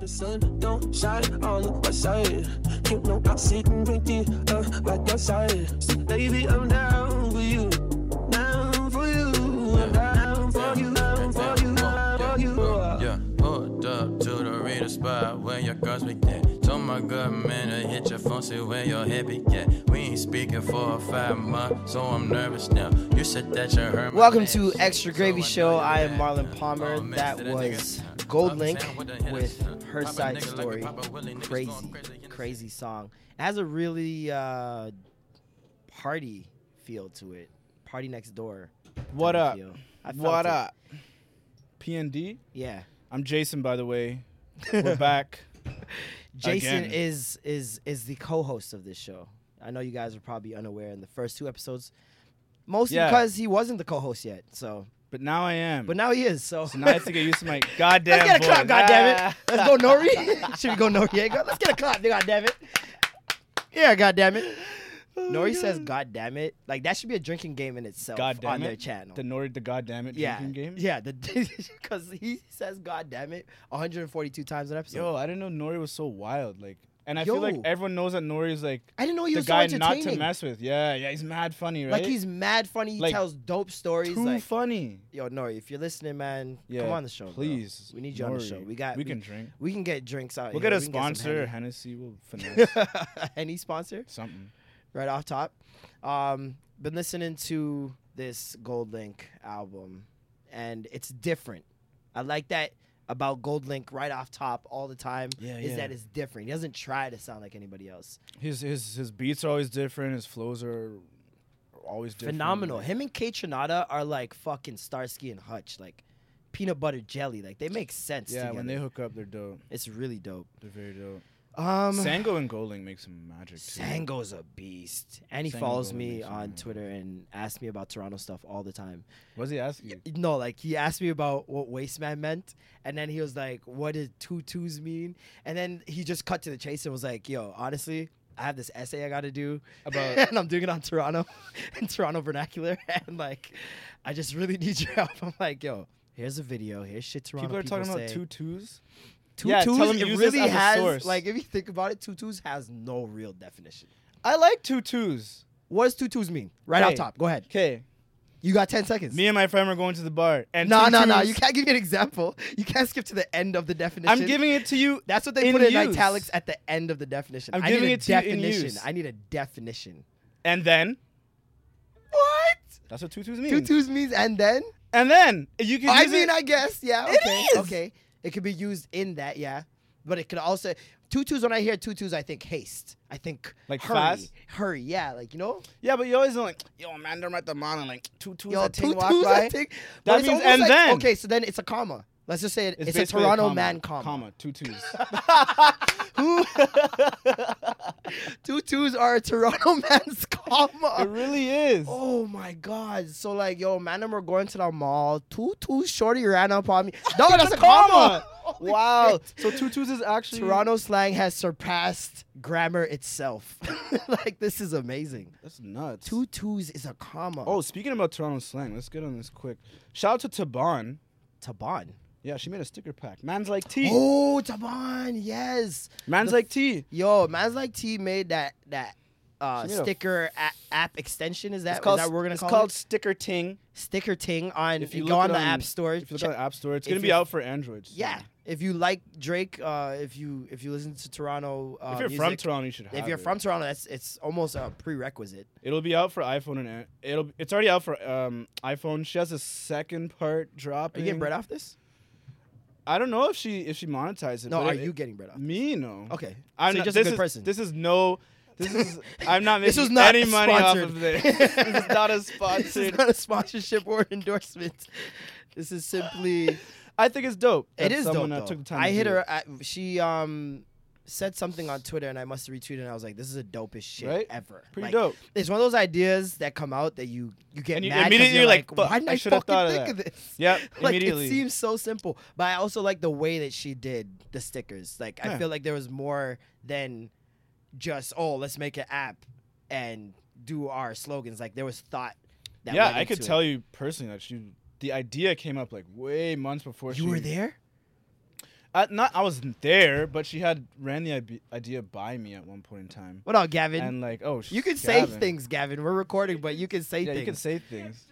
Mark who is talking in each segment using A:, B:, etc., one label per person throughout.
A: The sun don't shine on the west side. You know I'm sitting drinking up like that side. So baby, I'm down for you. Down for you. I'm down for you. Down for you. Down for you.
B: Yeah, pulled up to the reader spot where your girls begin. Told my good man to hit your phone, see where your head began. We ain't speaking for five months, so I'm nervous now. You said that you heard my
C: Welcome
B: man.
C: to Extra Gravy Show. I am Marlon Palmer. That was Gold Link with Her Side Story. Crazy, crazy song. It has a really uh, party feel to it. Party next door.
D: What
C: type of
D: up?
C: feel. I felt
D: What
C: it.
D: up? PND?
C: Yeah.
D: I'm Jason, by the way. We're back.
C: Jason
D: Again.
C: is is is the co-host of this show. I know you guys are probably unaware in the first two episodes, mostly
D: Yeah.
C: because he wasn't the co-host yet. So,
D: But now I am.
C: but now he is. So,
D: so now I have to get used to my goddamn
C: Let's get a
D: voice. Ah.
C: clap, goddammit. Let's go Nori. Should we go Noriega? Let's get a clap, goddammit. Yeah, goddammit.
D: Oh,
C: Nori says goddammit. Like that should be a drinking game in itself
D: God damn
C: on
D: it.
C: their channel.
D: The Nord the goddamn it
C: yeah,
D: drinking game.
C: yeah, because he says goddammit 142 times an episode.
D: Yo, I didn't know Nori was so wild. Like, and I feel like
C: Yo.
D: everyone knows that Nori is like
C: I didn't know he
D: the
C: was so
D: guy not to
C: entertaining.
D: mess with. Yeah, yeah, he's mad funny, right?
C: Like he's mad funny. He
D: Like,
C: tells dope stories.
D: too
C: like
D: funny.
C: yo, Nori, if you're listening, man,
D: Yeah,
C: come on the show, bro.
D: please,
C: We need you on the show.
D: Nori.
C: We got
D: We can drink.
C: We can get drinks out.
D: We'll
C: here.
D: get a
C: We can
D: sponsor.
C: some
D: Hennessy will finesse
C: Henny. Henny sponsor
D: something.
C: right off top. Um, been listening to this Gold Link album, and it's different. I like that about Gold Link right off top all the time.
D: Yeah,
C: is
D: yeah.
C: that it's different. He doesn't try to sound like anybody else.
D: His his his beats are always different. His flows are always different.
C: Phenomenal. Him and Kate Trinata are like fucking Starsky and Hutch, like peanut butter jelly. Like they make sense.
D: Yeah, when they
C: together.
D: hook up, they're dope.
C: it's really dope.
D: They're very dope.
C: Um,
D: Sango and Goling make some magic. Too.
C: Sango's a beast, and he
D: Sango
C: follows
D: really
C: me
D: is,
C: on
D: yeah.
C: Twitter and asks me about Toronto stuff all the time.
D: What's he asking? you?
C: No, like he asked me about what Wasteman meant, and then he was like, "What did two twos mean?" And then he just cut to the chase and was like, "Yo, honestly." I have this essay I gotta do,
D: About-
C: and I'm doing it on Toronto, in Toronto vernacular, and like, I just really need your help. I'm like, yo, here's a video, here's shit Toronto
D: People are talking about
C: say.
D: two twos.
C: two
D: Yeah,
C: twos.
D: tell them
C: it
D: use this
C: really
D: as a
C: has
D: source.
C: like if you think about it, two twos has no real definition.
D: I like two twos.
C: What does two twos mean? Right off
D: Hey.
C: top. Go ahead.
D: Okay,
C: You got ten seconds.
D: me and my friend were going to the bar, and
C: no,
D: two
C: no, no.
D: twos-
C: You can't give me an example. You can't skip to the end of the definition.
D: I'm giving it to you.
C: That's what they
D: in
C: put in
D: use.
C: italics at the end of the definition.
D: I'm
C: I need
D: giving
C: a
D: it to you in
C: definition.
D: use.
C: I need a definition.
D: And then
C: What?
D: that's what two twos means.
C: Two twos means and then?
D: And then you can.
C: I
D: use
C: mean,
D: it-
C: I guess. Yeah.
D: It
C: Okay.
D: is.
C: Okay. It could be used in that. Yeah. But it could also two twos. When I hear two twos, I think haste. I think
D: Like
C: hurry,
D: fast?
C: hurry. Yeah. Like you know.
D: yeah, but you always know, like, yo, man, they're at the mall and like two twos.
C: Yo,
D: that
C: two
D: ting
C: twos.
D: walk
C: I
D: by.
C: think. but
D: That
C: it's
D: means
C: almost
D: and
C: like-
D: then.
C: Okay, so then it's a comma. Let's just say it, it's, a
D: basically
C: Toronto man comma.
D: Comma two twos.
C: Two twos are a Toronto man's comma.
D: it really is.
C: Oh my god. So like yo, man and we're going to the mall. Two two shorty ran up on me. No, that's a comma. Holy
D: Wow.
C: shit.
D: So two twos is actually
C: Toronto slang has surpassed grammar itself. like this is amazing.
D: That's nuts.
C: Two twos is a comma.
D: Oh, speaking about Toronto slang, let's get on this quick. Shout out to Taban.
C: Taban.
D: Yeah, she made a sticker pack. Man's like tea.
C: Oh, Taban, yes.
D: Man's like tea.
C: Yo, Man's Like T made that that uh,
D: She made a-
C: sticker a- app extension. Is that, is
D: called,
C: that what we're gonna
D: it's
C: call
D: called
C: it?
D: sticker ting.
C: Sticker Ting on
D: If you
C: go
D: look
C: on
D: it
C: the app store.
D: if you look
C: check-
D: on the app store, it's
C: if
D: gonna
C: you-
D: be out for Android. soon.
C: Yeah. If you like Drake, uh, if you if you listen to Toronto, uh,
D: Oh, If you're from
C: music-
D: Toronto, you should have
C: if you're
D: it.
C: from Toronto, that's it's almost a prerequisite.
D: It'll be out for iPhone and An- it'll it's already out for um iPhone. She has a second part
C: Are
D: dropping.
C: you getting bread off this?
D: I don't know if she if she monetizes it.
C: No, are
D: but it-
C: you getting bread off?
D: Me no.
C: Okay.
D: I'm
C: So
D: not,
C: you're just a
D: this
C: good
D: is,
C: person.
D: This is no. This is. I'm not making
C: This was not
D: any money off
C: sponsored.
D: of this. this is not a
C: this is
D: sponsored.
C: not a sponsorship or endorsement. This is simply
D: I think it's dope.
C: It is dope.
D: someone uh,
C: though.
D: took the time
C: I
D: to
C: hit
D: do
C: her.
D: it.
C: I, she um said something on Twitter, and I must have retweeted. And I was like, "This is the dopest shit
D: Right?
C: ever."
D: Pretty
C: Like,
D: dope.
C: It's one of those ideas that come out that you you get
D: And you-
C: mad 'cause
D: immediately
C: you're
D: you're like,
C: like,
D: "Fuck,
C: "Why didn't
D: I
C: I,
D: should have
C: fucking
D: thought of
C: think
D: that."
C: of this?"
D: Yep,
C: like
D: immediately.
C: it seems so simple, but I also like the way that she did the stickers. Like I
D: Yeah.
C: feel like there was more than just oh, let's make an app and do our slogans. Like there was thought. That
D: yeah,
C: went
D: I could
C: into
D: tell
C: it.
D: you personally that she, the idea came up like way months before she.
C: You were there.
D: I, not I wasn't there, but she had ran the ibe- idea by me at one point in time.
C: What up, Gavin?
D: And like, oh,
C: you
D: can
C: can say things, Gavin. We're recording, but you can say
D: Yeah,
C: things.
D: you can say things.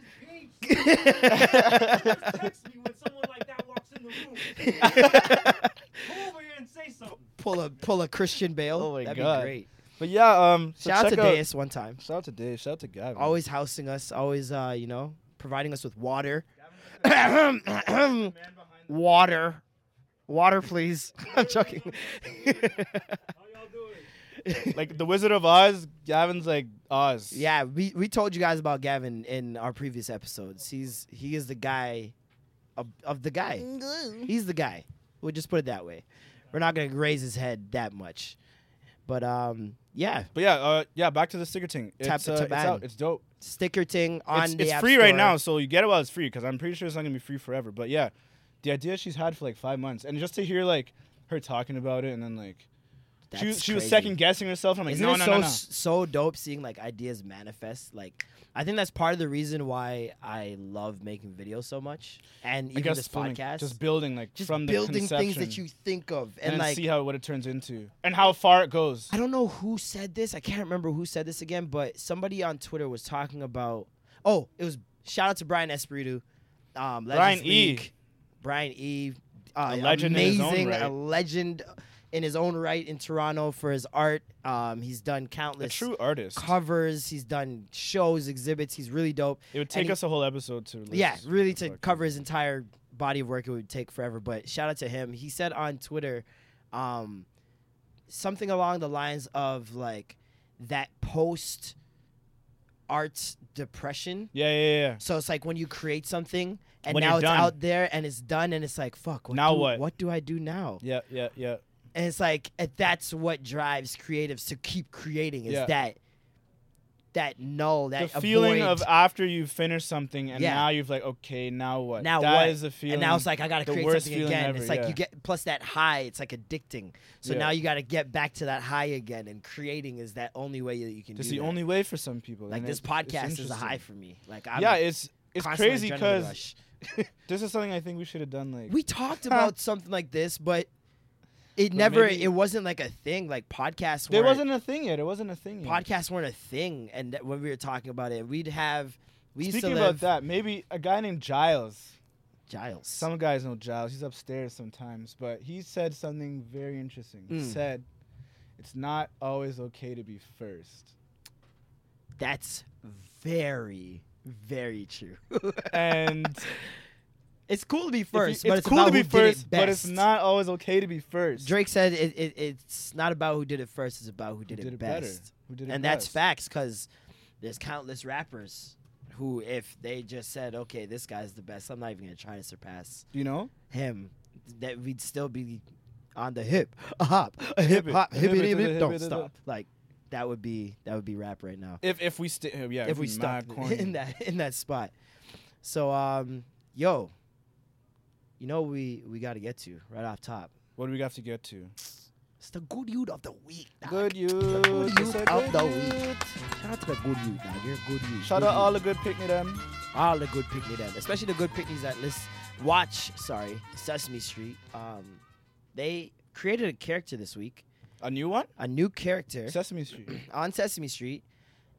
E: text me when someone like that walks in the room. Come over here and say something.
C: pull a pull a Christian Bale.
D: Oh my
C: That'd
D: God.
C: be great.
D: But yeah, um, so
C: Shout out
D: check
C: to Deus one time.
D: Shout out to Dave. Shout out to Gavin.
C: Always housing us, always uh, you know, providing us with water. water. Water, please. I'm joking.
D: like the Wizard of Oz. Gavin's like Oz.
C: yeah, we, we told you guys about Gavin in our previous episodes. He's he is the guy of, of the guy. He's the guy. We'll just put it that way. We're not gonna raise his head that much. But um yeah,
D: But yeah, uh, yeah. Back to the sticker thing. It's,
C: Tap
D: uh,
C: the
D: it's
C: Taban.
D: out. It's dope.
C: sticker ting on
D: it's
C: the
D: it's
C: App
D: free right
C: Store.
D: now, so you get it while it's free. Because I'm pretty sure it's not gonna be free forever. But yeah, the idea she's had for like five months, and just to hear like her talking about it, and then like she
C: That's
D: she was
C: crazy.
D: second guessing herself. I'm like,
C: Isn't
D: no,
C: it
D: no,
C: so
D: no, no.
C: so dope seeing like ideas manifest? Like, I think that's part of the reason why I love making videos so much, and
D: I
C: even
D: guess
C: this
D: filming-
C: podcast.
D: just building like
C: Just
D: from the
C: building things that
D: conception,
C: you think of, and,
D: and, then
C: like
D: see how what it turns into and how far it goes.
C: I don't know who said this. I can't remember who said this again, but somebody on Twitter was talking about. Oh, it was shout out to Brian Espiritu, um,
D: Brian
C: Legends
D: E.
C: League. Brian E. Uh,
D: A legend in his
C: amazing,
D: own right.
C: a legend in his own right in Toronto for his art. Um, he's done
D: A
C: countless
D: true artist.
C: covers. He's done shows, exhibits. He's really dope.
D: It would
C: And
D: take
C: he-
D: us a whole episode to list
C: yeah, really to
D: fucking-
C: cover his entire body of work. It would take forever. But shout out to him. He said on Twitter, um, something along the lines of like that post art depression.
D: Yeah, yeah, yeah.
C: So it's like when you create something and
D: When you're
C: now it's
D: done.
C: out there and it's done and it's like fuck. What
D: Now
C: do,
D: what?
C: What do I do now?
D: Yeah, yeah, yeah.
C: And it's like and that's what drives creatives to keep creating is
D: Yeah.
C: that that null
D: The
C: that
D: feeling
C: avoid-
D: of uh, after you finish something and
C: Yeah.
D: now you've like, okay, now what?
C: now
D: That
C: what?
D: is the feeling.
C: And now it's like I gotta
D: the
C: create
D: worst
C: something
D: feeling
C: again.
D: ever,
C: it's like
D: yeah.
C: you get plus that high. It's like addicting. So
D: Yeah.
C: now you gotta get back to that high again. And creating is that only way that you can.
D: That's
C: do
D: the
C: that.
D: only way for some people.
C: Like
D: and
C: this
D: it- it's
C: podcast is a high
D: interesting.
C: for me. Like I'm
D: yeah, it's it's
C: constantly
D: crazy
C: adrenaline
D: because
C: rush.
D: this is something I think we should have done. Like
C: we talked about something like this, but it never.
D: maybe-
C: it wasn't like a thing. Like podcasts.
D: there
C: weren't-
D: wasn't a thing yet. It wasn't a thing yet.
C: podcasts weren't a thing. And that when we were talking about it, we'd have. We used to
D: Speaking about
C: live
D: that, maybe a guy named Giles.
C: Giles.
D: Some guys know Giles. He's upstairs sometimes, but he said something very interesting.
C: Hmm.
D: He said, "It's not always okay to be first.
C: That's very, very true.
D: And
C: It's cool to be
D: If you-
C: first, but it's, about who did it
D: but it's
C: best.
D: not always okay to be first.
C: Drake said it, it, it's not about who did it first; it's about who did,
D: did
C: it,
D: it better?
C: best.
D: Who did it
C: and that's
D: best?
C: facts, because there's countless rappers who, if they just said, "Okay, this guy's the best," I'm not even gonna try to surpass
D: you know,
C: him. That we'd still be on the hip, a hop, a hip
D: it,
C: hop, hip
D: hip it to
C: it, hip
D: the
C: it,
D: hip
C: don't
D: it to the-
C: stop. Like that would be that would be rap right now
D: if if we stay, yeah,
C: if we
D: stop
C: stopped in that in that spot. So, um, yo, you know we we got to get to right off top.
D: What do we have to get to?
C: It's the good youth of the week. Dog.
D: Good youth.
C: good
D: It's
C: youth
D: a
C: of
D: good
C: the week.
D: youth.
C: Shout out to the good youth, dog. You're a good youth.
D: Shout
C: good
D: out all
C: youth.
D: the good picnic them.
C: all the good picnic them, especially the good picnics that list watch. Sorry, Sesame Street. Um, they created a character this week,
D: A new one?
C: a new character
D: Sesame Street.
C: on Sesame Street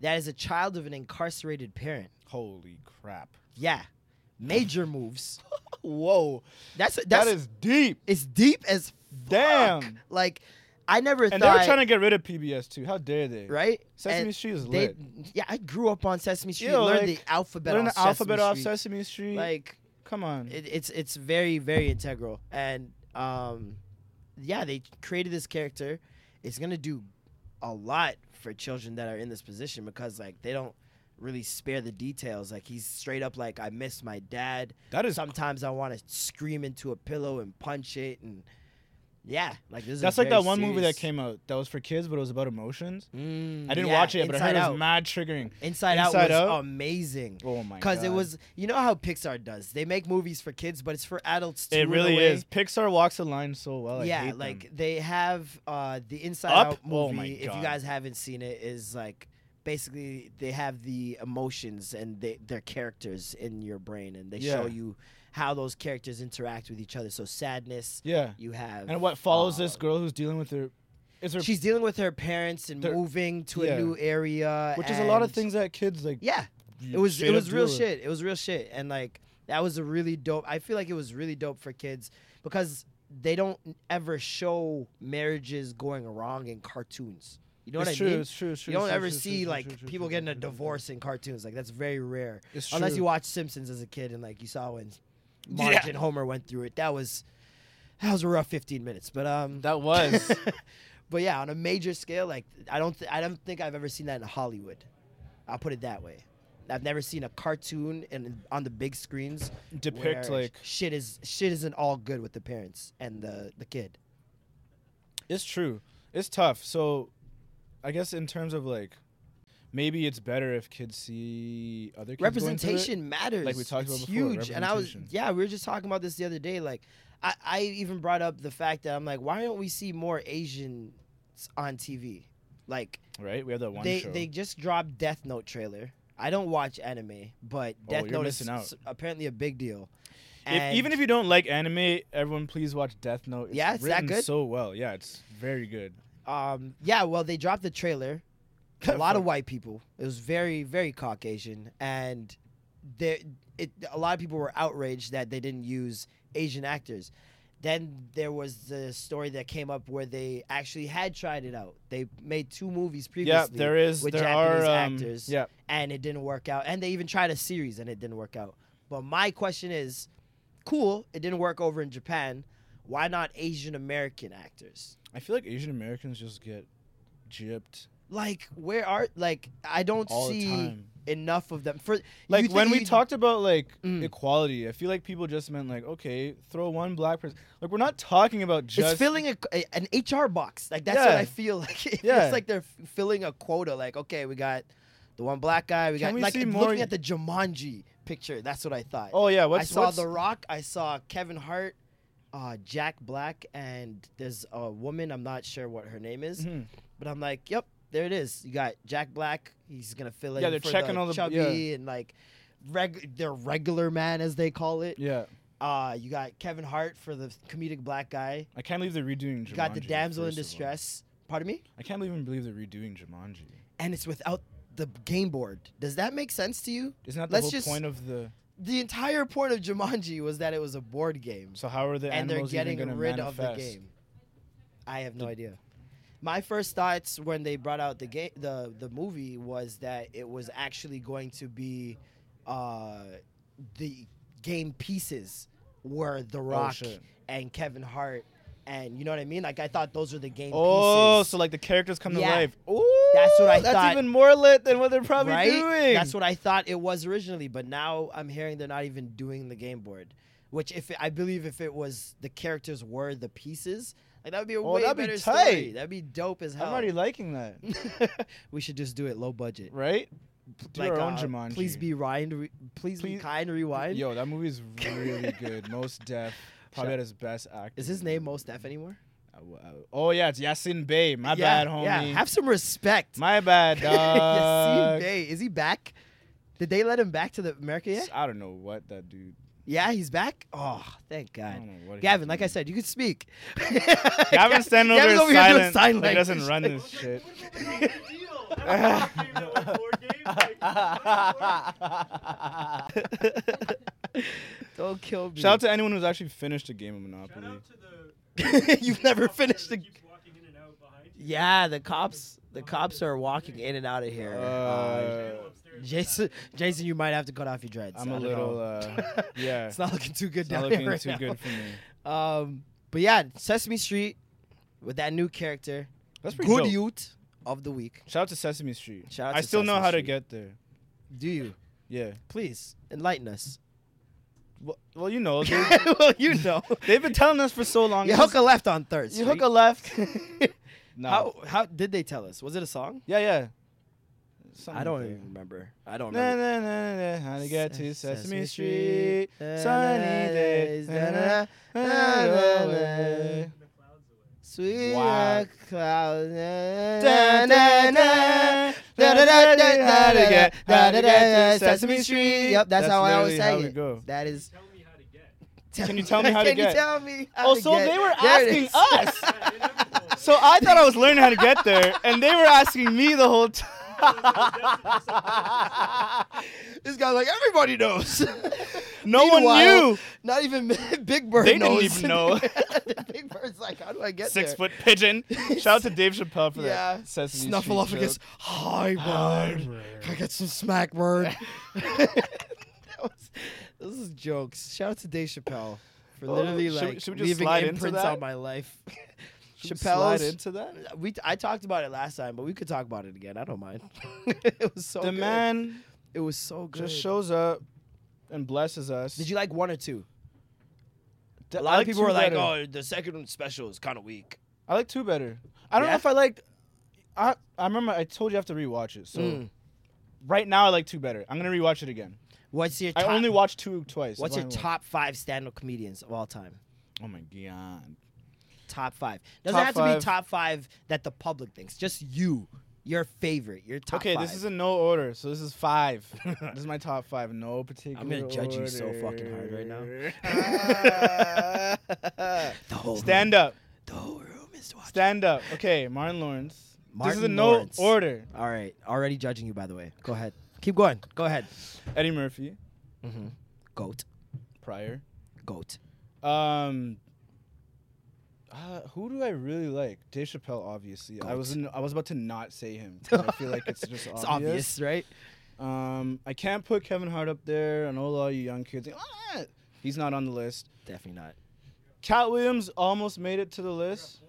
C: that is a child of an incarcerated parent.
D: Holy crap.
C: Yeah, major moves.
D: Whoa.
C: That's
D: That's,
C: that's
D: deep.
C: it's deep as fuck.
D: Damn.
C: Like I never
D: And they
C: thought.
D: were trying to get rid of PBS too. How dare they?
C: right?
D: Sesame
C: And
D: Street is
C: they-
D: lit.
C: Yeah, I grew up on Sesame Street.
D: Yeah,
C: learned
D: like,
C: the alphabet.
D: Learn
C: off
D: the alphabet
C: Sesame
D: off
C: Street.
D: Sesame Street.
C: Like
D: come on.
C: it, it's it's very very integral. And um, yeah, they created this character. It's gonna do a lot for children that are in this position because like they don't really spare the details. Like he's straight up like I miss my dad.
D: That is
C: Sometimes I want to scream into a pillow and punch it, and yeah, like this. is a
D: That's like
C: very
D: that one movie that
C: serious-
D: came out that was for kids, but it was about emotions.
C: Mm,
D: I didn't
C: yeah,
D: watch it, but I heard
C: Inside
D: it
C: Out.
D: was mad triggering.
C: Inside, Out
D: Inside
C: was um,
D: Out?
C: amazing.
D: Oh my
C: Because it
D: God.
C: was, you know how Pixar does. They make movies for kids, but it's for adults too. in
D: It
C: a
D: really
C: way.
D: is. Pixar walks the line so well. Oh, I
C: yeah,
D: hate
C: like
D: them.
C: they have uh, the Inside
D: Up?
C: Out
D: Oh
C: movie.
D: my
C: if you
D: God.
C: guys haven't seen it, is like basically they have the emotions and they, their characters in your brain, and they show
D: Yeah.
C: you how those characters interact with each other. So sadness,
D: yeah.
C: you have,
D: And what follows this
C: uh,
D: girl who's dealing with her is her,
C: She's dealing with her parents and
D: They're-
C: moving to
D: yeah.
C: a new area,
D: which is a lot of
C: and-
D: things that kids like.
C: Yeah,
D: you
C: it was it
D: straight up
C: was real
D: deal with.
C: shit. It was real shit, and like that was a really dope. I feel like it was really dope for kids because they don't ever show marriages going wrong in cartoons. You know
D: It's
C: what
D: true,
C: I mean?
D: it's true, it's true,
C: You don't
D: it's true,
C: ever
D: it's true,
C: see
D: it's true,
C: like
D: it's true, it's
C: people
D: true,
C: getting a
D: it's true.
C: divorce in cartoons. Like that's very rare.
D: It's
C: Unless
D: true.
C: you watch Simpsons as a kid and like you saw when Marge and Homer went through it. That was that was a rough 15 minutes. But um,
D: That was.
C: but yeah, on a major scale, like I don't, th- I don't think I've ever seen that in Hollywood. I'll put it that way. I've never seen a cartoon and on the big screens
D: Depict,
C: where
D: like-
C: shit is shit isn't all good with the parents and the the kid.
D: It's true. It's tough. So, I guess in terms of like, maybe it's better if kids see other kids going through it.
C: representation matters.
D: Like we talked
C: It's
D: about before,
C: huge. And I was
D: representation.
C: yeah, we were just talking about this the other day. Like I, I even brought up the fact that I'm like, why don't we see more Asians on TV? Like
D: Right. We have that one
C: they
D: show.
C: they just dropped Death Note trailer. I don't watch anime, but
D: Oh,
C: Death
D: you're
C: Note is
D: missing out.
C: s- apparently a big deal.
D: if, even if you don't like anime, everyone please watch Death Note. It's
C: Yeah, it's that
D: written
C: good?
D: So well. Yeah, it's very good.
C: um, yeah, well, they dropped the trailer. A lot of white people. It was very, very Caucasian, and there, it. A lot of people were outraged that they didn't use Asian actors. Then there was the story that came up where they actually had tried it out. They made two movies
D: Yeah,
C: previously.
D: there is.
C: with
D: there
C: Japanese
D: are um,
C: actors.
D: Yeah.
C: and it didn't work out. And they even tried a series and it didn't work out. But my question is, cool, it didn't work over in Japan. Why not Asian American actors?
D: I feel like Asian Americans just get gypped.
C: Like, where are like I don't
D: All the
C: see
D: time.
C: enough of them. For you
D: Like
C: think
D: when we
C: you-
D: talked about like
C: Mm.
D: equality, I feel like people just meant like, okay, throw one black person. Like we're not talking about just
C: it's filling a, a- an HR box. Like that's what
D: Yeah.
C: I feel like. It's
D: Yeah.
C: like they're f- filling a quota. Like, okay, we got the one black guy. We
D: Can
C: got
D: we
C: like
D: see
C: looking
D: more-
C: at the Jumanji picture. That's what I thought.
D: Oh yeah, what's
C: I saw
D: what's-
C: The Rock. I saw Kevin Hart, uh, Jack Black, and there's a woman. I'm not sure what her name is,
D: Mhm.
C: but I'm like, yep, there it is. You got Jack Black. He's gonna fill in.
D: Yeah, they're
C: for
D: checking
C: the
D: all the-
C: chubby
D: yeah.
C: and like, reg- their regular man as they call it.
D: Yeah,
C: Uh, you got Kevin Hart for the comedic black guy.
D: I can't believe they're redoing. Jumanji,
C: You got the damsel in
D: first of all.
C: distress. Pardon me.
D: I can't even believe they're redoing Jumanji.
C: And it's without the game board. Does that make sense to you?
D: Isn't that the
C: Let's
D: whole
C: just-
D: point of the?
C: The entire point of Jumanji was that it was a board game.
D: So how are the
C: and they're
D: animals even
C: getting
D: gonna
C: rid of
D: manifest?
C: the game. I have no idea. My first thoughts when they brought out the game, the the movie was that it was actually going to be, uh, the game pieces were The Rock
D: Oh, shit.
C: and Kevin Hart, and you know what I mean. Like I thought those were the game.
D: Oh,
C: pieces.
D: so like the characters come
C: Yeah.
D: to life. Ooh,
C: That's what I
D: that's
C: thought.
D: even more lit than what they're probably
C: right?
D: doing.
C: That's what I thought it was originally, but now I'm hearing they're not even doing the game board. Which, if it, I believe, if it was the characters were the pieces, like that would be a
D: Oh,
C: way
D: that'd be
C: better
D: tight.
C: story. That'd be dope as hell.
D: I'm already liking that.
C: we should just do it low budget.
D: Right? Do
C: Like,
D: our own
C: uh,
D: Jumanji.
C: Please be rewind. Re, please, be
D: Please-
C: kind. Rewind.
D: Yo, that movie is really good. Most Def probably at his best acting.
C: Is his name Most Def anymore?
D: I w- I w- Oh yeah, it's Yasin Bey. My
C: yeah,
D: bad, homie.
C: Yeah, have some respect.
D: My bad,
C: Yassine
D: dog.
C: Bey, is he back? Did they let him back to the America yet?
D: I don't know what that dude.
C: Yeah, he's back. Oh, thank God.
D: know what he
C: Gavin,
D: did.
C: like I said, you can speak.
D: Gavin's standing over,
C: Gavin's
D: here
C: over here doing
D: silent.
C: sign
D: He
C: language.
D: doesn't run this shit.
C: Don't kill me.
D: Shout out to anyone who's actually finished a game of Monopoly.
C: You've never finished the.
E: the.
C: Yeah, the cops. The cops are walking in and out of here. Uh,
D: Uh,
C: Jason, Jason, you might have to cut off your dreads.
D: I'm
C: I
D: a
C: don't
D: little.
C: know.
D: Uh, yeah.
C: it's not looking too good.
D: It's not
C: down
D: looking
C: there right
D: too
C: now.
D: good for me.
C: Um, but yeah, Sesame Street with that new character,
D: That's pretty
C: good
D: dope.
C: youth of the week.
D: Shout out to Sesame Street.
C: Shout out
D: I
C: to
D: still know
C: Sesame
D: how
C: Street.
D: to get there.
C: Do you?
D: Yeah.
C: Please enlighten us.
D: Well, well you know, they,
C: well, you know,
D: they've been telling us for so long.
C: you
D: it's
C: hook
D: just-
C: a left on third.
D: Um, you
C: Street.
D: hook a left. no.
C: How how did they tell us? Was it a song?
D: Yeah, yeah.
C: I don't even remember. I don't
D: Na
C: remember.
D: na na na na, how to get to
C: Se-
D: Sesame Street, sunny days, na na na
C: na,
D: na
C: na.
D: na.
C: Sweet
D: Wow.
C: wow. clouds. na,
D: Da,
C: na,
D: da,
C: na,
D: da.
C: da, da, da, da, da, da, da, da, da, da,
D: To Sesame Street.
C: Yep, that's,
D: That's
C: how I always
D: literally how
C: sang
D: we
C: it.
D: go.
C: That is.
D: Can you tell me how to
C: Can you
D: get?
C: tell me? how
D: Oh,
C: to
D: so
C: get?
D: they were
C: There it
D: asking
C: is.
D: us. so I thought I was learning how to get there, and they were asking me the whole time.
C: This guy's like, everybody knows.
D: No one
C: Meanwhile,
D: knew.
C: Not even Big Bird
D: They didn't
C: knows.
D: even know.
C: Big Bird's like, how do I get
D: Six
C: there?
D: foot pigeon. Shout out to Dave Chappelle for
C: Yeah.
D: that. Sesame Street
C: Snuffleupagus.
D: joke.
C: Hi,
D: Oh,
C: bird. Can I get some smack, bird? That was- this is jokes. Shout out to Dave Chappelle for literally
D: Oh, should we-
C: like
D: should we just
C: leaving
D: slide into
C: imprints
D: that?
C: on my life.
D: Slide
C: Chappelle's.
D: into that.
C: We I talked about it last time, but we could talk about it again. I don't mind. it was so
D: The
C: good.
D: man
C: It was so good.
D: just shows up and blesses us.
C: Did you like one or two?
D: D-
C: A
D: I
C: lot of people
D: two
C: were like,
D: better.
C: "Oh, the second one special is kind of weak."
D: I like two better. I don't
C: Yeah?
D: know if I liked. I I remember I told you I have to rewatch it. So
C: Mm.
D: right now I like two better. I'm gonna rewatch it again.
C: What's your?
D: I
C: top-
D: only watched two twice.
C: What's
D: I've
C: your
D: only watched-
C: top five stand-up comedians of all time?
D: Oh my god.
C: Top five doesn't
D: Top
C: have to
D: five.
C: be top five that the public thinks. Just you, your favorite, your top.
D: okay,
C: five.
D: this is in no order, so this is five. this is my top five, no particular.
C: I'm gonna judge you so fucking hard right
D: now.
C: the whole room.
D: Stand up,
C: The whole room is watching.
D: stand up. Okay, Martin Lawrence. this is
C: Martin
D: in
C: Lawrence.
D: no order.
C: All right, already judging you by the way. Go ahead, keep going. Go ahead.
D: Eddie Murphy,
C: Goat,
D: Pryor.
C: goat.
D: Um, uh, who do I really like? Dave Chappelle, obviously. I was in, I was about to not say him. 'cause I feel like it's just
C: It's
D: obvious.
C: obvious, right?
D: Um, I can't put Kevin Hart up there. I know a lot of you young kids. think, "Ah," he's not on the list.
C: Definitely not.
D: Cat Williams almost made it to the list.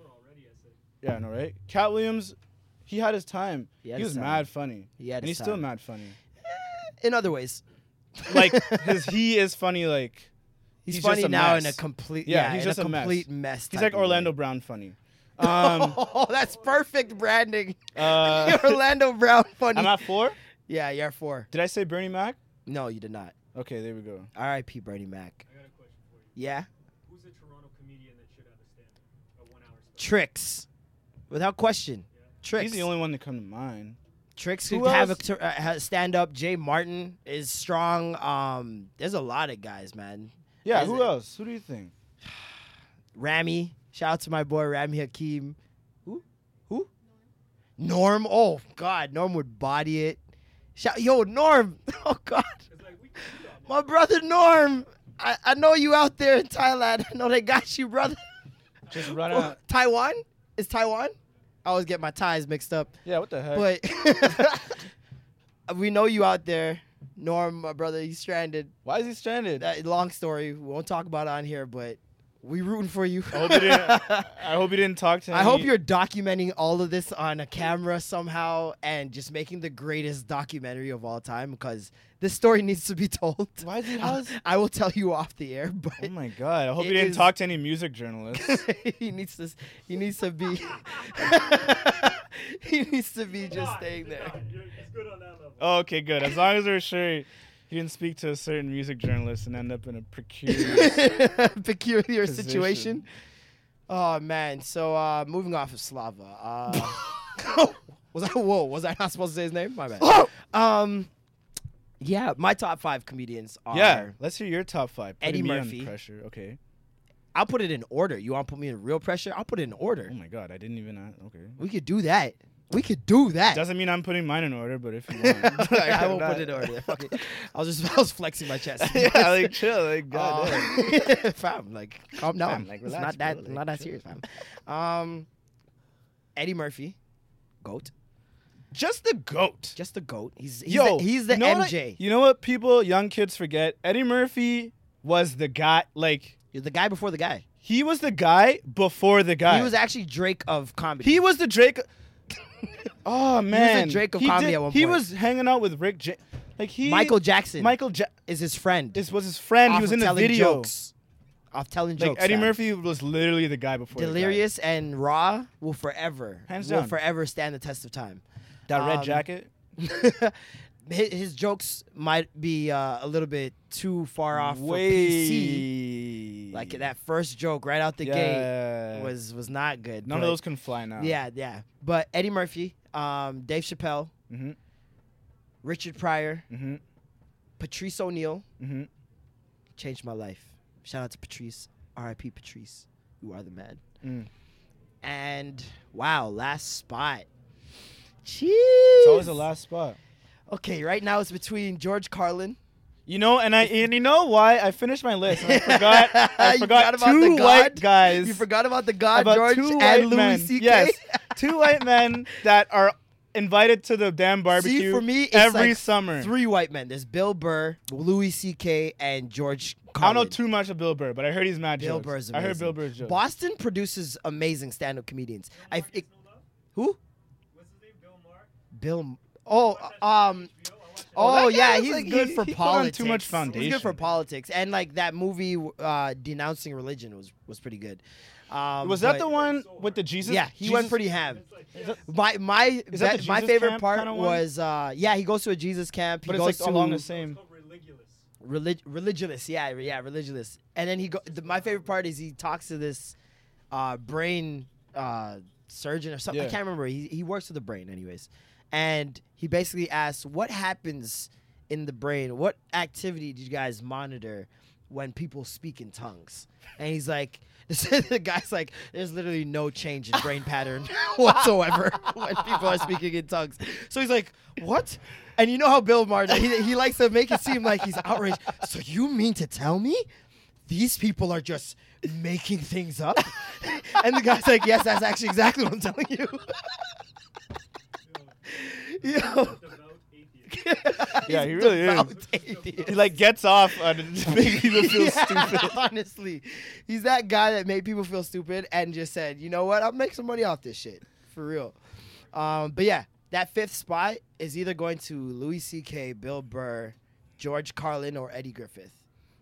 D: Yeah, I know, right? Cat Williams, he had his time.
C: He
D: He,
C: had his
D: was
C: time.
D: mad funny.
C: He had
D: and
C: his
D: he's still
C: time.
D: mad funny.
C: In other ways,
D: Like his, he is funny. Like
C: he's,
D: He's just
C: funny
D: a
C: now in a
D: mess.
C: complete yeah,
D: Yeah, he's
C: in
D: just
C: a
D: a mess.
C: complete mess. type
D: he's like
C: of way.
D: Orlando Brown funny. Um,
C: Oh, that's perfect branding.
D: uh,
C: Orlando Brown funny.
D: I'm at four.
C: yeah, you're four.
D: Did I say Bernie Mac?
C: No, you did not.
D: Okay, there we go.
C: R.I.P. Bernie Mac. I got a question for you. Yeah.
E: Who's a Toronto comedian that should have a stand A one hour special?
C: Tricks, without question. Tricks.
D: He's the only one to come to mind.
C: Tricks
D: Who
C: could have a
D: else?
C: tur- uh, ha- stand up. Jay Martin is strong. Um, there's a lot of guys, man.
D: Yeah,
C: Is
D: who
C: it-
D: else? Who do you think?
C: Rami, shout out to my boy Rami Hakim. Who? Who? Norm. Oh God, Norm would body it. Shout, yo, Norm. Oh God, my brother Norm. I, I know you out there in Thailand. I know they got you, brother.
D: Just run out.
C: Taiwan is Taiwan. I always get my ties mixed up.
D: Yeah, what the heck?
C: But we know you out there, Norm, my brother. He's stranded.
D: Why is he stranded?
C: That long story. We won't talk about it on here, but we rooting for you.
D: I, hope he didn't, I hope he didn't talk to him.
C: I hope you're documenting all of this on a camera somehow and just making the greatest documentary of all time because this story needs to be told.
D: Why is he? How
C: I,
D: is,
C: I will tell you off the air, but
D: oh my god! I hope
C: It
D: he didn't
C: is-
D: talk to any music journalists.
C: he needs to he needs to be he needs to be just staying there.
E: You're- It's good on that level.
D: oh, okay, good. As long as we're sure he didn't speak to a certain music journalist and end up in a precarious.
C: Peculiar situation.
D: Position.
C: Oh man. So uh moving off of Slava. Uh was I whoa, was I not supposed to say his name? My bad.
D: Oh!
C: um yeah, my top five comedians are
D: yeah, let's hear your top five. Putting
C: Eddie
D: me
C: Murphy.
D: On pressure. Okay.
C: I'll put it in order. You want to put me in real pressure? I'll put it in order.
D: Oh my god! I didn't even. uh, Okay.
C: We could do that. We could do that.
D: Doesn't mean I'm putting mine in order, but if you want,
C: I won't put it in order. Fuck it. I was just I was flexing my chest.
D: yeah, like chill, like
C: Uh,
D: god.
C: fam, like calm down.
D: like,
C: it's
D: relax,
C: not that
D: bro, like,
C: not that serious, fam. Um, Eddie Murphy, goat,
D: Just the goat.
C: just the goat. He's he's the, he's the
D: you know what I-
C: MJ.
D: you know what people, young kids forget? Eddie Murphy was the guy. Like
C: You're the guy before the guy.
D: he was the guy before the guy.
C: He was actually Drake of comedy.
D: He was the Drake. oh man,
C: Drake of comedy at one
D: He
C: point.
D: was hanging out with Rick. Ja- Like he
C: Michael Jackson
D: Michael ja-
C: is his friend.
D: is was his friend.
C: off
D: he was
C: of
D: in the
C: telling
D: video.
C: Jokes, off telling
D: Like
C: jokes.
D: Eddie
C: fam.
D: Murphy was literally the guy before. the guy.
C: Delirious and Raw will forever,
D: Hands
C: will
D: down.
C: forever stand the test of time.
D: That red
C: Um,
D: jacket.
C: Hi- his jokes might be uh, a little bit too far off
D: Way.
C: for PC. Like that first joke right out the
D: Yeah.
C: gate was was not good.
D: None
C: but-
D: of those can fly now.
C: Yeah, yeah. But Eddie Murphy, um, Dave Chappelle,
D: Mhm.
C: Richard Pryor,
D: Mhm.
C: Patrice O'Neill
D: Mhm.
C: changed my life. Shout out to Patrice. R.I.P. Patrice. You are the man.
D: Mm.
C: And wow, last spot. Jeez.
D: It's always the last spot.
C: Okay, right now it's between George Carlin.
D: You know, and I and you know why I finished my list. And I forgot. I
C: You
D: forgot,
C: forgot about
D: two
C: the
D: white
C: God?
D: guys.
C: You forgot about the God
D: about
C: George
D: two
C: and
D: white
C: Louis
D: men.
C: C.K.
D: Yes, two white men that are invited to the damn barbecue
C: See, for me, it's
D: every
C: like
D: summer.
C: Three white men. There's Bill Burr, Louis C.K., and George
D: I don't
C: Carlin.
D: know too much of Bill Burr, but I heard he's mad
C: Bill
D: jokes.
C: Burr's
D: I
C: amazing.
D: heard Bill Burr's jokes.
C: Boston produces amazing stand-up comedians. I it, who?
E: What's his name? Bill Maher.
C: Bill. Oh, um.
D: Well,
C: Oh
D: that guy
C: yeah,
D: was
C: he's
D: like-
C: good
D: he-
C: for
D: he put on
C: politics.
D: too much
C: He's good for
D: foundation.
C: politics, and like that movie uh, denouncing religion was was pretty good. Um,
D: Was that
C: but-
D: the one with the Jesus?
C: Yeah, he
D: Jesus-
C: went pretty ham. My my
D: that
C: be-
D: the
C: my
D: Jesus
C: favorite
D: camp
C: part
D: kinda one?
C: was uh, yeah, he goes to a Jesus camp. He
D: But
C: goes
D: it's like
C: to
D: along the same.
E: Religulous.
C: relig- religious. Yeah, yeah, religious. And then he go. The, my favorite part is he talks to this uh, brain uh, surgeon or something. I
D: Yeah.
C: can't remember. He he works with the brain, anyways. And he basically asks, "What happens in the brain? What activity do you guys monitor when people speak in tongues?" And he's like. the guy's like, there's literally no change in brain pattern whatsoever when people are speaking in tongues. So he's like, what? And you know how Bill Martin, he, he likes to make it seem like he's outraged. So you mean to tell me these people are just making things up? and the guy's like, yes, that's actually exactly what I'm telling you. Yo,
E: Devout atheist.
D: Yeah, he really is.
C: about atheist.
D: He like gets off on making people feel
C: Yeah,
D: stupid.
C: Honestly, he's that guy that made people feel stupid and just said, you know what, I'll make some money off this shit for real. Um, but yeah, that fifth spot is either going to Louis C.K., Bill Burr, George Carlin, or Eddie Griffith,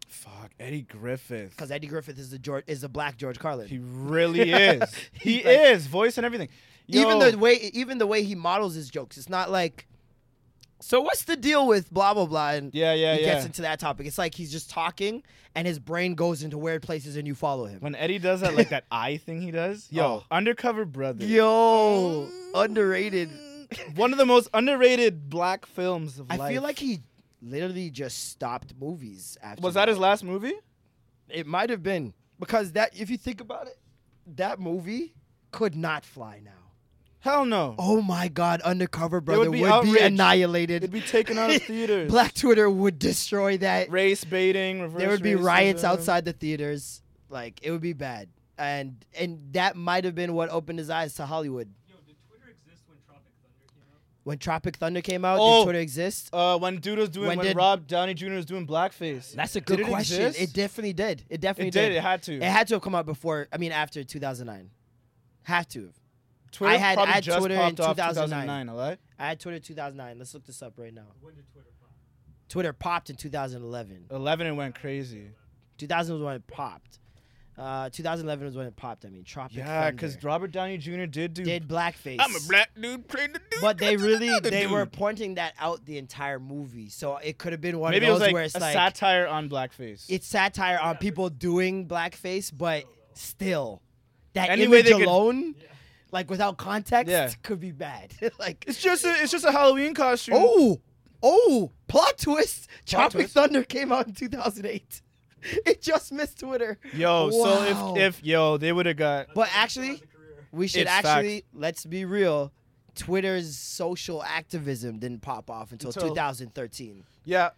D: Fuck Eddie Griffith.
C: because Eddie Griffith is the George is the black George Carlin.
D: He really is. he
C: He's like-
D: is voice and everything.
C: even
D: Yo.
C: the way even the way he models his jokes, it's not like. So what's the deal with blah blah blah? And
D: Yeah, yeah,
C: he gets
D: yeah.
C: into that topic. It's like he's just talking, and his brain goes into weird places, and you follow him.
D: When Eddie does that, like that eye thing he does,
C: Oh.
D: yo, undercover brother,
C: Yo, underrated.
D: one of the most underrated black films of
C: I
D: life.
C: feel like he literally just stopped movies after.
D: was that his last movie.
C: It might have been because that. If you think about it, that movie could not fly now.
D: Hell no.
C: Oh my God, Undercover Brother
D: be
C: would be,
D: outraged.
C: annihilated.
D: It'd be taken out of theaters.
C: Black Twitter would destroy that.
D: race baiting. Reverse
C: there would be riots
D: racism.
C: outside the theaters. Like it would be bad, and and that might have been what opened his eyes to Hollywood.
E: Yo, did Twitter exist when Tropic Thunder came out?
C: When Tropic Thunder came out,
D: Oh.
C: did Twitter exist?
D: Uh, when dude was doing
C: When
D: when,
C: did-
D: Rob Downey Jr. was doing blackface.
C: That's a
D: Did
C: good
D: it
C: question.
D: exist?
C: It definitely did. It definitely
D: It did. It had to.
C: It had to have come out before. I mean, after 2009. Have to. have.
D: Twitter
C: I had-
D: probably
C: I had
D: just
C: Twitter
D: popped
C: in
D: off
C: 2009.
D: 2009. all right?
C: I had Twitter 2009. Let's look this up right now.
E: When did Twitter pop?
C: Twitter popped in 2011.
D: Eleven, it went crazy.
C: 2000 was when it popped. Uh, 2011 was when it popped. I mean, Tropic
D: Yeah,
C: because
D: because Robert Downey Jr. did do.
C: did blackface.
D: dude playing the dude.
C: But they
D: that's
C: really
D: another
C: they
D: dude.
C: were pointing that out the entire movie, so it could have been one
D: Maybe it
C: of
D: was
C: those
D: like
C: where it's
D: a
C: like
D: satire on blackface.
C: it's satire on people doing blackface, but still, that
D: Any way
C: image
D: they could-
C: alone, like without context,
D: Yeah.
C: could be bad. like,
D: It's just a, it's just a Halloween costume.
C: oh, oh, plot twist! Tropic
D: Plot twist.
C: Thunder came out in 2008. it just missed Twitter.
D: yo!
C: Wow.
D: So if if yo, they would have got.
C: but actually, we should
D: It's
C: actually let's be real. Twitter's social activism didn't pop off until
D: Until-
C: 2013.
D: Yeah,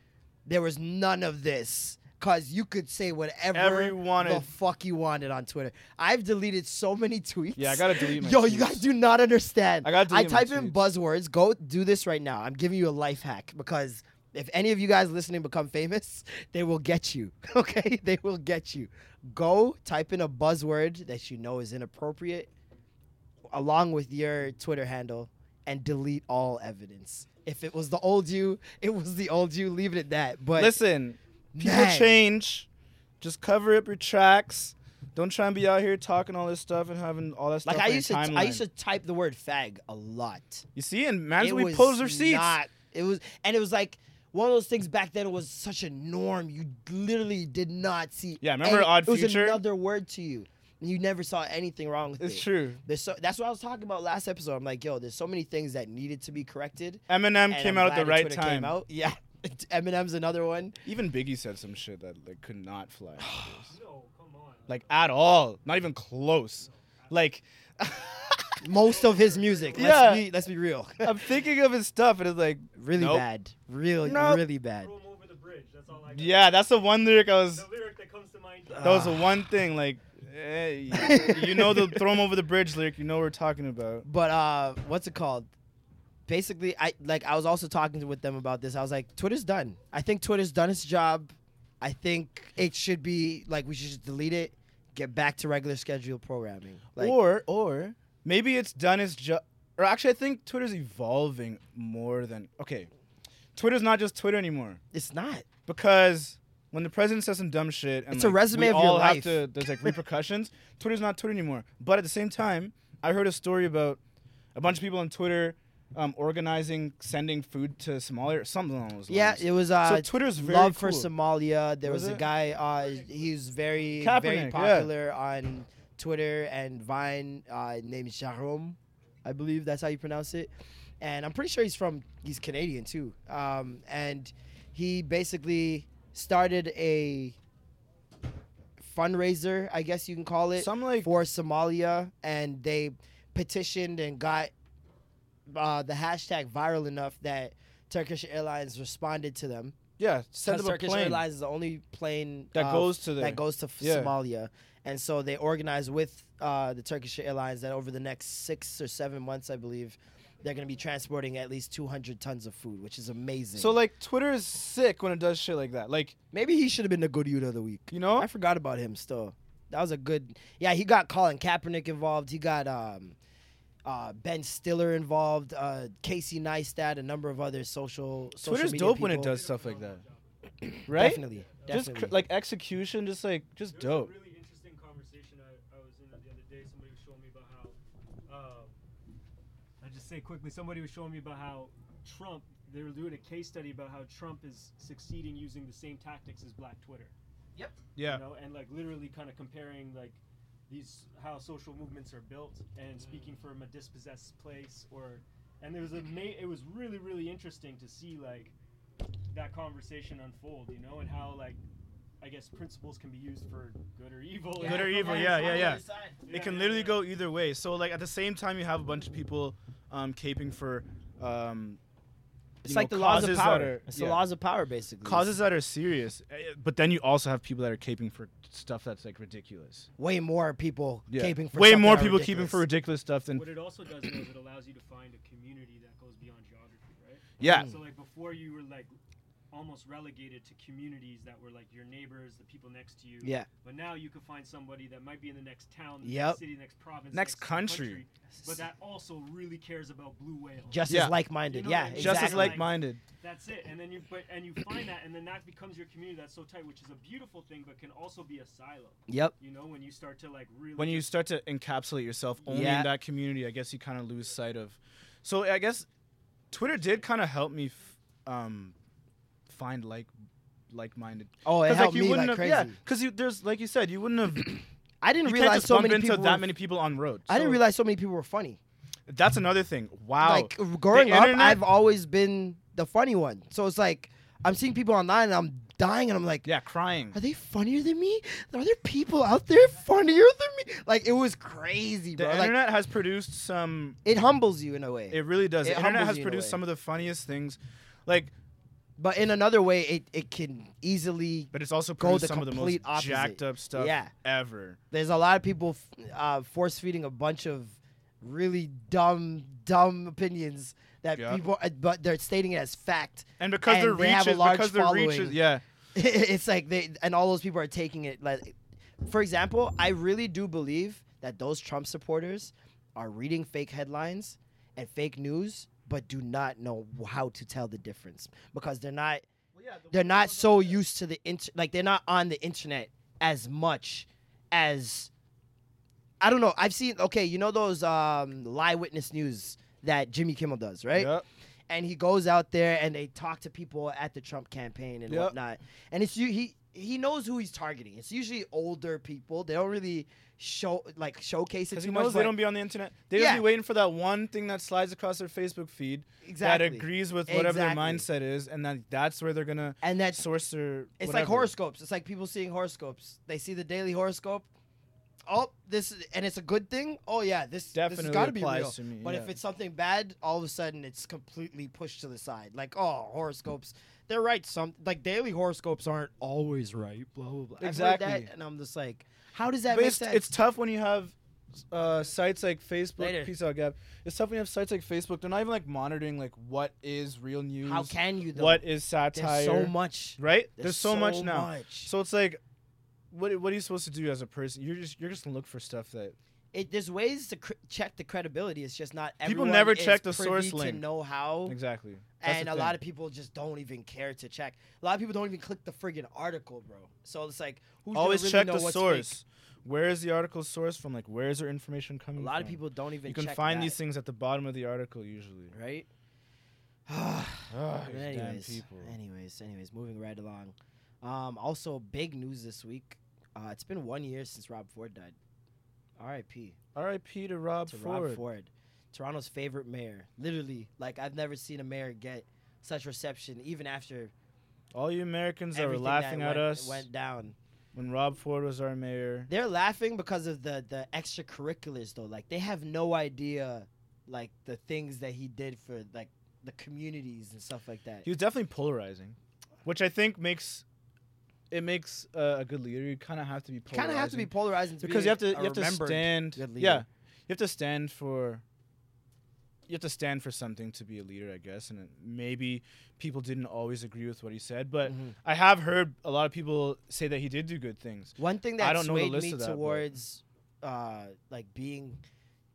C: there was none of this because you could say whatever
D: Every wanted-
C: the fuck you wanted on Twitter. I've deleted so many tweets.
D: Yeah, I gotta delete my
C: Yo, you
D: tweets.
C: guys do not understand.
D: I gotta delete my
C: type in
D: tweets.
C: buzzwords. Go do this right now. I'm giving you a life hack because if any of you guys listening become famous, they will get you. Okay, they will get you. Go type in a buzzword that you know is inappropriate, along with your Twitter handle, and delete all evidence. If it was the old you, it was the old you. Leave it at that. But
D: Listen, people
C: Man.
D: change. Just cover up your tracks. Don't try and be out here talking all this stuff and having all that stuff.
C: like I
D: on your
C: used to, I
D: timeline.
C: used to type the word fag a lot.
D: You see, and man's
C: it
D: we
C: was
D: pose their seats.
C: Not, it was, and it was like one of those things back then. It was such a norm. You literally did not see.
D: Yeah, remember
C: any-
D: Odd
C: It was
D: Future?
C: another word to you, and you never saw anything wrong with it.
D: It's true.
C: There's so that's what I was talking about last episode. I'm like, yo, there's so many things that needed to be corrected.
D: Eminem
C: and
D: came
C: I'm
D: out at the
C: glad that
D: right
C: Twitter
D: time.
C: Came out. Yeah, Eminem's another one.
D: Even Biggie said some shit that like could not fly,
E: No, come on.
D: like at all, not even close. Like
C: Most of his music. Let's
D: Yeah.
C: be let's be real.
D: I'm thinking of his stuff, and it's like
C: really
D: nope.
C: bad. Really,
D: Nope.
C: really bad.
E: Throw 'em over the bridge. That's all I got.
D: Yeah, that's the one lyric I was.
E: The lyric that comes to mind.
D: That was the one thing. Like, eh, you know the throw him over the bridge lyric. You know what we're talking about.
C: But uh, what's it called? Basically, I like I was also talking to- with them about this. I was like, Twitter's done. I think Twitter's done its job. I think it should be like we should just delete it, get back to regular scheduled programming. Like,
D: or or maybe it's done its job. Or actually, I think Twitter's evolving more than okay. Twitter's not just Twitter anymore
C: it's not.
D: because when the president says some dumb shit, and
C: It's a
D: like,
C: resume
D: we
C: of your
D: all have
C: life.
D: to- there's like repercussions. Twitter's not Twitter anymore. But at the same time, I heard a story about a bunch of people on Twitter um, organizing sending food to Somalia or something along those lines.
C: Yeah, it was. Uh,
D: so Twitter's very
C: love for
D: cool.
C: Somalia. There was,
D: Was
C: a
D: it?
C: guy. Uh, he was very very
D: Kaepernick, yeah.
C: popular on Twitter and Vine, uh, named Sharom, I believe that's how you pronounce it. And I'm pretty sure he's from. He's Canadian too. Um, and he basically started a fundraiser, I guess you can call it,
D: Some, like-
C: for Somalia, and they petitioned and got uh, the hashtag viral enough that Turkish Airlines responded to them.
D: Yeah, send
C: 'Cause
D: them a
C: Turkish
D: plane.
C: Airlines is the only plane
D: That
C: uh,
D: goes to there.
C: that goes to f-
D: Yeah.
C: Somalia, and so they organized with uh, the Turkish Airlines that over the next six or seven months, I believe, they're going to be transporting at least 200 tons of food, which is amazing.
D: So like Twitter is sick when it does shit like that. Like
C: maybe he should have been the good youth of the week.
D: you know,
C: I forgot about him still. That was a good. Yeah, he got Colin Kaepernick involved. He got um, uh, Ben Stiller involved. Uh, Casey Neistat, a number of other social. social
D: Twitter's
C: media
D: dope when it
C: people.
D: does stuff like that, right?
C: Definitely,
D: Just cr-
C: definitely.
D: like execution, just like just
E: There was
D: dope.
E: a really interesting conversation I, I was in the other day. Somebody was showing me about how. Um, I just say quickly. Somebody was showing me about how Trump. They were doing a case study about how Trump is succeeding using the same tactics as Black Twitter.
D: Yeah,
E: You know, and like literally kind of comparing like these how social movements are built and speaking from a dispossessed place or and there was a ma- it was really really interesting to see like that conversation unfold, you know, and how like I guess principles can be used for good or evil.
D: Good or evil, yeah, yeah, yeah. It can literally go either way. So like at the same time, you have a bunch of people um, caping for. Um,
C: It's
D: you
C: like
D: know,
C: the laws of
D: causes
C: power.
D: That are,
C: it's
D: yeah.
C: the laws of power, basically.
D: causes that are serious, eh, but then you also have people that are caping for stuff that's like ridiculous.
C: way more people
D: Yeah.
C: caping for
D: way
C: something
D: more
C: that
D: people
C: ridiculous.
D: caping for ridiculous stuff than
E: What it also does though is it allows you to find a community that goes beyond geography, right?
D: yeah.
E: So like before you were like almost relegated to communities that were like your neighbors, the people next to you.
C: Yeah.
E: But now you could find somebody that might be in the next town, the
C: Yep.
E: next city, the next province, the
D: Next country.
E: But that also really cares about blue whales.
C: just
D: Yeah.
C: as like-minded.
E: You know,
C: yeah,
E: like,
C: exactly.
D: Just as
E: like-
D: like-minded.
E: That's it. And then you but and you find that and then that becomes your community that's so tight, which is a beautiful thing but can also be a silo.
C: Yep.
E: You know, when you start to like really
D: when you start to encapsulate yourself only
C: Yeah.
D: in that community, I guess you kind of lose sight of. So I guess Twitter did kind of help me f- um, find like like-minded.
C: Oh, it
D: 'Cause,
C: helped
D: you
C: me
D: wouldn't
C: like
D: have, yeah,
C: crazy.
D: 'cause you there's like you said, you wouldn't have.
C: I didn't
D: you can't
C: realize
D: just
C: so
D: bump
C: many
D: into
C: people.
D: that
C: were-
D: many people on road.
C: I didn't
D: So
C: realize so many people were funny.
D: that's another thing. Wow.
C: Like
D: The
C: growing up,
D: internet-
C: I've always been the funny one. So it's like I'm seeing people online and I'm dying, and I'm like,
D: yeah crying.
C: Are they funnier than me? Are there people out there funnier than me? Like it was crazy,
D: The
C: bro. Like
D: internet has produced some
C: it humbles you in a way,
D: It really does.
C: It
D: the internet
C: humbles
D: has
C: you in a way.
D: produced some of the funniest things, like,
C: but in another way, it, it can easily.
D: but it's also
C: Go
D: produced
C: the
D: some of the most
C: complete opposite.
D: jacked up stuff
C: Yeah.
D: ever.
C: There's a lot of people f- uh, force feeding a bunch of really dumb, dumb opinions that
D: Yeah.
C: people, uh, but they're stating it as fact.
D: And because their
C: they have
D: reach
C: a
D: is
C: large
D: because their reach is
C: following.
D: yeah.
C: it's like they and all those people are taking it like for example i really do believe that those trump supporters are reading fake headlines and fake news, but do not know how to tell the difference because they're not they're not so used to the inter- like they're not on the internet as much as I don't know. I've seen okay, you know those um lie witness news that Jimmy Kimmel does, right?
D: Yep.
C: And he goes out there and they talk to people at the Trump campaign and
D: Yep.
C: whatnot. And it's you he he knows who he's targeting. It's usually older people. They don't really show like showcase it
D: Because
C: too
D: he
C: much.
D: knows they
C: but-
D: don't be on the internet. They just
C: Yeah.
D: be waiting for that one thing that slides across their Facebook feed
C: Exactly.
D: that agrees with whatever
C: Exactly.
D: their mindset is, and then that's where they're gonna
C: And that's-
D: source their.
C: It's
D: whatever.
C: like horoscopes. It's like people seeing horoscopes. They see the daily horoscope. Oh, this is, and it's a good thing. Oh yeah, this
D: Definitely
C: this has got to be
D: applies
C: real.
D: to me,
C: but if
D: yeah.
C: it's something bad, all of a sudden it's completely pushed to the side. Like oh, horoscopes, they're right. Some like daily horoscopes aren't always right. Blah blah blah. I've heard that,
D: Exactly.
C: and I'm just like, how does that
D: But
C: make
D: it's,
C: sense?
D: it's tough when you have uh, sites like Facebook.
C: Later.
D: Peace out, Gab. It's tough when you have sites like Facebook. They're not even like monitoring like what is real news.
C: how can you though?
D: What is
C: There's
D: satire?
C: so much.
D: Right?
C: There's
D: There's, so, much
C: so
D: now.
C: much.
D: So it's like, what what are you supposed to do as a person? You're just you're just gonna look for stuff that
C: It, there's ways to cr- check the credibility. It's just not
D: People
C: everyone
D: never
C: is
D: check the
C: privy
D: source
C: to
D: link.
C: know how
D: exactly. That's
C: and
D: the
C: a
D: thing.
C: lot of people just don't even care to check. A lot of people don't even click the friggin' article, bro. So it's like, who's
D: always
C: gonna really
D: check
C: know
D: the
C: what's
D: source.
C: fake?
D: Where is the article source from? Like, where is their information coming?
C: A
D: from?
C: lot of people don't even.
D: You can
C: check
D: find
C: that,
D: these things at the bottom of the article usually.
C: right?
D: Ah,
C: But
D: these
C: anyways,
D: damn people.
C: anyways, anyways, moving right along. Um, also, big news this week. Uh, it's been one year since Rob Ford died. R.I.P.
D: R.I.P. to Rob
C: to
D: Ford.
C: Rob Ford, Toronto's favorite mayor. Literally, like I've never seen a mayor get such reception, even after
D: All you Americans that were
C: everything
D: laughing
C: that
D: at
C: went,
D: us
C: went down.
D: when Rob Ford was our mayor.
C: They're laughing because of the the extracurriculars though. Like they have no idea like the things that he did for like the communities and stuff like that.
D: He was definitely polarizing, which I think makes it makes uh, a good leader. You kind of have to be
C: You
D: polarizing.
C: kind of have to be polarizing to
D: because
C: be
D: you have to
C: a
D: you have to
C: remembered
D: stand.
C: good leader.
D: Yeah, you have to stand for. You have to stand for something to be a leader, I guess. And it- maybe people didn't always agree with what he said, but
C: Mm-hmm.
D: I have heard a lot of people say that he did do good things.
C: One thing that
D: I don't know the
C: swayed
D: list
C: me
D: of that, but-
C: towards uh, like being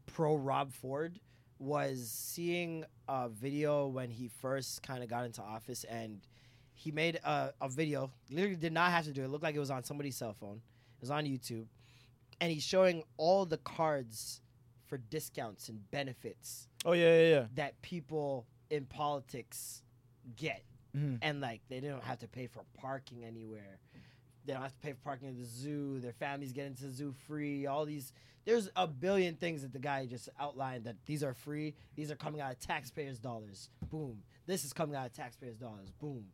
C: pro Rob Ford was seeing a video when he first kind of got into office and he made a, a video literally did not have to do it. it looked like it was on somebody's cell phone it was on youtube and he's showing all the cards for discounts and benefits
D: Oh yeah, yeah, yeah.
C: that people in politics get. And like they don't have to pay for parking anywhere. They don't have to pay for parking at the zoo. Their families get into the zoo free. All these there's a billion things that the guy just outlined that these are free. These are coming out of taxpayers' dollars. Boom. This is coming out of taxpayers' dollars. Boom.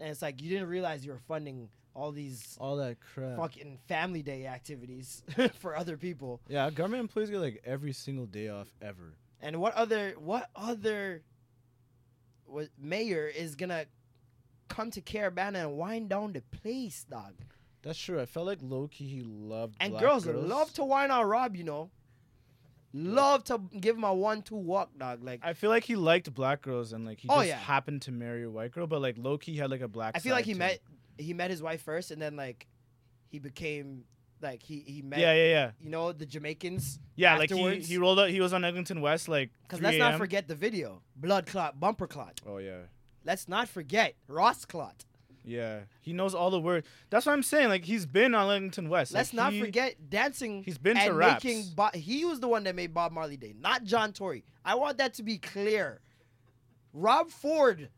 C: And it's like you didn't realize you were funding all these
D: All that crap.
C: fucking family day activities for other people.
D: Yeah, government employees get like every single day off ever.
C: And what other what other what mayor is gonna come to Carabana and wind down the place, dog?
D: That's true. I felt like low key he loved
C: And
D: black
C: girls, love to wind on Rob, you know. Love to give him a one-two walk, dog. Like I,
D: I feel like he liked black girls and like he
C: Oh,
D: just
C: yeah.
D: happened to marry a white girl, but like low key had like a black.
C: feel like
D: side
C: he
D: to
C: met
D: him.
C: he met his wife first, and then like he became like he he met
D: Yeah, yeah, yeah,
C: you know the Jamaicans.
D: yeah. Like
C: afterwards.
D: he, he rolled out. He was on Eglinton West like.
C: Cause
D: 3
C: let's not
D: a.m..
C: forget the video, blood clot, bumper clot.
D: Oh yeah,
C: Let's not forget Ross clot.
D: yeah. He knows all the words. That's what I'm saying. Like he's been on Eglinton West.
C: Let's
D: Like,
C: not
D: he-
C: forget dancing.
D: he's been to
C: and
D: raps.
C: making. Bo- he was the one that made Bob Marley Day, not John Tory. I want that to be clear. Rob Ford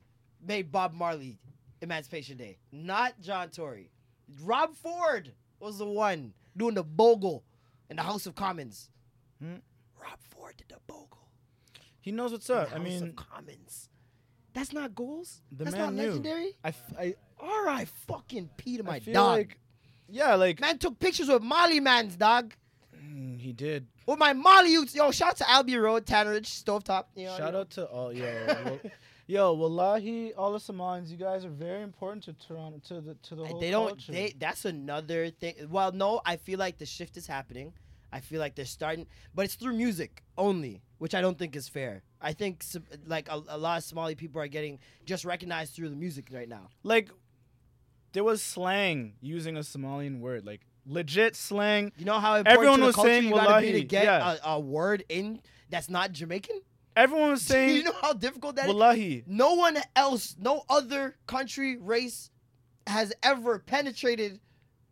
C: made Bob Marley Emancipation Day, not John Tory. Rob Ford was the one doing the bogle in the House of Commons.
D: Hmm?
C: Rob Ford did the bogle.
D: He knows what's
C: in the
D: up. Uh, I
C: House of
D: mean,
C: Commons. That's not goals.
D: the
C: That's
D: man
C: not
D: knew.
C: legendary.
D: I, f- I,
C: All right, fucking P to my
D: I feel
C: dog.
D: like, yeah, like
C: man took pictures with Molly Man's dog.
D: he did.
C: With my Molly youths. Yo, shout out to Albie Road, Tanneridge, Stovetop. You know,
D: Shout out to all yo, well, yo, wallahi, all the Somalians. You guys are very important to Toronto, to the to the whole
C: They don't.
D: culture.
C: They. That's another thing. Well, no, I feel like the shift is happening. I feel like they're starting, but it's through music only, which I don't think is fair. I think some, like a, a lot of Somali people are getting just recognized through the music right now.
D: like there was slang using a Somalian word, like legit slang.
C: You know how important
D: Everyone
C: to the
D: was
C: culture
D: saying
C: you gotta be to
D: wallahi,
C: get
D: yeah.
C: a, a word in that's not Jamaican.
D: Everyone was saying,
C: you know how difficult that is?
D: Wallahi.
C: No one else, no other country, race has ever penetrated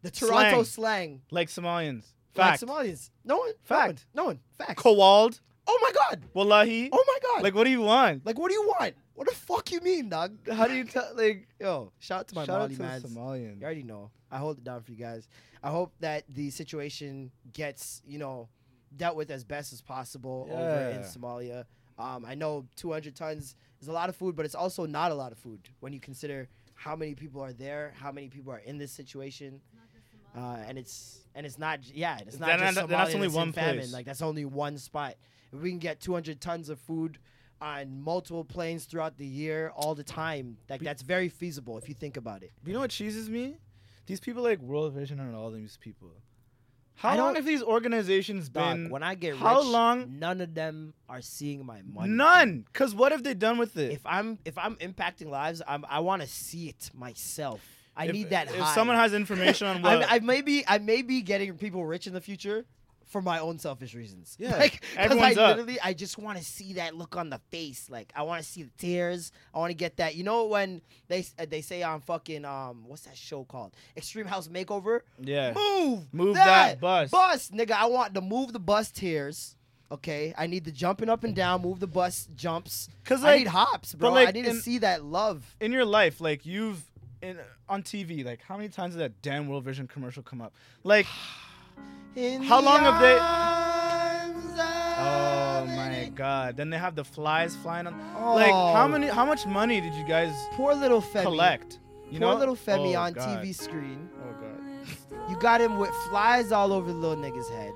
C: the Toronto slang,
D: like Somalians.
C: like
D: Fact.
C: Somalians. No one.
D: Fact.
C: No one. No one. Fact.
D: Kowald.
C: oh my god.
D: Wallahi.
C: Oh my god.
D: Like, what do you want?
C: Like, what do you want? What the fuck you mean, dog? How do you tell? Like, yo, shout out to my
D: Shout out
C: Mali
D: to the
C: mans.
D: Somalians.
C: You already know. I hold it down for you guys. I hope that the situation gets, you know, dealt with as best as possible over in
D: Yeah.
C: Somalia. Um, I know 200 tons is a lot of food, but it's also not a lot of food when you consider how many people are there, how many people are in this situation. Uh, and it's and it's not j- yeah and it's not
D: Then
C: just
D: that-
C: Somalia
D: then that's only
C: in
D: one
C: famine
D: place.
C: like that's only one spot if we can get 200 tons of food on multiple planes throughout the year all the time like that's very feasible if you think about it
D: You know what cheeses me? These people like World Vision and all these people. How
C: I
D: long
C: don't-
D: have these organizations
C: Dog,
D: been?
C: when I get
D: how
C: rich,
D: long?
C: none of them are seeing my money.
D: None. Cause what have they done with it?
C: If I'm if I'm impacting lives, I'm, I want to see it myself. I
D: If-
C: need that.
D: If
C: high.
D: someone has information on
C: I'm-
D: what,
C: I, may be I may be getting people rich in the future for my own selfish reasons.
D: Yeah.
C: like, 'cause
D: Everyone's
C: I
D: up.
C: literally I just want to see that look on the face. Like I want to see the tears. I want to get that. You know when they s- uh, they say on fucking um what's that show called Extreme House Makeover?
D: yeah,
C: Move,
D: Move that bus.
C: bus, nigga. I want to move the bus tears. Okay, I need the jumping up and down, move the bus jumps.
D: 'Cause,
C: I
D: like-
C: need hops,
D: but,
C: bro. I
D: like,
C: need to
D: in-
C: see that love.
D: in your life, like you've in on TV, like how many times did that damn World Vision commercial come up? Like,
C: In
D: How
C: the
D: long have they-
C: arms
D: oh
C: of
D: my
C: an-
D: god! Then they have the flies flying on. Like, how
C: Oh.
D: many? How much money did you guys
C: Poor little Femi.
D: collect? You
C: Poor
D: know,
C: little Femi
D: Oh,
C: on
D: God.
C: TV screen.
D: Oh god!
C: You got him with flies all over the little nigga's head.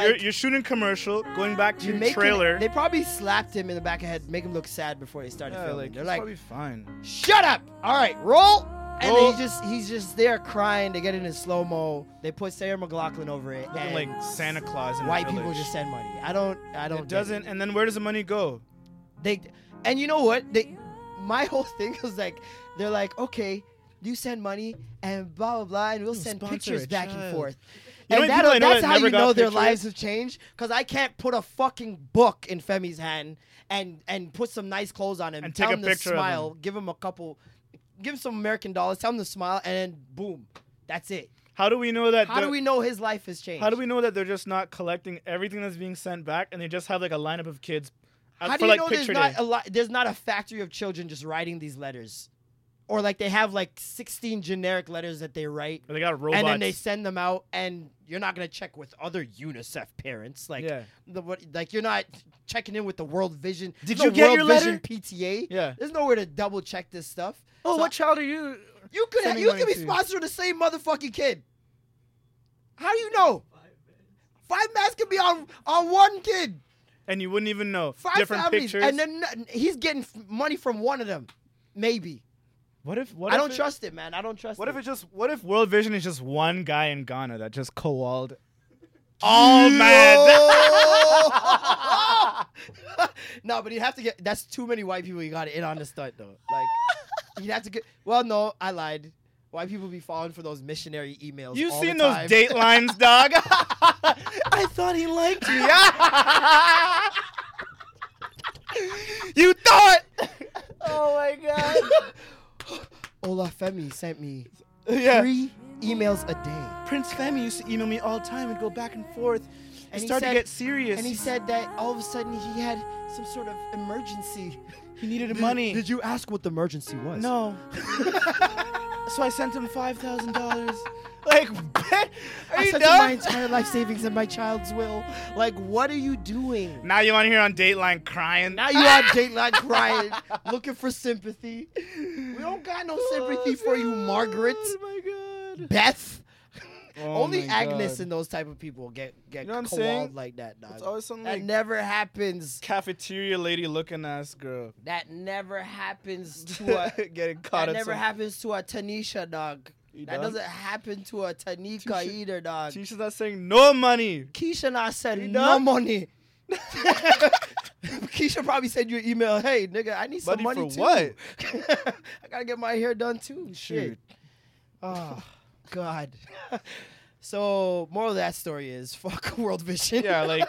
D: you're, you're shooting commercial, going back to
C: you
D: your
C: make him-
D: trailer.
C: they probably slapped him in the back of the head, make him look sad before they started
D: yeah,
C: filming.
D: like,
C: They're
D: it's
C: Oh, like,
D: probably fine.
C: shut up all right roll and
D: Roll.
C: then he just he's just there crying they get it in slow mo they put sarah mclaughlin over it
D: Looking
C: and
D: like Santa Claus. In a
C: white people
D: village.
C: just "Oh, send money i don't i don't
D: It
C: get
D: doesn't. And then where does the money go?
C: they and you know what they my whole thing was like they're like okay you send money and blah blah blah and we'll send
D: sponsor
C: pictures
D: a
C: back and
D: child.
C: forth
D: You know
C: and
D: how many people I know
C: that's
D: that
C: how
D: never
C: you
D: got
C: know their
D: pictures?
C: lives have changed because i can't put a fucking book in femi's hand and and put some nice clothes on him
D: And
C: tell
D: take a
C: him to
D: picture of
C: smile give him a couple give him some american dollars tell him to smile and then boom that's it
D: How do we know that?
C: how do
D: the-
C: we know his life has changed
D: How do we know that they're just not collecting everything that's being sent back, and they just have like a lineup of kids uh,
C: How
D: for
C: do you
D: like
C: know there's
D: picture
C: not
D: day?
C: a lot? There's not a factory of children just writing these letters, or like they have like 16 generic letters that they write,
D: Or they got robots.
C: and then they send them out, and you're not gonna check with other UNICEF parents, like
D: Yeah.
C: the what, like you're not checking in with the World Vision.
D: Did
C: There's
D: you
C: no
D: get
C: World
D: your
C: Vision
D: letter?
C: PTA?
D: Yeah.
C: There's nowhere to double check this stuff.
D: oh,
C: So
D: what child are you?
C: You could
D: sending
C: you
D: money
C: could be
D: to?
C: sponsoring the same motherfucking kid. How do you know? Five mats could be on on one kid
D: And you wouldn't even know.
C: five
D: Different
C: families,
D: pictures.
C: and then n- he's getting f- money from one of them, maybe.
D: what if? What
C: I
D: if
C: don't
D: it-
C: trust it, man. I don't trust.
D: What
C: it.
D: if it's just? What if World Vision is just one guy in Ghana that just coaled? Oh man!
C: no, but he'd have to get. That's too many white people you got in on the stunt though. Like you'd have to get. Well, no, I lied. White people be falling for those missionary emails.
D: You've
C: all
D: seen
C: the
D: those
C: time.
D: datelines, dog.
C: I thought he liked me.
D: you thought.
C: oh my god. Olafemi sent me
D: yeah.
C: three emails a day.
D: Prince Femi used to email me all the time and go back and forth.
C: And
D: And
C: he
D: it started
C: said-
D: to get serious.
C: And he said that all of a sudden he had some sort of emergency.
D: he needed money.
C: Did you ask what the emergency was?
D: No. so I sent him five thousand dollars. Like, are
C: I
D: you
C: sent him my
D: dumb?
C: entire life savings and my child's will. Like, what are you doing?
D: Now you on here on Dateline crying.
C: Now you on Dateline crying, looking for sympathy. We don't got no sympathy for you, Margaret,
D: Oh my god.
C: Beth.
D: Oh
C: Only
D: my
C: Agnes
D: God.
C: and those type of people get get
D: You know what I'm
C: kowaled
D: saying?
C: like that. Dog.
D: It's always something
C: that
D: like-
C: never happens.
D: Cafeteria lady looking ass girl.
C: That never happens to a
D: Getting caught
C: that
D: up
C: never
D: some-
C: happens to a Tanisha dog.
D: You
C: That
D: done?
C: doesn't happen to a Tanika
D: Tisha-
C: either, dog.
D: She's not saying no money.
C: Keisha and I said
D: You
C: no
D: done?
C: money. Keisha probably sent you an email. Hey, nigga, I need some
D: Money
C: money
D: for
C: too.
D: what?
C: I gotta get my hair done too. Shit.
D: Shoot.
C: Oh God. so moral of that story is fuck World Vision.
D: Yeah, like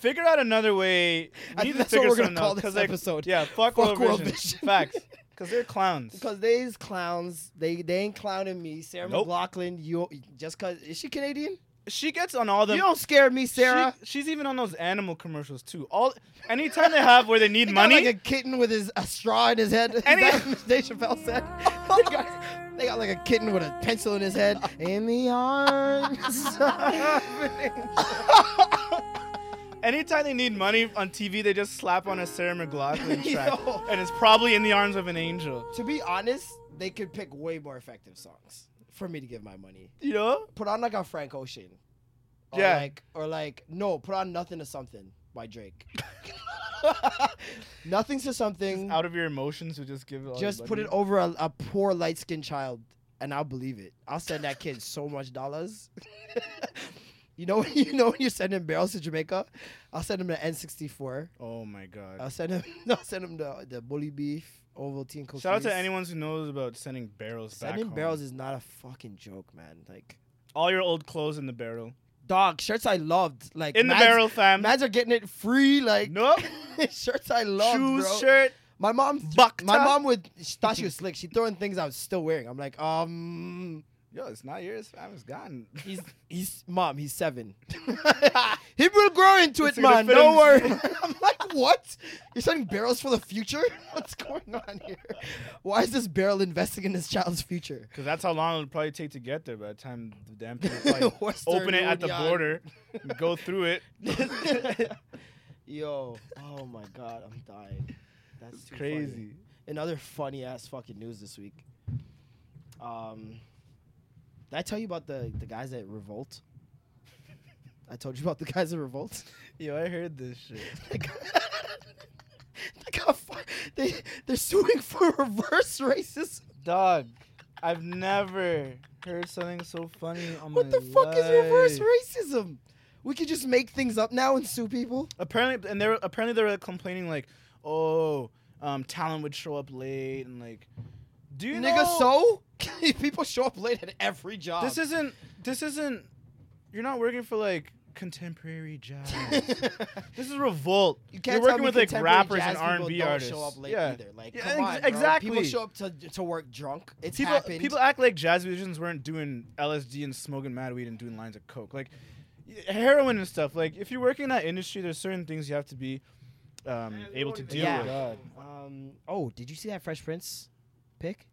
D: Figure out another way.
C: I
D: We need
C: think
D: to
C: that's
D: figure
C: what we're gonna
D: something
C: call
D: else,
C: this
D: 'cause, like,
C: episode.
D: Yeah, fuck, World, Vision. Facts. Because they're clowns.
C: Because these clowns, they they ain't clowning me. Sarah
D: Nope.
C: McLaughlin, you just cause is she Canadian?
D: she gets on all the.
C: you don't scare me, Sarah.
D: She, she's even on those animal commercials too. All anytime they have where they need
C: He got
D: money,
C: like a kitten with his a straw in his head. Is
D: And he-
C: that what Dave Chappelle said? they, got, they got like a kitten with a pencil in his head. In the arms.
D: anytime they need money on TV, they just slap on a Sarah McLaughlin track,
C: Yo.
D: and it's probably in the arms of an angel.
C: to be honest, they could pick way more effective songs for me to give my money.
D: You know?
C: Put on like a Frank Ocean. Or
D: Yeah.
C: Like, or like no, put on nothing to something by Drake. Nothing to something.
D: Out of your emotions, you just give it. All your
C: Just put
D: money.
C: it over a, a poor light skinned child, and I'll believe it. I'll send that kid so much dollars. you know, you know when you're sending barrels to Jamaica, I'll send him the N64.
D: Oh my god.
C: I'll send him, I'll send him the the bully beef, Ovaltine cookies.
D: Shout out to anyone who knows about sending barrels back.
C: Sending
D: home.
C: barrels is not a fucking joke, man. Like.
D: All your old clothes in the barrel.
C: Dog shirts I loved, like
D: In the barrel, fam.
C: Mads are getting it free, like
D: Nope.
C: shirts I love,
D: Shoes,
C: bro.
D: shirt.
C: My mom,
D: Bucked
C: my
D: up.
C: mom would she thought she was slick. She throwing things I was still wearing. I'm like, um,
D: Yo, it's not yours, fam. It's gone.
C: he's he's mom. He's seven. he will grow into
D: It's
C: it,
D: gonna
C: man.
D: fit
C: Don't
D: him.
C: worry. I'm like, what? You're sending barrels for the future? What's going on here? Why is this barrel investing in this child's future?
D: Because that's how long it'll probably take to get there by the time the damn people probably
C: Western
D: open it at the
C: Union.
D: border, go through it.
C: Yo, oh my god, I'm dying. That's too funny.
D: Crazy.
C: Another funny ass fucking news this week. Um, did I tell you about the the guys at Revolt? I told you about the guys at Revolt.
D: Yo, I heard this shit.
C: they got, they got fi- they they're suing for reverse racism.
D: Dog, I've never heard something so funny on
C: What
D: my
C: the fuck is reverse
D: life.
C: racism? We could just make things up now and sue people.
D: apparently and they were apparently they were complaining like oh um talent would show up late and like do you
C: Nigga,
D: know
C: so people show up late at every job.
D: this isn't this isn't you're not working for like contemporary jazz this is revolt
C: You can't
D: are
C: tell
D: working
C: me
D: with like
C: contemporary
D: rappers
C: jazz
D: and
C: people
D: r&b
C: don't
D: artists
C: show up late
D: yeah.
C: either. Like,
D: Yeah,
C: come
D: ex-
C: on, bro.
D: exactly
C: People show up to, to work drunk. It's
D: people,
C: happened.
D: people act like jazz musicians weren't doing LSD and smoking mad weed and doing lines of coke, like y- heroin and stuff. Like if you're working in that industry, there's certain things you have to be um, able to deal
C: yeah.
D: with.
C: Um, oh, did you see that Fresh Prince pick?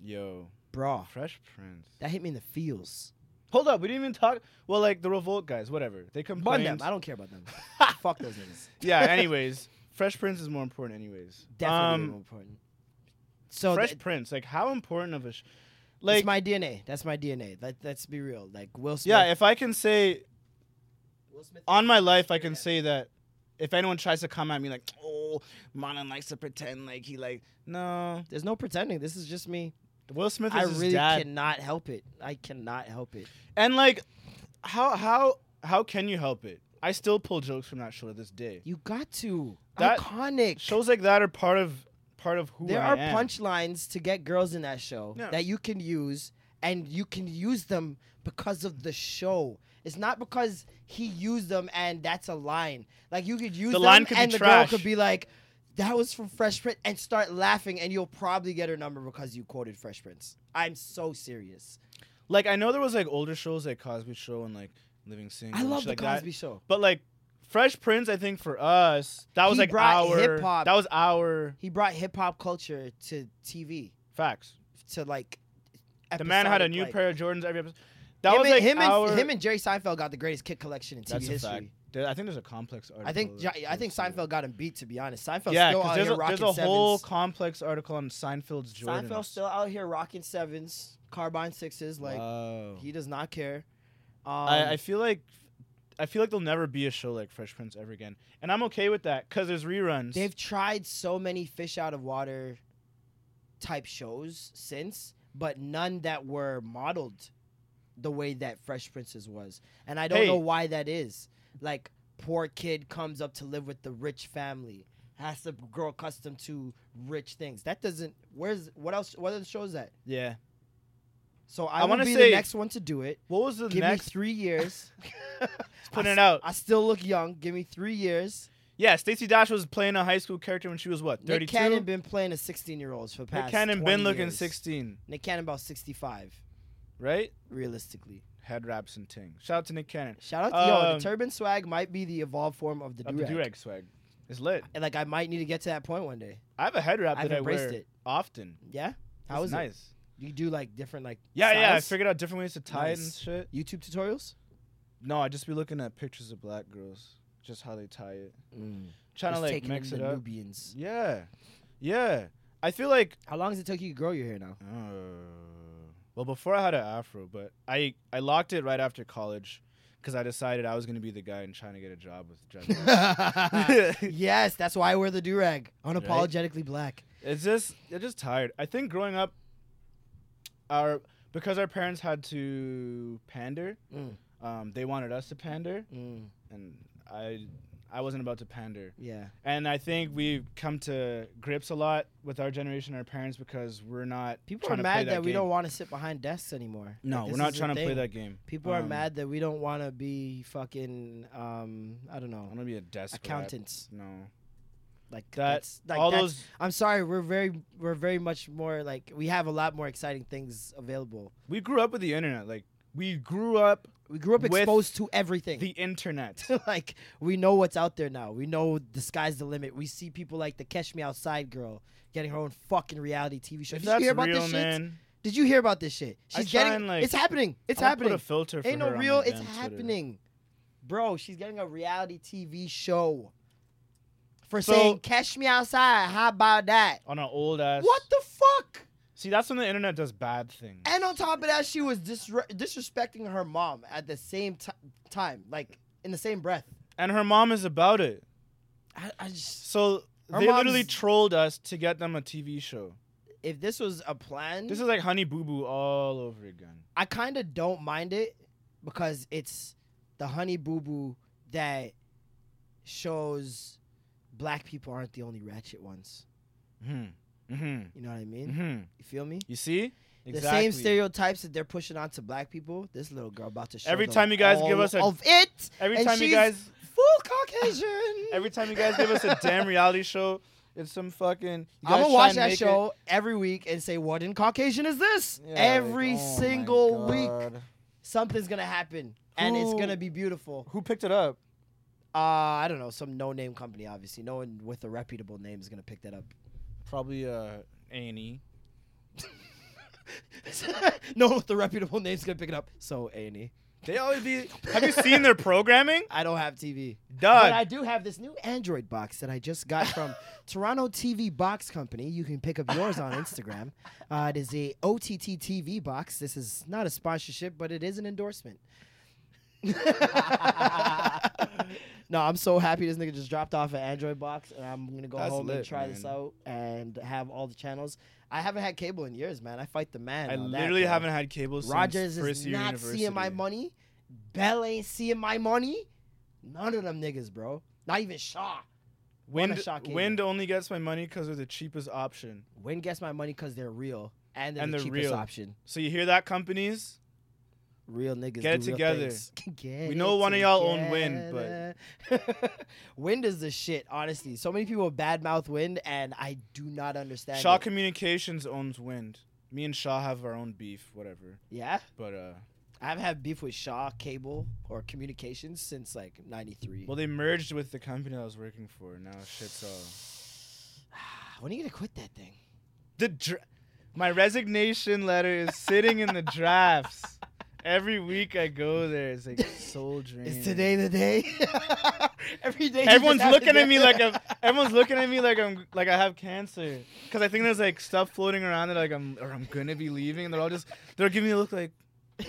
D: Yo,
C: Bro,
D: Fresh Prince.
C: that hit me in the feels.
D: Hold up, we didn't even talk. Well, like the revolt guys, whatever they
C: Bun
D: complained.
C: them. I don't care about them. Fuck those niggas.
D: yeah. Anyways, Fresh Prince is more important. Anyways,
C: Definitely
D: Um,
C: important. So
D: Fresh
C: th-
D: Prince, like how important of a, sh-
C: it's
D: like
C: my DNA. That's my DNA. Let, let's be real. Like Will Smith.
D: yeah. If I can say
C: Will Smith
D: on my life, I can say that if anyone tries to come at me like, oh, Manon likes to pretend like he like no.
C: there's no pretending. This is just me.
D: Will Smith is
C: I
D: his
C: really
D: dad,
C: cannot help it. I cannot help it.
D: and like how how how can you help it? I still pull jokes from that show to this day.
C: You got to.
D: That
C: Iconic.
D: Shows like that are part of part of who
C: there
D: I
C: are
D: am.
C: punchlines to get girls in that show
D: Oh, Yeah.
C: that you can use, and you can use them because of the show. It's not because he used them and that's a line. Like you could use
D: The
C: them
D: line could be
C: and the
D: trash.
C: girl could be like, "That was from Fresh Prince," and start laughing, and you'll probably get her number because you quoted Fresh Prince. I'm so serious.
D: Like I know there was like older shows like Cosby Show and like Living Single.
C: I
D: and
C: love
D: shit
C: the
D: like that.
C: Cosby Show.
D: But like Fresh Prince, I think for us that was
C: He
D: like
C: brought
D: our
C: hip-hop.
D: That was our
C: He brought hip hop culture to TV
D: facts.
C: to like.
D: The man had a
C: episodic,
D: new
C: like-
D: pair of Jordans every episode. That
C: him,
D: was
C: and,
D: like
C: him,
D: our.
C: and, him and Jerry Seinfeld got the greatest kit collection in TV
D: that's a
C: history.
D: fact. There- I think there's a complex article.
C: I think
D: that
C: J- I think
D: goes through
C: Seinfeld got him beat. To be honest, Seinfeld's
D: it. Yeah,
C: still
D: 'cause
C: out
D: there's
C: here
D: a,
C: rocking
D: there's a whole
C: sevens.
D: complex article on Seinfeld's Jordans.
C: Seinfeld's still out here rocking sevens, carbine sixes. Like
D: Wow.
C: he does not care. Um,
D: I, I feel like. I feel like there'll never be a show like Fresh Prince ever again, and I'm okay with that because there's reruns.
C: they've tried so many fish out of water type shows since, but none that were modeled the way that Fresh Prince's was, and I don't
D: Hey.
C: know why that is. Like poor kid comes up to live with the rich family, has to grow accustomed to rich things. That doesn't. Where's what else? What other show is that?
D: yeah,
C: So I,
D: I
C: want
D: wanna
C: to be
D: say-
C: the next one to do it.
D: What was the
C: Give
D: next? Oh.
C: me three years.
D: putting
C: I s-
D: it out.
C: I still look young. Give me three years.
D: yeah, Stacey Dash was playing a high school character when she was what,
C: Nick
D: 32?
C: Cannon been playing a 16 year olds for the past.
D: Nick Cannon
C: 20
D: been looking
C: years.
D: 16,
C: Nick Cannon about 65,
D: right?
C: realistically.
D: Head wraps and ting. Shout out to Nick Cannon.
C: Shout out to yo,
D: Um,
C: the turban swag might be the evolved form of the
D: Of the
C: durag.
D: Durag swag. It's lit.
C: And like I might need to get to that point one day.
D: I have a head wrap
C: I've
D: that I
C: embraced
D: wear
C: it.
D: often.
C: Yeah. How
D: It's
C: is
D: nice.
C: it? You do like different like.
D: Yeah, yeah. I
C: styles?
D: figured out different ways to tie it and
C: Nice.
D: shit.
C: YouTube tutorials.
D: No, I just be looking at pictures of black girls, just how they tie it, trying to
C: Just
D: like
C: taking
D: mix
C: in
D: it
C: the
D: up.
C: Nubians.
D: Yeah, yeah. I feel like
C: How long does it take you to grow your hair now?
D: uh, well, before I had an afro, but I I locked it right after college because I decided I was gonna be the guy and trying to get a job with dreadlocks.
C: yes, that's why I wear the durag. Unapologetically black.
D: it's just it's just tired. I think growing up, our because our parents had to pander,
C: Mm.
D: um, they wanted us to pander,
C: Mm,
D: and I I wasn't about to pander.
C: yeah.
D: And I think we've come to grips a lot with our generation, our parents, because we're not
C: People are
D: trying to play
C: mad that, we
D: game.
C: don't want to sit behind desks anymore.
D: No,
C: Like,
D: we're
C: this
D: not
C: is the
D: trying to play
C: thing.
D: that game.
C: People are
D: Um,
C: mad that we don't want to be fucking um I don't
D: I
C: know
D: want to be a desk rat.
C: accountants.
D: No,
C: Like
D: that
C: that's like
D: all
C: that's-
D: those.
C: I'm sorry, we're very we're very much more like we have a lot more exciting things available.
D: We grew up with the internet. Like we grew up
C: We grew up
D: With
C: exposed to everything.
D: the internet.
C: like we know what's out there now. We know the sky's the limit. We see people like the Catch Me Outside girl getting her own fucking reality TV show.
D: if
C: Did you
D: that's
C: hear about
D: real,
C: this shit?
D: man,
C: Did you hear about this shit?
D: I
C: She's
D: try
C: getting
D: and, like-
C: it's happening. It's
D: I wanna
C: happening.
D: Put a filter. For
C: Ain't no
D: her on my
C: real. It's
D: damn Twitter.
C: happening, bro. She's getting a reality TV show for
D: So-
C: saying "Catch me outside." How about that?
D: On an old ass.
C: What the fuck?
D: See, that's when the internet does bad things.
C: And on top of that, she was disre- disrespecting her mom at the same ti time, like in the same breath.
D: And her mom is about it.
C: I, I just
D: So
C: Her
D: they literally
C: mom's-
D: trolled us to get them a TV show.
C: if this was a plan,
D: This is like Honey Boo Boo all over again.
C: I kind of don't mind it because it's the honey boo boo that shows black people aren't the only ratchet ones.
D: Hmm. Hmm.
C: You know what I mean?
D: Hmm.
C: You feel me?
D: You see?
C: Mm-hmm. The same stereotypes that they're pushing onto black people. This little girl about to show
D: Every
C: them
D: time you guys give
C: all
D: us a-
C: of it.
D: Every
C: and
D: time you
C: she's
D: guys,
C: full Caucasian.
D: every time you guys give us a damn reality show, it's some fucking. you
C: I'm
D: guys
C: gonna
D: try
C: watch
D: and
C: that
D: make
C: show every week and say, "What in Caucasian is this?"
D: it- Yeah,
C: every
D: like, oh my
C: single week,
D: God.
C: something's gonna happen, and it's
D: Who-
C: gonna be beautiful.
D: Who picked it up?
C: Uh, I don't know, some no-name company, obviously. No one with a reputable name is gonna pick that up.
D: Probably uh, A and E.
C: no one with a reputable name is gonna pick it up. So A and E.
D: They always be. Have you seen their programming?
C: I don't have TV.
D: Doug.
C: But I do have this new Android box that I just got from Toronto TV Box Company. You can pick up yours on Instagram. Uh, it is a OTT TV box. This is not a sponsorship, but it is an endorsement. no, I'm so happy this nigga just dropped off an Android box, and I'm gonna go
D: That's
C: home and
D: lit,
C: try this
D: man.
C: out and have all the channels. I haven't had cable in years, man. I fight the man.
D: I
C: on that,
D: literally
C: bro.
D: haven't had cable since
C: Rogers
D: first
C: is
D: year
C: not
D: university.
C: seeing my money. Bell ain't seeing my money. None of them niggas, bro. Not even Shaw.
D: Wind,
C: Shot Cable.
D: Wind only gets my money because they're the cheapest option.
C: Win gets my money because they're real and they're
D: And
C: the
D: they're
C: cheapest
D: real.
C: option.
D: So you hear that, companies?
C: Real niggas.
D: Get it
C: do real
D: together.
C: things. Get
D: We know
C: it
D: one of y'all own Wynn,
C: together. Wind is the shit. Honestly, so many people badmouth Wind, and I do not understand.
D: Shaw
C: it.
D: Communications owns Wind. Me and Shaw have our own beef, whatever.
C: yeah,
D: But uh,
C: I've had beef with Shaw Cable or Communications since like '93.
D: well, they merged with the company I was working for. Now shit's all.
C: when are you gonna quit that thing?
D: The dra- my resignation letter is sitting in the drafts. Every week I go there. It's like soul drain.
C: Is today the day? Every day. you just
D: Everyone's
C: have to
D: looking
C: get-
D: at me like I'm. Everyone's looking at me like I'm like I have cancer. Cause I think there's like stuff floating around that like I'm or I'm gonna be leaving. And they're all just they're giving me a look like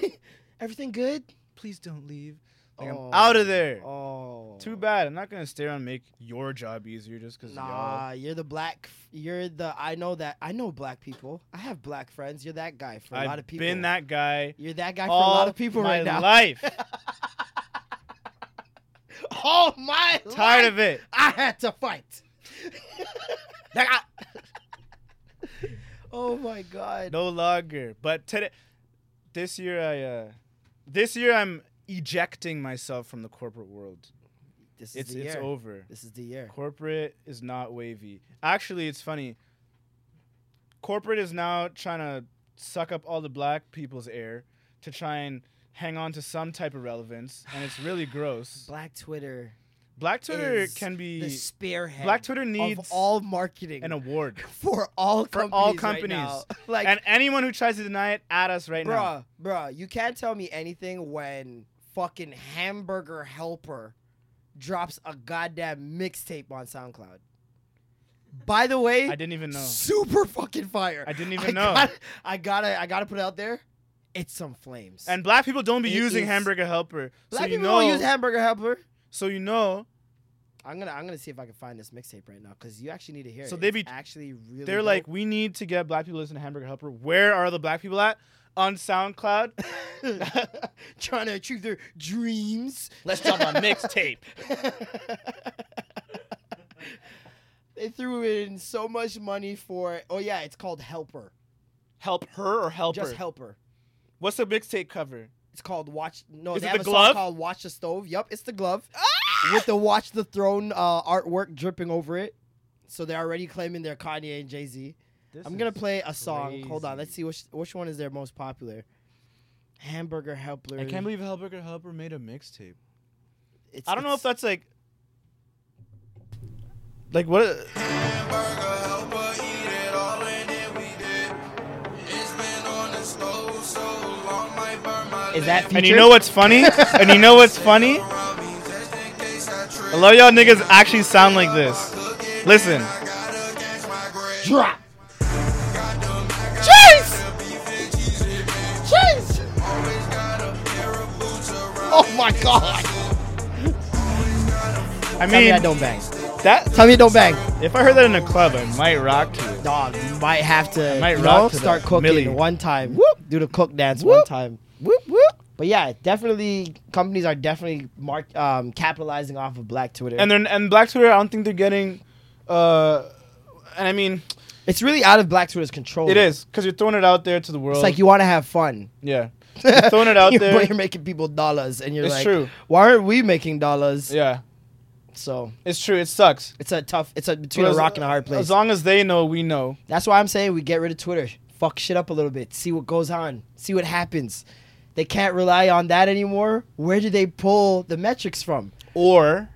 C: everything good.
D: please don't leave. Like
C: Oh.
D: I'm out of there.
C: Oh,
D: Too bad. I'm not gonna stay around and make your job easier just because
C: Nah, you're the black. f- You're the. I know that. I know black people. I have black friends. You're that guy for a
D: I've
C: lot of people.
D: been that guy
C: You're that guy for a
D: all
C: lot of people
D: my
C: right now.
D: life.
C: Oh my!
D: Tired
C: life,
D: of it.
C: I had to fight.
D: Like, I-
C: Oh my god.
D: No longer. But today, this year I uh, this year I'm ejecting myself from the corporate world.
C: This is
D: It's
C: the
D: it's
C: year.
D: over.
C: This is the year.
D: Corporate is not wavy. Actually, it's funny. Corporate is now trying to suck up all the black people's air to try and hang on to some type of relevance, and it's really gross.
C: Black Twitter.
D: Black Twitter
C: is
D: can
C: the
D: be
C: spearhead.
D: Black Twitter needs
C: of all marketing
D: an award
C: for all
D: for
C: companies
D: all
C: right
D: companies.
C: now. like,
D: and anyone who tries to deny it, at us right now.
C: bruh, bruh, you can't tell me anything when fucking Hamburger Helper drops a goddamn mixtape on SoundCloud. By the way,
D: I didn't even know.
C: super fucking fire.
D: I didn't even know.
C: Gotta, I gotta, I gotta put it out there. It's some flames.
D: And black people don't be
C: It
D: using
C: is-
D: hamburger helper.
C: black
D: so you
C: people
D: know,
C: don't use Hamburger Helper.
D: so you know,
C: I'm gonna, I'm gonna see if I can find this mixtape right now because you actually need to hear it.
D: So they
C: It's
D: be-
C: actually really.
D: they're
C: dope.
D: like, we need to get black people to listen to hamburger helper. Where are the black people at? On SoundCloud.
C: trying to achieve their dreams.
D: Let's drop a mixtape.
C: they threw in so much money for. Oh yeah, it's called Helper.
D: Help her or help
C: Just
D: her.
C: Helper.
D: What's the mixtape cover?
C: It's called Watch. No,
D: Is
C: they
D: it
C: have
D: the
C: a
D: glove? Ah!
C: song called Watch the Stove. Yup, it's the glove with the Watch the Throne uh, artwork dripping over it. So they're already claiming they're Kanye and Jay Z. I'm gonna play a song. Hold on, let's see which which one is their most popular. Hamburger Helper.
D: I can't believe hamburger helper made a mixtape.
C: It's-
D: I don't know if
C: it's-
D: that's like, like what?
B: Burger helper, eat it all and then we did. It's been on the stove so long, might burn my
C: is that featured?
D: And you know what's funny? and you know what's funny?
B: limbs just in case I trip.
D: A lot of y'all niggas actually sound like this. Listen.
B: Gotta catch my grip.
C: Drop. Cheese. Cheese. Oh my god.
D: I
C: Tell me
D: mean,
C: I don't bang.
D: that.
C: Tell me I don't bang.
D: If I heard that in a club, I might rock to it.
C: Dog, you might have to,
D: might
C: you
D: rock
C: know,
D: to that.
C: start cooking
D: Millie.
C: one time.
D: Whoop.
C: Do the cook dance one
D: Whoop.
C: time.
D: Whoop whoop.
C: But yeah, definitely companies are definitely mark um, capitalizing off of Black Twitter.
D: And then and Black Twitter, I don't think they're getting. uh And I mean,
C: it's really out of Black Twitter's control.
D: it is because you're throwing it out there to the world.
C: It's like you want to have fun.
D: yeah, you're throwing it out
C: You-
D: there.
C: But you're making people dollars, and you're
D: It's
C: like,
D: true.
C: why aren't we making dollars?
D: Yeah,
C: So
D: it's true. It sucks.
C: it's a tough. It's a between
D: As-
C: a rock and a hard place.
D: As long as they know, we know.
C: That's why I'm saying we get rid of Twitter. Fuck shit up a little bit. See what goes on. See what happens. They can't rely on that anymore. Where do they pull the metrics from?
D: Or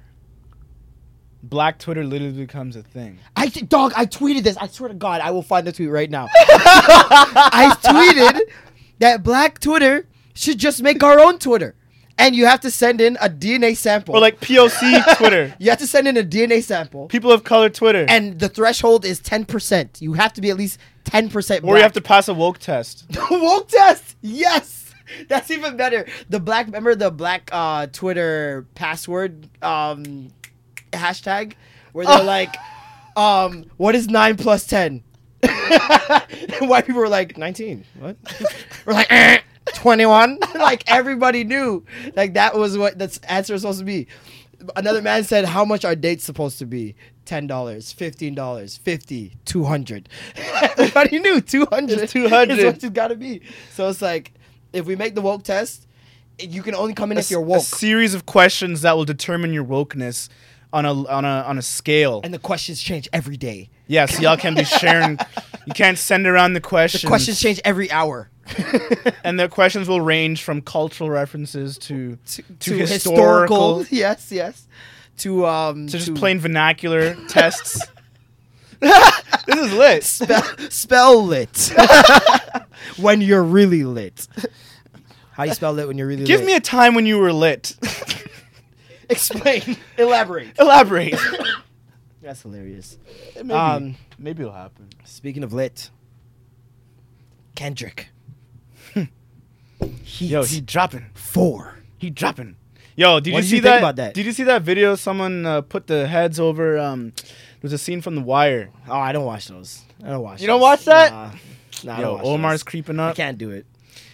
D: Black Twitter literally becomes a thing.
C: I th- dog. I tweeted this. I swear to God, I will find the tweet right now. I tweeted that Black Twitter should just make our own Twitter, and you have to send in a DNA sample.
D: Or like POC Twitter,
C: you have to send in a DNA sample,
D: people of color Twitter,
C: and the threshold is ten percent. You have to be at least ten percent.
D: or you have to pass a woke test.
C: woke test. Yes, that's even better. The black remember the black uh, Twitter password um, hashtag where they're like, um, "What is nine plus 10? White people were like nineteen. What? we're like eh, twenty-one. like everybody knew. Like that was what that's answer was supposed to be. Another man said, "How much are dates supposed to be?" Ten dollars, fifteen dollars, fifty, two hundred. Everybody knew two hundred.
D: It's 200.
C: is what it's got to be. So it's like, if we make the woke test, you can only come in if you're
D: A
C: woke.
D: series of questions that will determine your wokeness on a on a on a scale.
C: And the questions change every day.
D: Yes, y'all can be sharing. you can't send around the questions.
C: Questions change every hour.
D: and the questions will range from cultural references to to, historical,
C: historical. Yes, yes. To um.
D: to just plain vernacular tests. this is lit.
C: spell, spell lit. when you're really lit. How do you spell lit when you're really
D: Give
C: lit?
D: me a time when you were lit.
C: explain. Elaborate.
D: Elaborate.
C: That's hilarious.
D: Maybe,
C: Um,
D: maybe it'll happen.
C: Speaking of lit, Kendrick. Heat
D: Yo, he dropping.
C: four.
D: He dropping. Yo, did
C: What
D: you
C: did
D: see
C: you think
D: that?
C: about that?
D: Did you see that video? Someone uh, put the heads over. Um, there's a scene from The Wire.
C: Oh, I don't watch those. I don't watch.
D: You don't
C: those.
D: watch that?
C: Nah, Nah, I
D: Yo,
C: don't watch
D: Omar's
C: those.
D: creeping
C: I
D: up
C: can't do it.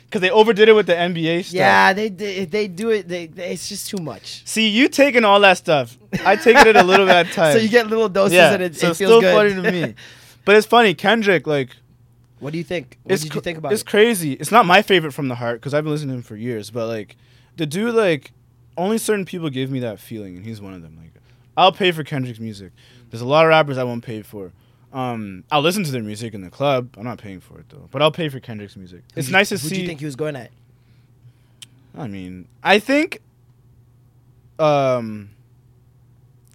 D: because they overdid it with the NBA stuff.
C: Yeah, they they, they do it. They, they it's just too much.
D: See, you taking all that stuff. I take it at a little bit at a time.
C: So you get little doses
D: yeah.
C: and it,
D: so
C: it
D: it's
C: feels
D: still
C: good.
D: funny to me. But it's funny, Kendrick. Like,
C: What do you think? What
D: it's
C: did
D: cr-
C: you think about
D: it's
C: it?
D: crazy. It's not my favorite from the heart because I've been listening to him for years. But like, the dude, like, only certain people give me that feeling, and he's one of them. Like, I'll pay for Kendrick's music. There's a lot of rappers I won't pay for. Um, I'll listen to their music in the club. I'm not paying for it though, but I'll pay for Kendrick's music.
C: Who
D: it's
C: do you-
D: nice to
C: who
D: see.
C: do you think he was going at?
D: I mean, I think um,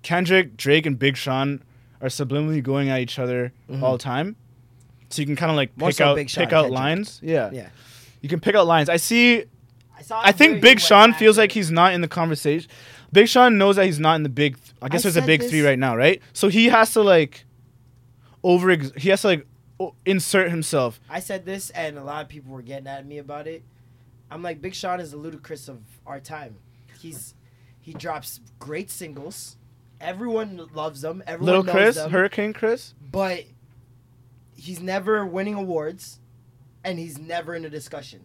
D: Kendrick, Drake, and Big Sean are subliminally going at each other all the time. So you can kind of like
C: Mm-hmm. More
D: pick
C: so
D: out
C: Big Sean,
D: pick out
C: Kendrick.
D: lines. Yeah.
C: Yeah.
D: You can pick out lines. I see.
C: saw
D: I think Big Sean feels like he's not in the conversation. Big Sean knows that he's not in the big. I guess there's a
C: said
D: big
C: this-
D: three right now, right? So he has to like over. He has to like o- insert himself.
C: I said this, and a lot of people were getting at me about it. I'm like, Big Sean is the ludicrous of our time. He's he drops great singles. Everyone loves them. Everyone
D: Little
C: knows
D: Chris,
C: them,
D: Hurricane Chris.
C: but he's never winning awards, and he's never in a discussion.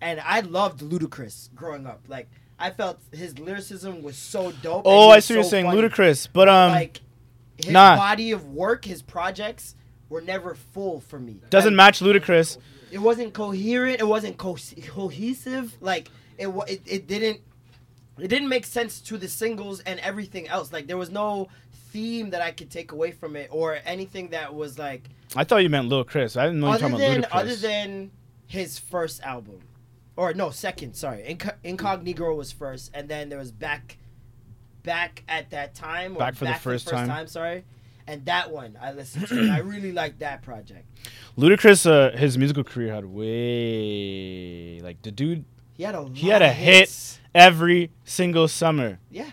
C: And I loved Ludacris growing up. Like I felt his lyricism was so dope. and
D: Oh,
C: he
D: I
C: was
D: see what you're
C: so
D: saying,
C: funny.
D: Ludacris. But um,
C: like his
D: nah.
C: body of work, his projects were never full for me.
D: doesn't
C: I-
D: match Ludacris.
C: It wasn't coherent. It wasn't co- cohesive. Like it, wa- it, it didn't. It didn't make sense to the singles and everything else. Like there was no theme that I could take away from it, or anything that was like
D: I thought you meant Lil Chris. I didn't know you were
C: other
D: talking
C: than
D: about Ludacris.
C: other than his first album, or no, second. Sorry, Inco- Incognito was first, and then there was back, back at that time. Or
D: Back for the First Time.
C: Sorry, and that one I listened to. and I really liked that project.
D: Ludacris, uh, his musical career had way like the dude.
C: He had a lot
D: He had a
C: of
D: hit
C: hits.
D: every single summer.
C: Yeah,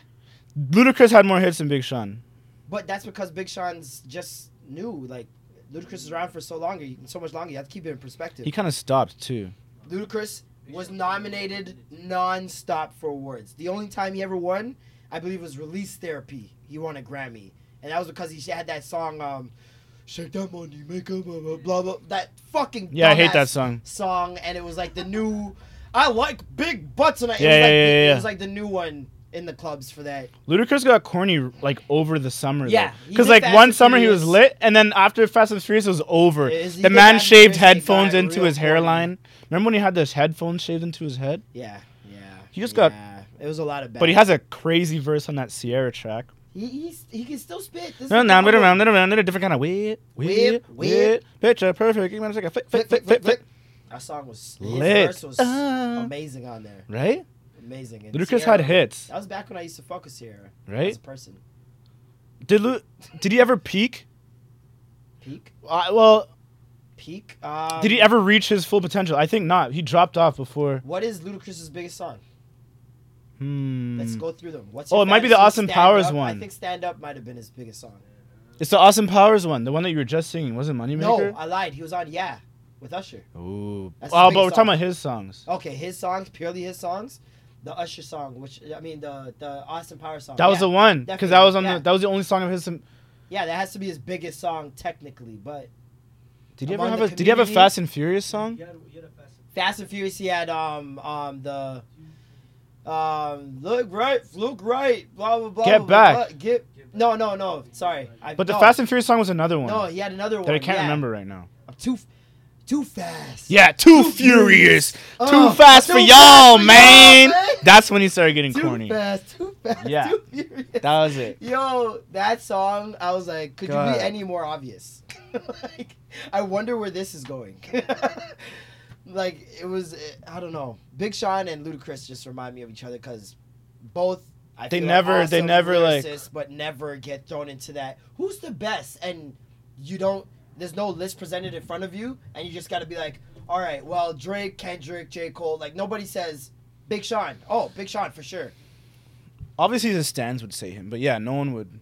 D: Ludacris had more hits than Big Sean.
C: but that's because Big Sean's just new. Like Ludacris is around for so long, you- so much longer. You have to keep it in perspective.
D: He kind of stopped too.
C: Ludacris was nominated non-stop for awards. The only time he ever won, I believe, was Release Therapy. He won a Grammy, and that was because he had that song, um, "Shake That Money, Make Up," blah blah blah. blah that fucking
D: Yeah, I hate that
C: dumbass
D: song.
C: Song, and it was like the new. I like big butts, and I,
D: Yeah,
C: it was
D: yeah,
C: like
D: yeah,
C: the,
D: yeah,
C: It
D: yeah.
C: was like the new one in the clubs for that.
D: Ludacris got corny like over the summer.
C: Yeah, he
D: because
C: did
D: like
C: Fast
D: one
C: and
D: summer he was
C: Furious.
D: lit, and then after Fast and Furious it was over.
C: Is he
D: the
C: the
D: man
C: Fast and
D: shaved
C: Furious guy
D: headphones
C: got
D: into
C: real
D: his
C: corny?
D: hairline. Remember when he had those headphones shaved into his head?
C: Yeah, yeah.
D: He just
C: yeah.
D: got-
C: It was a lot of bad.
D: But he has a crazy verse on that Sierra track.
C: He he's, he can still spit. This
D: No,
C: is
D: no, I'm
C: the
D: gonna
C: problem.
D: round it around it a different kind of weird, weird,
C: Weird,
D: weird. Picture perfect. Give me a second. Fit, fit, fit, fit, fit.
C: That song was his
D: Lit Uh.
C: verse was
D: up.
C: amazing on there.
D: Right?
C: Amazing. And
D: Ludacris
C: Sierra-
D: had hits,
C: That was back when I used to fuck with Sierra. As
D: right?
C: a person.
D: Did Lu- Did he ever peak?
C: Peak.
D: Uh, well,
C: Peak. Um,
D: did he ever reach his full potential? I think not. He dropped off before.
C: What is Ludacris's biggest song?
D: Hmm.
C: Let's go through them. What's
D: Oh,
C: Your
D: it might be the
C: Fantasy?
D: Austin
C: Stand
D: Powers
C: Up. I
D: one.
C: think Stand Up might have been his biggest song.
D: It's the Austin Powers one, the one that you were just singing. Was it Moneymaker?
C: No, I lied. He was on Yeah with Usher.
D: Ooh.
C: That's his
D: Oh, but
C: biggest
D: we're
C: song. Oh,
D: talking about his songs.
C: Okay, his songs, purely his songs. The Usher song, which I mean the the Austin Powers song.
D: That was
C: Yeah,
D: the one, because that
C: definitely.
D: was on
C: yeah.
D: the that was the only song of his. Did
C: Yeah, that has to be his biggest song technically, but
D: he ever
C: Among
D: have
C: the
D: a Did he have a
C: Community.
D: Fast and Furious song?
C: Fast and Furious, he had um um the um look right, look right, blah blah blah.
D: Get
C: blah, blah,
D: Back.
C: blah, get no no no. Sorry, I,
D: But the
C: no,
D: Fast and Furious song was another one
C: no, he had another one
D: that I can't
C: yeah.
D: remember right now.
C: I'm too f- too fast.
D: Yeah, too furious,
C: Oh,
D: too fast
C: too
D: for
C: fast
D: y'all,
C: for y'all,
D: man.
C: man.
D: That's when he started getting
C: too
D: corny.
C: fast, too fast,
D: Yeah.
C: too furious.
D: That was it.
C: Yo, that song, I was like, could you
D: God.
C: be any more obvious? like, I wonder where this is going. like, it was, I don't know. Big Sean and Ludacris just remind me of each other because both. I
D: They
C: feel
D: never- they
C: awesome
D: never, like-
C: lyricists, but never get thrown into that. Who's the best? And you don't. There's no list presented in front of you, and you just got to be like, all right, well, Drake, Kendrick, J. Cole. Like nobody says Big Sean. Oh, Big Sean for sure.
D: Obviously, the stands would say him, but yeah, no one would.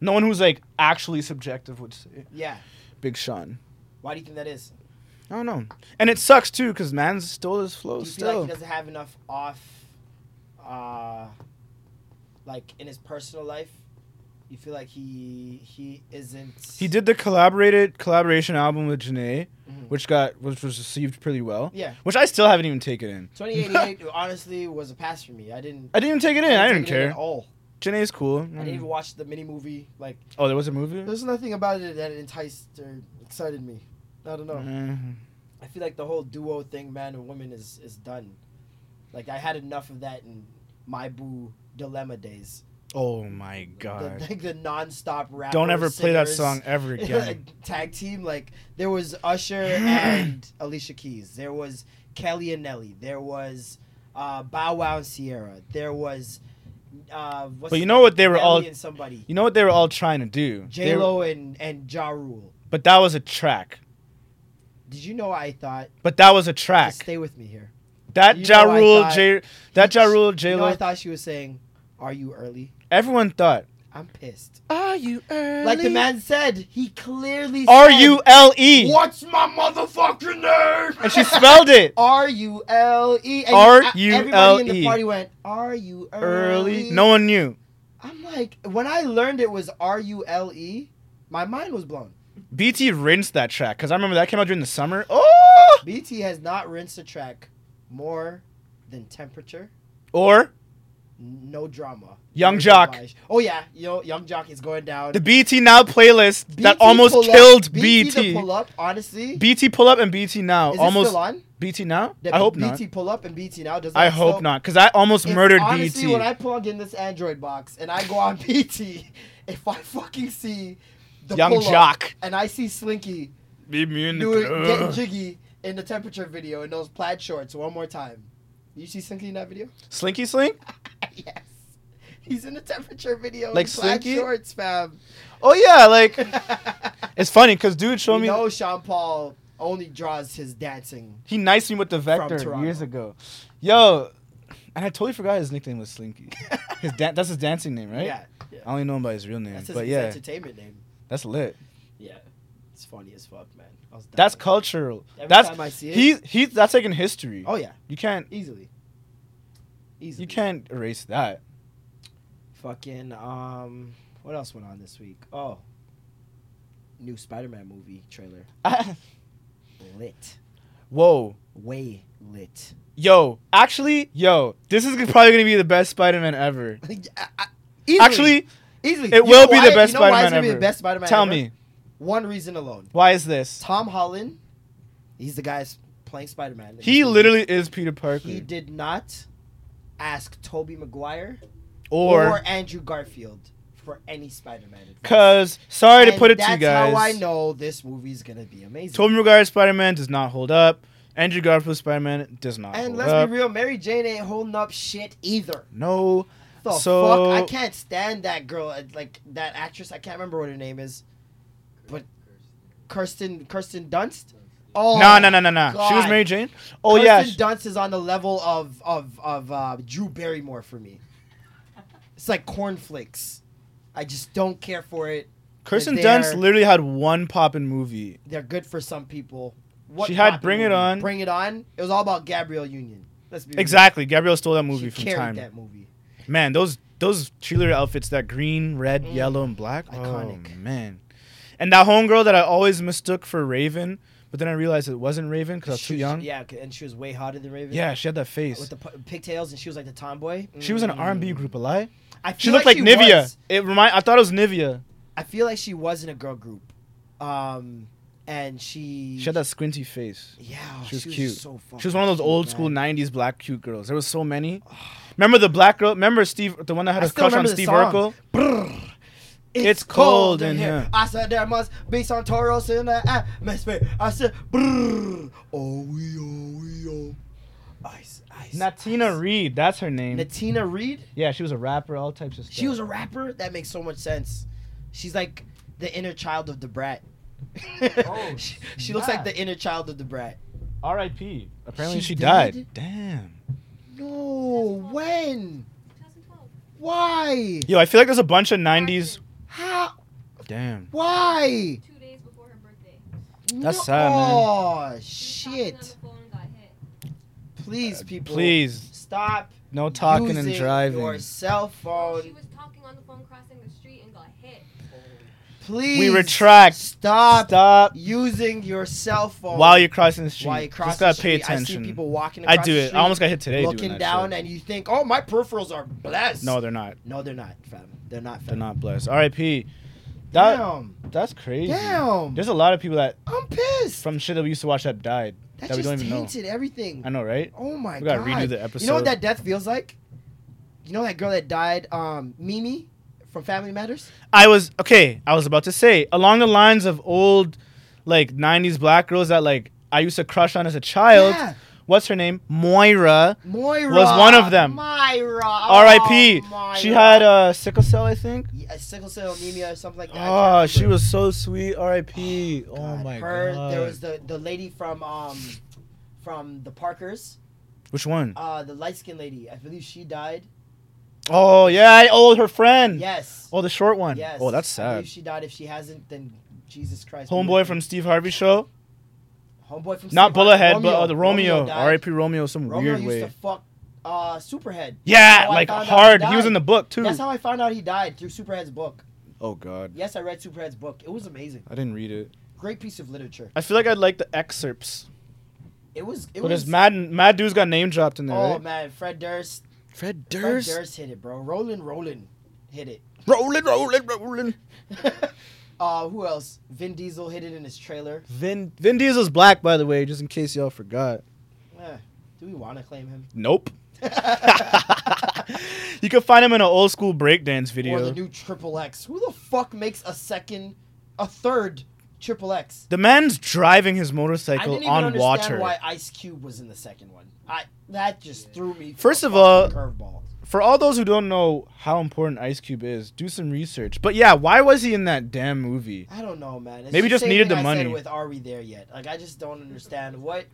D: No one who's like actually subjective would say
C: Yeah.
D: Big Sean.
C: Why do you think that is?
D: I don't know, and it sucks too because man stole his flow
C: Do you feel
D: still.
C: like he doesn't have enough off, uh, like in his personal life? You feel like he he isn't.
D: he did the collaborated collaboration album with Janae, which got which was received pretty well.
C: Mm-hmm. Yeah.
D: which I still haven't even taken in.
C: 2088 honestly was a pass for me. I didn't.
D: I didn't even take it in. I didn't
C: take it in
D: care.
C: at all.
D: Janae's cool. Mm.
C: I didn't even watch the mini movie. Like
D: Oh, there was a movie.
C: there's nothing about it that enticed or excited me. I don't know.
D: Mm-hmm. Mm.
C: I feel like the whole duo thing, man and woman, is is done. Like I had enough of that in my boo dilemma days.
D: Oh my
C: The,
D: god.
C: like the non-stop rap.
D: Don't ever play that song ever again.
C: like, tag team, like there was Usher and Alicia Keys. There was Kelly and Nelly. There was uh, Bow Wow and Sierra. There was. Uh, what's
D: But you
C: his
D: know
C: name?
D: what they were
C: Nelly
D: all-
C: and somebody.
D: You know what they were all trying to do? They
C: J
D: were-
C: Lo and and Ja Rule.
D: But that was a track.
C: Did you know I thought?
D: But that was a
C: Just
D: track.
C: stay with me here.
D: That
C: You
D: Ja
C: know I
D: Rule,
C: thought-
D: J, that Ja
C: You
D: Rule,
C: know,
D: J
C: I
D: Lo,
C: thought she was saying, "Are you early?"
D: everyone thought.
C: I'm pissed.
D: Are you early?
C: Like the man said, he clearly.
D: R
C: said,
D: U L E.
C: What's my motherfucking name?
D: And she spelled it.
C: R U L E. And
D: R
C: I-
D: U
C: Everybody in the
D: L E.
C: party went, Are you early?
D: Early. No one knew.
C: I'm like, when I learned it was R U L E, my mind was blown.
D: BT rinsed that track because I remember that came out during the summer. Oh!
C: BT has not rinsed a track more than temperature,
D: Or
C: no drama.
D: Young
C: No
D: Jock.
C: garbage. Oh, yeah. Yo, Young Jock is going down.
D: the BT Now playlist that
C: BT
D: almost
C: pull up-
D: killed
C: BT. the
D: BT.
C: pull up, honestly.
D: BT pull up and BT Now
C: is
D: almost
C: it still on?
D: BT Now.
C: The
D: I hope
C: BT
D: not.
C: pull up and BT now does.
D: I
C: that
D: hope
C: still-
D: not because I almost
C: It's
D: murdered
C: honestly,
D: BT.
C: when I plug in this Android box and I go on BT, if I fucking see the
D: Young
C: pull-up
D: Jock.
C: and I see Slinky
D: Leave me in the
C: doing
D: club.
C: getting jiggy in the temperature video in those plaid shorts one more time. You see Slinky in that video?
D: Slinky Slink.
C: yes. He's in the temperature video
D: Like
C: in plaid
D: Slinky?
C: shorts, fam.
D: Oh yeah, like it's funny because dude showed
C: we
D: me
C: know Sean Paul only draws his dancing.
D: he knifed me with the vector
C: Toronto.
D: years ago. Yo, and I totally forgot his nickname was Slinky. his dan- that's his dancing name, right?
C: Yeah, yeah.
D: I only know him by his real name,
C: That's his,
D: but
C: his
D: yeah,
C: entertainment name.
D: that's lit.
C: Yeah. It's funny as fuck, man. I was dying.
D: That's cultural.
C: Every
D: that's
C: time I see it-
D: he he. That's like in history.
C: Oh yeah,
D: You can't
C: easily. Easily.
D: you can't erase that.
C: Fucking um, what else went on this week? Oh, new Spider-Man movie trailer. Lit,
D: Whoa,
C: way lit.
D: yo, actually, yo, this is probably gonna be the best Spider-Man ever.
C: I- I- easily,
D: Actually,
C: easily, You
D: it will
C: know
D: be
C: why-
D: the best
C: you know why it's
D: Spider-Man
C: gonna be
D: ever.
C: the best Spider-Man
D: Tell
C: ever?
D: me,
C: one reason alone.
D: why is this?
C: Tom Holland, he's the guy playing Spider-Man. in this
D: He
C: movie.
D: literally is Peter Parker.
C: he did not ask Tobey Maguire
D: or
C: Andrew Garfield for any Spider-Man. advice.
D: Cause sorry to
C: And
D: put it to you
C: That's how I
D: guys.
C: know this movie's gonna be amazing.
D: Tobey Maguire Spider Man does not hold up. Andrew Garfield Spider Man does not
C: and
D: hold
C: let's
D: up.
C: be real, Mary Jane ain't holding up shit either.
D: no.
C: The
D: So-
C: fuck, I can't stand that girl. uh, Like that actress, I can't remember what her name is, but Kirsten Kirsten Dunst. Oh
D: no, no, no, no, no. She was
C: God.
D: Mary Jane. Oh
C: Kirsten
D: yeah. sh-
C: Dunst is on the level of of of uh, Drew Barrymore for me. It's like cornflakes. I just don't care for it.
D: Kirsten
C: they're-
D: Dunst literally had one pop in movie.
C: They're good for some people. What
D: She had
C: poppin'
D: Bring It
C: movie?
D: On.
C: Bring It On. It was all about Gabrielle Union. Let's be real.
D: Exactly. Gabrielle stole that movie
C: She
D: from
C: carried
D: time.
C: that movie.
D: Man, those those cheerleader outfits, that green, red, yellow, and black.
C: Mm. Iconic.
D: Oh man. And that homegirl that I always mistook for Raven, but then I realized it wasn't Raven because I was
C: She
D: too
C: was-
D: young.
C: Yeah, okay, and she was way hotter than Raven.
D: Yeah, she had that face.
C: with the pu- pigtails, and she was like the tomboy.
D: she was in an
C: Mm.
D: R&B group, a lie.
C: I
D: She
C: feel
D: looked like,
C: she
D: Nivea.
C: was-
D: It remind. I thought it was Nivea.
C: I feel like she was in a girl group, um, and she.
D: She had that squinty face.
C: Yeah,
D: She was cute.
C: So fucking
D: She was one of those
C: cute,
D: old
C: man.
D: school '90s black cute girls. There was so many. Remember the black girl? Remember Steve, the one that had
C: I
D: a
C: still
D: crush on
C: remember the
D: Steve
C: song.
D: Urkel?
C: Brrr.
D: It's cold in here.
C: I said there must be some toros in the atmosphere. I said, brrr. oh we oh we oh. Ice, ice.
D: Natina Reed, that's her name.
C: Natina Reed.
D: yeah, she was a rapper, all types of stuff.
C: She was a rapper. That makes so much sense. She's like the inner child of the brat.
D: Oh,
C: she, she looks like
D: snap.
C: the inner child of the brat.
D: R.I.P. Apparently,
C: She
D: she,
C: died?
D: died. Damn.
C: No, when? Why?
D: Yo, I feel like there's a bunch of '90s.
C: How?
D: Damn.
C: Why?
F: Two days before her birthday.
D: That's sad, man.
C: Oh
F: She was talking on
C: shit!
F: the phone and got hit.
C: Please, people,
D: Please,
C: stop
D: no talking and
C: using
D: driving.
C: Your cell
G: Oh.
F: She
C: phone.
F: was talking on the phone crossing the street and got hit.
C: Please.
D: retract.
C: Stop.
D: Stop
C: using your cell phone
D: while you're crossing the street.
C: While you cross
D: Just gotta
C: the
D: pay
C: street,
D: attention.
C: I see people walking.
D: I
C: Across
D: do
C: the
D: it.
C: street,
D: I almost got hit today. doing
C: Looking
D: that
C: down,
D: shit.
C: and you think, "Oh, my peripherals are blessed."
D: No, they're not.
C: no, they're not, fam. They're not, fam.
D: They're not blessed. R.I.P. That
C: Damn.
D: That's crazy.
C: Damn.
D: There's a lot of people that
C: I'm pissed.
D: from shit that we used to watch that died
C: that,
D: that, we
C: just
D: don't even know.
C: tainted everything.
D: I know, right?
C: Oh my
D: We
C: god.
D: gotta redo the
C: You know
D: episode.
C: what that death feels like? You know that girl that died, um, Mimi from Family Matters?
D: I was okay. I was about to say along the lines of old, like '90s black girls that like I used to crush on as a child.
C: Yeah.
D: What's her name? Moira.
C: Moira
D: Was one of them.
C: Myra.
D: R.I.P.
C: Oh, Myra.
D: She had uh, sickle cell, I think.
C: yeah, sickle cell anemia or something like that. I can't
D: Oh, she
C: remember.
D: was so sweet. R.I.P. Oh, my
C: Her,
D: god.
C: There was the the lady from um, from the Parkers.
D: Which one?
C: Uh, the light skinned lady. I believe she died.
D: Oh yeah, I, oh her friend.
C: Yes.
D: Oh, the short one.
C: Yes.
D: Oh, that's
C: I
D: sad.
C: believe she died. If she hasn't, then Jesus Christ. be
D: Homeboy
C: with
D: from
C: you.
D: Steve Harvey show.
C: Homeboy from
D: Not
C: Steve Harvey.
D: Bullethead, but uh, the Romeo.
C: died.
D: R.I.P. Romeo, some
C: Romeo
D: weird
C: used
D: way.
C: to fuck uh, Superhead.
D: yeah,
C: how I
D: like
C: found out
D: hard.
C: he
D: He was
C: died.
D: in the book too.
C: That's how I found out he died through Superhead's book.
D: oh god,
C: Yes, I read Superhead's book. It was amazing.
D: I didn't read it.
C: Great piece of literature.
D: I feel like I'd like the excerpts.
C: It was. It
D: But
C: was
D: it's mad. Mad dude's got name dropped in there.
C: Oh
D: right?
C: man, Fred Durst.
D: Fred
C: Fred Durst hit it, bro. Roland, Roland, hit it.
D: Rolling, rolling, rolling.
C: Uh, who else? Vin Diesel hit it in his trailer.
D: Vin Vin Diesel's black, by the way, just in case y'all forgot.
C: Eh, do we want to claim him?
D: Nope. you can find him in an old school breakdance video.
C: Or the new Triple X? Who the fuck makes a second, a third Triple X?
D: The man's driving his
C: I didn't
D: motorcycle
C: even
D: on
C: understand
D: water.
C: why Ice Cube was in the second one. I that just threw me. for
D: First
C: a
D: of
C: fucking
D: all-
C: curveball.
D: For all those who don't know how important Ice Cube is, do some research. But yeah, why was he in that damn movie?
C: I don't know, man. It's
D: Maybe just
C: same
D: needed
C: thing
D: the
C: I said
D: money.
C: with Are We There Yet? Like I just don't understand what.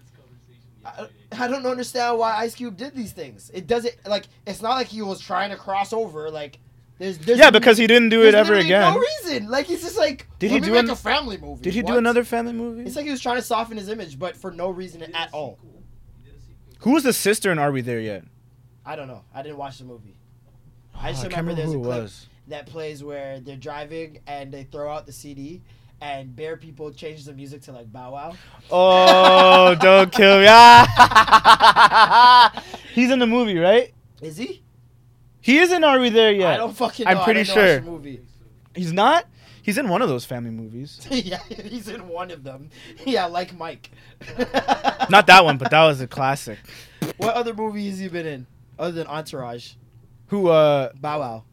C: I, I don't understand why Ice Cube did these things. It doesn't like it's not like he was trying to cross over. Like there's, there's
D: Yeah, because he didn't do it
C: there's
D: ever
C: literally
D: again.
C: No reason. Like he's just like. Did
D: Did he
C: he
D: do
C: make
D: an-
C: a family movie?
D: Did he do
C: What?
D: another family movie?
C: It's like he was trying to soften his image, but for no reason at all.
D: who was the sister in Are We There Yet?
C: I don't know. I didn't watch the movie. I just
D: Oh, I can't
C: remember there's a
D: remember who it
C: clip
D: was.
C: that plays where they're driving and they throw out the CD, and bare people change the music to like Bow Wow.
D: Oh, don't kill me. Ah. He's in the movie, right?
C: Is he?
D: He is in Are We There Yet?
C: I don't fucking. Know.
D: I'm pretty
C: I didn't watch
D: sure.
C: the movie.
D: He's not? He's in one of those family movies.
C: yeah, he's in one of them. Yeah, like Mike.
D: Not that one, but that was a classic.
C: What other movie has he been in other than Entourage?
D: Who uh
C: Bow Wow.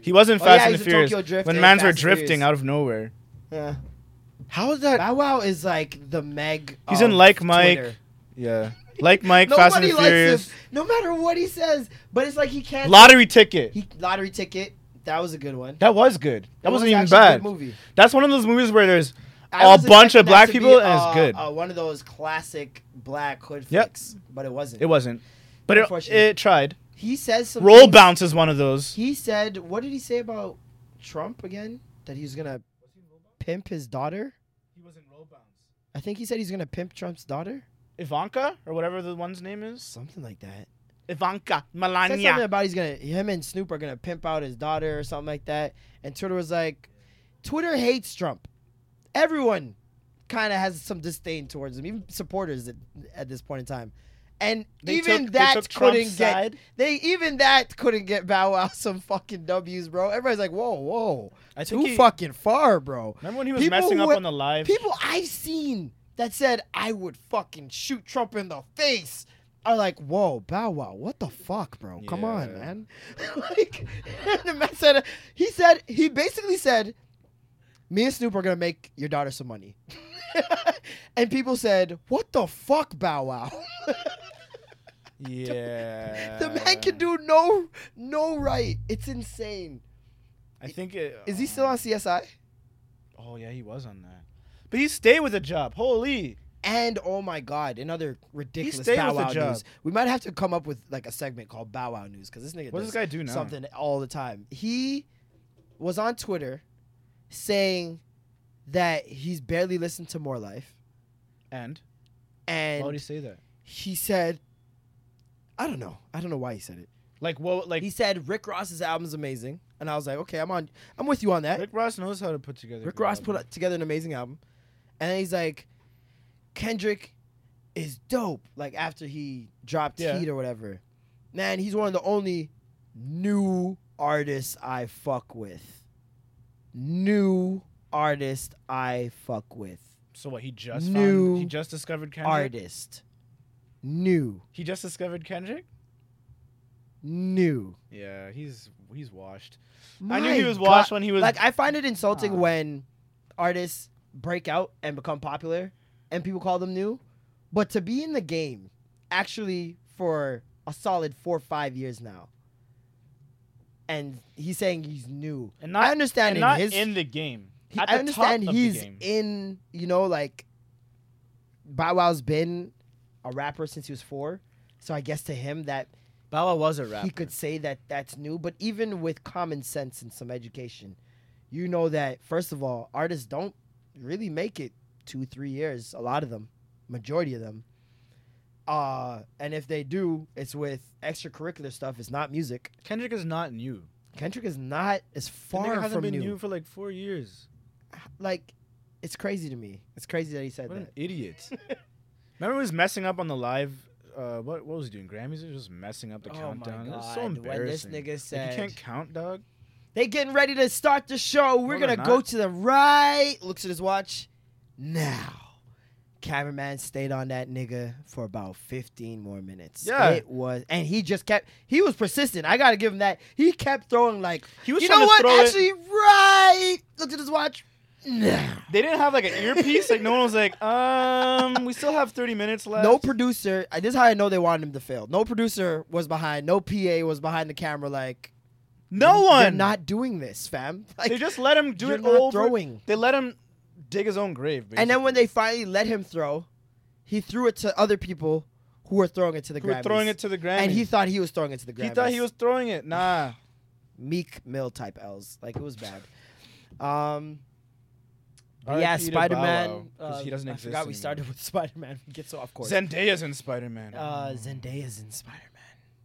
D: he was in
C: Oh,
D: Fast
C: yeah,
D: and
C: he's
D: the
C: in
D: Furious.
C: Tokyo Drift
D: when
C: and
D: mans were
C: Fast and Furious.
D: drifting out of nowhere.
C: Yeah.
D: How is that
C: Bow Wow is like the Meg.
D: He's in
C: of
D: Like Mike,
C: Oh, Twitter.
D: Yeah. Like Mike, Fast and
C: Nobody
D: the
C: likes him,
D: Furious.
C: no matter what he says. But it's like he can't.
D: Lottery ticket.
C: He lottery ticket. That was a good one.
D: That was good. That
C: It was
D: wasn't even
C: actually a
D: bad.
C: good movie.
D: That's one of those movies where there's
C: I
D: a
C: was
D: bunch
C: expecting
D: of
C: that
D: black
C: to be,
D: people and it's
C: uh,
D: good.
C: Uh, one of those classic black hood
D: Yep.
C: flicks, but it wasn't.
D: It wasn't. But it,
C: Unfortunately.
D: it tried.
C: He says some
D: Roll
C: things-
D: Bounce is one of those.
C: He said, "What did he say about Trump again? That he's gonna pimp his daughter?
D: He was in Roll Bounce.
C: I think he said he's gonna pimp Trump's daughter,
D: Ivanka or whatever the one's name is.
C: something like that.
D: Ivanka
C: He said something
D: Melania.
C: about he's gonna him and Snoop are gonna pimp out his daughter or something like that. And Twitter was like, Twitter hates Trump. Everyone kind of has some disdain towards him, even supporters at, at this point in time. And
D: They
C: even
D: took- they
C: that
D: took Trump's
C: couldn't get
D: side.
C: they even that couldn't get Bow Wow some fucking W's, bro. Everybody's like, whoa, whoa,
D: I
C: too
D: think he-
C: fucking far, bro.
D: Remember when he was
C: People
D: messing
C: who
D: up
C: were-
D: on the live?
C: People I've seen that said I would fucking shoot Trump in the face are like, whoa, Bow Wow, what the fuck, bro? Come on,
D: Yeah.
C: man. like, the man said, he said, he basically said, me and Snoop are gonna make your daughter some money. and people said, what the fuck, Bow Wow?
D: Yeah.
C: the man can do no, no right. It's insane.
D: I think it. um,
C: Is he still on CSI?
D: Oh yeah, he was on that. But he stayed with a job. Holy.
C: And oh my god, another ridiculous
D: stayed
C: Bow
D: with the
C: Wow
D: job.
C: news. We might have to come up with like a segment called Bow Wow news because this nigga
D: What
C: does
D: does this guy do now?
C: something all the time. He was on Twitter saying that he's barely listened to More Life,
D: And why would he
C: and
D: say that?
C: he said, I don't know, I don't know why he said it.
D: Like what? Like
C: He said Rick Ross's album's amazing, and I was like, okay, I'm on, I'm with you on that.
D: Rick Ross knows how to put together.
C: Rick
D: good
C: Ross put
D: albums.
C: out- together an amazing album, and then he's like, Kendrick is dope. Like after he dropped
D: Yeah.
C: Heat or whatever, man, he's one of the only new artists I fuck with. New artist I fuck with.
D: So what? He just
C: New
D: found, he just discovered Kendrick.
C: Artist. New.
D: He just discovered Kendrick.
C: New.
D: Yeah, he's he's washed. I knew he was
C: God.
D: washed when he was-
C: like I find it insulting
D: Ah.
C: when artists break out and become popular and people call them new. But to be in the game actually for a solid four or five years now. And he's saying he's new.
D: And not
C: I understand
D: and
C: in
D: not
C: his
D: in the game.
C: he-
D: At
C: I
D: the
C: understand
D: top of the
C: he's
D: game.
C: in, you know, like Bow Wow's been a rapper since he was four. So I guess to him that
D: Bow Wow was a rapper.
C: he could say that that's new. But even with common sense and some education, you know that, first of all, artists don't really make it two, three years, a lot of them, majority of them. Uh, and if they do, it's with extracurricular stuff. It's not music.
D: Kendrick is not new.
C: Kendrick is not as
D: Kendrick
C: far
D: hasn't
C: from
D: been
C: new.
D: new. for like four years.
C: Like, it's crazy to me. It's crazy that he said
D: What
C: that.
D: an idiot! Remember, he was messing up on the live. Uh, what what was he doing? Grammys? He was just messing up the
C: Oh my
D: countdown. It was so
C: God, when this
D: embarrassing.
C: nigga
D: like,
C: said-
D: "You can't count, dog."
C: They getting ready to start the show. We're
D: No,
C: gonna
D: they're
C: go
D: not.
C: to the right. Looks at his watch. Now, cameraman stayed on that nigga for about fifteen more minutes.
D: Yeah.
C: it was, and he just kept. He was persistent. I gotta give him that. He kept throwing like
D: He was
C: You
D: trying
C: know
D: to
C: what?
D: throw it-
C: Actually, right. Looked at his watch. Now,
D: They didn't have like an earpiece. Like no one was like, um, we still have thirty minutes left.
C: no producer. I- This is how I know they wanted him to fail. No producer was behind. No PA was behind the camera. Like
D: no
C: They're
D: one.
C: not doing this, fam. Like,
D: they just let him do
C: you're
D: it
C: not
D: over.
C: throwing.
D: They let him dig his own grave. Basically.
C: And then when they finally let him throw, he threw it to other people who were throwing it to the
D: Who
C: Grammys.
D: were throwing it to the Grammys,
C: And he thought he was throwing it to the Grammys.
D: he thought he was throwing it. Nah,
C: Meek Mill type L's. Like it was bad. Um,
D: R.I.P.
C: yeah,
D: to Bow Wow,
C: Spider Man.
D: 'cause he doesn't
C: I
D: exist.
C: forgot we
D: anymore.
C: started with Spider Man. We get so off course.
D: Zendaya's in Spider Man.
C: uh, Zendaya's in Spider Man.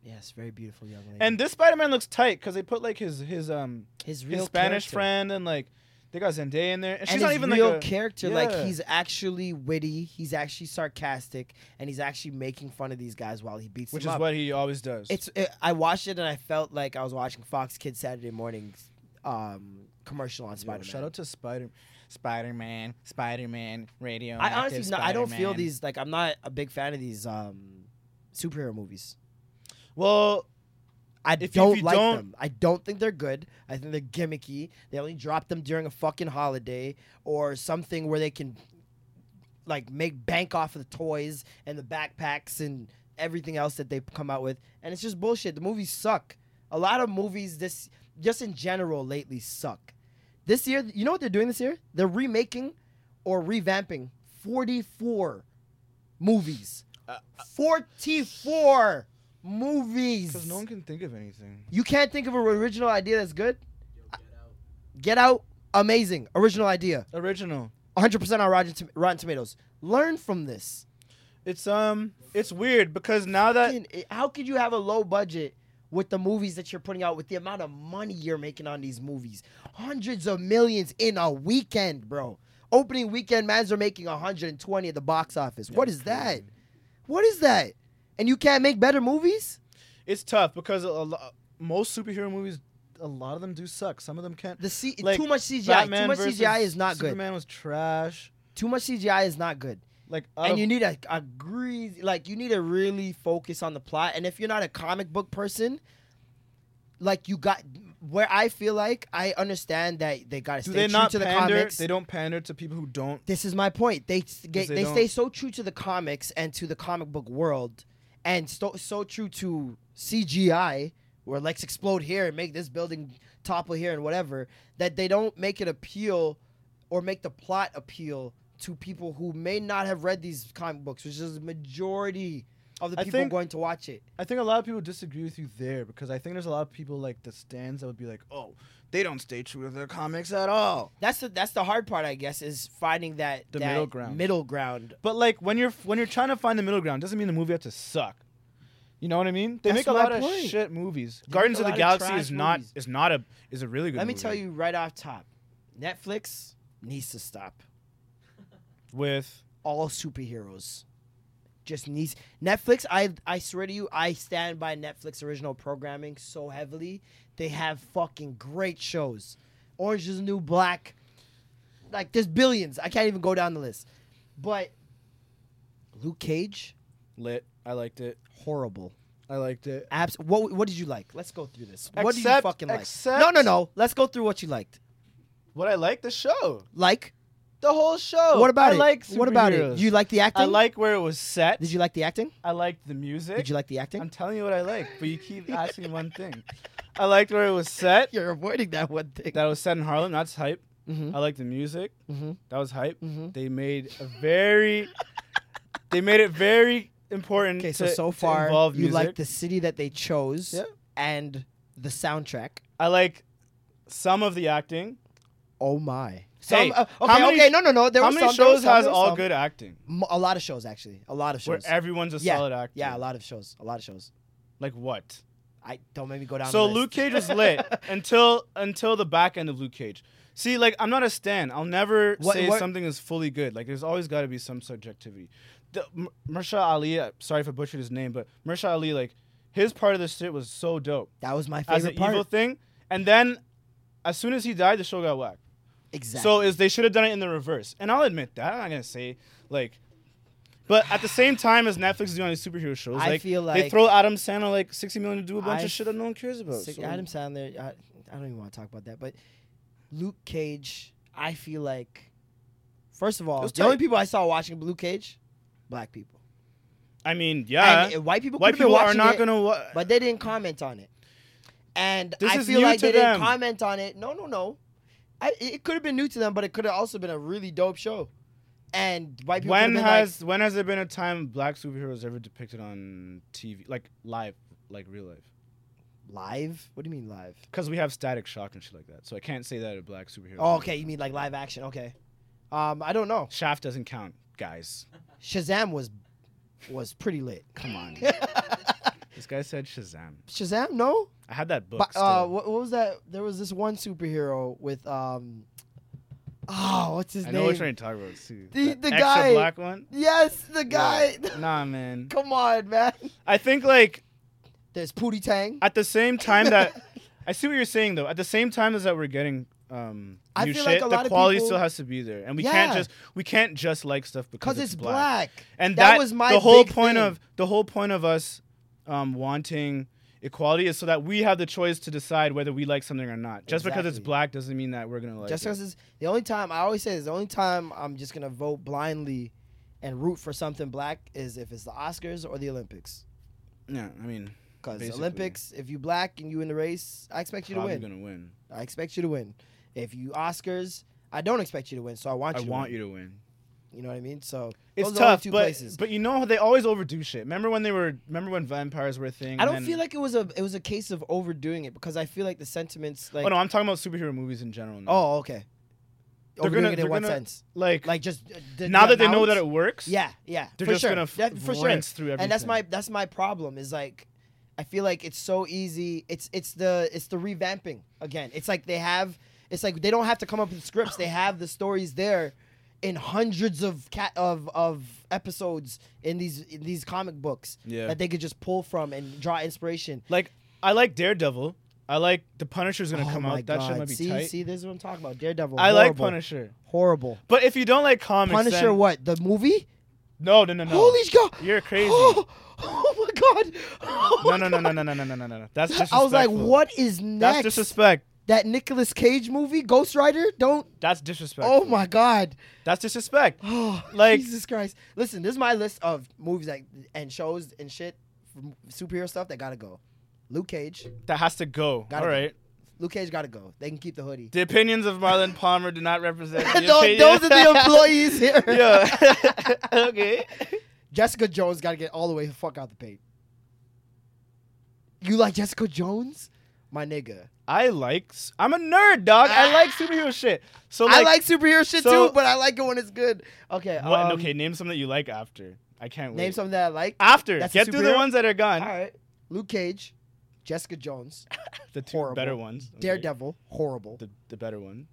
C: Yes, very beautiful young lady.
D: and this Spider Man looks tight because they put like his his um
C: his
D: his
C: real
D: Spanish
C: character.
D: friend and like they got Zendaya in there, and, she's
C: and
D: not
C: his
D: even
C: real
D: like a
C: character. Like
D: Yeah.
C: he's actually witty. He's actually sarcastic, and he's actually making fun of these guys while he beats
D: which
C: them
D: is
C: up.
D: what he always does.
C: It's it, I watched it and I felt like I was watching Fox Kids Saturday mornings um, commercial on
D: Yo,
C: Spider Man.
D: Shout out to Spider Spider Man, Spider Man Radio.
C: I honestly not, I don't feel these like I'm not a big fan of these um, superhero movies.
D: Well,
C: I
D: If- if
C: don't
D: you
C: like
D: don't-
C: them. I don't think they're good. I think they're gimmicky. They only drop them during a fucking holiday or something where they can like make bank off of the toys and the backpacks and everything else that they come out with. And it's just bullshit. The movies suck. A lot of movies this just in general lately suck. This year, you know what they're doing this year? They're remaking or revamping 44 movies. 44 movies.
D: because no one can think of anything.
C: You can't think of an original idea that's good? Get out. Amazing. Original idea.
D: Original.
C: 100% on Rotten, Tom- Rotten Tomatoes. Learn from this.
D: It's um, it's weird because now that
C: Fucking- it- eh, How could you have a low budget with the movies that you're putting out with the amount of money you're making on these movies? Hundreds of millions in a weekend, bro. Opening weekend, mans are making 120 at the box office. what is that? What is that? And you can't make better movies?
D: it's tough because a lot, most superhero movies, a lot of them do suck. Some of them can't.
C: The C-
D: Like,
C: too much CGI.
D: Batman
C: too much
D: versus
C: CGI is not good.
D: Superman was trash.
C: Too much CGI is not good.
D: Like out
C: and
D: of-
C: you need a, a greasy like you need to really focus on the plot and if you're not a comic book person like you got where i feel like i understand that they got to
D: do
C: stay
D: they
C: true
D: not
C: to the
D: pander?
C: comics
D: They don't pander to people who don't.
C: this is my point they s- get,
D: they
C: they,
D: don't-
C: stay so true to the comics and to the comic book world and so, so true to cgi where let's explode here and make this building topple here and whatever that they don't make it appeal or make the plot appeal to people who may not have read these comic books, which is the majority of the
D: I
C: people
D: think-
C: going to watch it.
D: I think a lot of people disagree with you there because I think there's a lot of people like the stands that would be like, oh, they don't stay true to their comics at all.
C: That's the that's the hard part, I guess, is finding that
D: The
C: that
D: middle ground.
C: Middle ground.
D: But like when you're when you're trying to find the middle ground, doesn't mean the movie has to suck. You know what I mean? They
C: That's
D: make a
C: my
D: lot
C: point.
D: of shit movies.
C: make
D: Guardians
C: a
D: of the
C: lot of
D: Galaxy
C: trash
D: is not
C: movies.
D: is not a is a really good.
C: Let me
D: movie.
C: tell you right off top, Netflix needs to stop.
D: with
C: all superheroes. Just needs Netflix. I I swear to you, I stand by Netflix original programming so heavily. They have fucking great shows. Orange is the New Black, like there's billions. I can't even go down the list. But Luke Cage,
D: Lit. I liked it.
C: horrible.
D: I liked it.
C: Abs- what what did you like? Let's go through this. what do you
D: Except-
C: fucking like?
D: except-
C: no, no, no. Let's go through what you liked.
D: What I liked the show.
C: Like
D: The whole show.
C: what about
D: Oh, I
C: it?
D: Like
C: what about it?
D: superheroes.
C: You like the acting?
D: I like where it was set.
C: Did you like the acting?
D: I liked the music.
C: Did you like the
D: I'm
C: acting?
D: telling you what I liked, but you keep asking one thing. I liked where it was set.
C: You're avoiding that one thing.
D: That was set in Harlem. That's hype.
C: Mhm.
D: I liked the music.
C: Mhm.
D: That was hype.
C: Mhm.
D: They made a very. they made it very important.
C: Okay, so
D: to-
C: so
D: to
C: far
D: involve
C: you like
D: music.
C: the city that they chose
D: Yeah.
C: and the soundtrack.
D: I like some of the acting.
C: Oh my!
D: Hey,
C: uh,
D: how
C: okay,
D: many-
C: okay, no, no, no. There
D: How
C: were
D: many
C: some, there were
D: shows
C: some,
D: has
C: there were
D: all
C: some.
D: good acting?
C: M- a lot of shows actually. A lot of
D: Where
C: shows.
D: everyone's a
C: yeah,
D: solid actor.
C: yeah, a lot of shows. A lot of shows.
D: Like what?
C: I don't make me go down. the
D: So
C: list.
D: Luke Cage was lit until until the back end of Luke Cage. See, like I'm not a stan. I'll never
C: What-
D: say
C: what-
D: something is fully good. Like there's always got to be some subjectivity. The M- Mahershala Ali, uh, sorry if I butchered his name, but Mahershala Ali, like his part of this shit was so dope
C: That was my
D: as an
C: favorite part.
D: evil thing. And then, as soon as he died, the show got whacked.
C: Exactly.
D: So is they should have done it in the reverse, and I'll admit that. I'm not gonna say like, but at the same time as Netflix is doing these superhero shows,
C: I
D: like,
C: feel
D: they
C: like-
D: throw Adam Sandler like 60 million to do a bunch
C: I
D: of shit that no one cares about.
C: Sick-
D: so-
C: Adam Sandler. I, I don't even want to talk about that. But Luke Cage, I feel like, first of all, the
D: was
C: only
D: tight.
C: people I saw watching Luke Cage, black people.
D: I mean, yeah,
C: and uh, white people.
D: white
C: could've been
D: people are
C: watching
D: not
C: it,
D: gonna wa-
C: But they didn't comment on it, and
D: This
C: I
D: is
C: feel
D: new
C: like
D: to
C: they
D: them.
C: didn't comment on it. No, no, no. I, it- it could have been new to them, but it could have also been a really dope show. And white people. could've
D: when
C: been
D: has when has there been a time black superheroes ever depicted on TV, like live, like real life?
C: like, live? What do you mean live?
D: Because we have Static Shock and shit like that, so I can't say that a black superhero.
C: Oh, okay. You mean like live action? Okay. Um, I don't know.
D: Shaft doesn't count, guys.
C: Shazam was was pretty lit.
D: Come on. this guy said Shazam.
C: Shazam? No.
D: I had that book.
C: But, uh,
D: still.
C: what, what was that? There was this one superhero with um, oh, what's his
D: I
C: name?
D: know which one you're talking about too.
C: The-
D: That
C: the
D: extra
C: guy-
D: black one.
C: Yes, the guy.
D: Yeah. Nah, man.
C: Come on, man.
D: I think like
C: There's Pootie Tang.
D: at the same time that I see what you're saying though. At the same time as that we're getting um
C: I
D: new
C: feel
D: shit,
C: like a lot
D: the
C: of
D: quality
C: people-
D: still has to be there, and we can't
C: Yeah.
D: just we can't just like stuff because
C: Cause
D: it's,
C: it's black.
D: And
C: That
D: that,
C: was my
D: the whole
C: big
D: point
C: thing.
D: of the whole point of us um wanting equality is so that we have the choice to decide whether we like something or not. Just because it's
C: Exactly.
D: black doesn't mean that we're gonna like
C: Just
D: it.
C: because it's the only time I always say is the only time I'm just gonna vote blindly and root for something black is if it's the Oscars or the Olympics.
D: yeah, I mean
C: Because
D: Basically.
C: Olympics, if you black and you in the race, I expect you to
D: probably
C: win.
D: gonna win.
C: I expect you to win. If you Oscars, I don't expect you to win, so I want
D: I
C: you. to
D: want
C: win.
D: you to win.
C: You know what I mean? So
D: It's
C: those are the only
D: tough,
C: two
D: but
C: places.
D: but you know how they always overdo shit. Remember when they were? Remember when vampires were a thing?
C: I
D: and
C: don't
D: then-
C: feel like it was a it was a case of overdoing it because I feel like the sentiments like
D: oh no, I'm talking about superhero movies in general. Now.
C: oh, okay overdoing it in
D: they're
C: what
D: gonna-
C: sense
D: Like,
C: like just uh, the,
D: now
C: the
D: that they know
C: amount?
D: that it works.
C: Yeah, yeah.
D: They're
C: for
D: just
C: sure.
D: gonna f-
C: That- for
D: rinse
C: sure.
D: through
C: And that's my
D: everything.
C: that's my problem is like I feel like it's so easy. It's it's the it's the revamping again. It's like they have it's like they don't have to come up with scripts. They have the stories there in hundreds of cat of of episodes in these in these comic books
D: Yeah.
C: that they could just pull from and draw inspiration.
D: Like I like Daredevil. I like the Punisher's gonna
C: oh
D: come
C: my
D: out. That
C: God.
D: shit might be
C: see,
D: tight.
C: See, this is what I'm talking about. Daredevil.
D: I like
C: horrible.
D: Punisher.
C: Horrible.
D: But if you don't like comics,
C: Punisher,
D: then-
C: what? The movie?
D: No, no, no, no.
C: Holy God!
D: You're crazy.
C: Oh, oh my God! Oh
D: no,
C: my
D: no, no, no,
C: God.
D: no, no, no, no, no, no. That's disrespectful.
C: I was like, what is
D: That's
C: next?
D: disrespect.
C: that Nicolas Cage movie, Ghost Rider? Don't.
D: That's disrespect.
C: Oh my God!
D: That's disrespect.
C: Oh,
D: Like-
C: Jesus Christ! Listen, this is my list of movies like and shows and shit, from superhero stuff that gotta go. Luke Cage,
D: That has to go.
C: Gotta
D: All
C: go.
D: right.
C: Luke Cage gotta go. They can keep the hoodie.
D: The opinions of Marlon Palmer do not represent. the
C: Tho-
D: opinion-
C: Those are the employees here.
D: yeah. okay.
C: Jessica Jones gotta get all the way the fuck out the paint. You like Jessica Jones, my nigga?
D: I like. s- I'm a nerd, dog. I like superhero shit. So like,
C: I like superhero shit
D: so-
C: too, but I like it when it's good. Okay.
D: What,
C: um,
D: okay, name something that you like after. I can't wait.
C: Name something that I like.
D: after.
C: That's a
D: Get through the
C: superhero?
D: ones that are gone.
C: All right. Luke Cage, Jessica Jones,
D: The two
C: Horrible.
D: better ones. okay?
C: Daredevil, horrible.
D: The, the better one.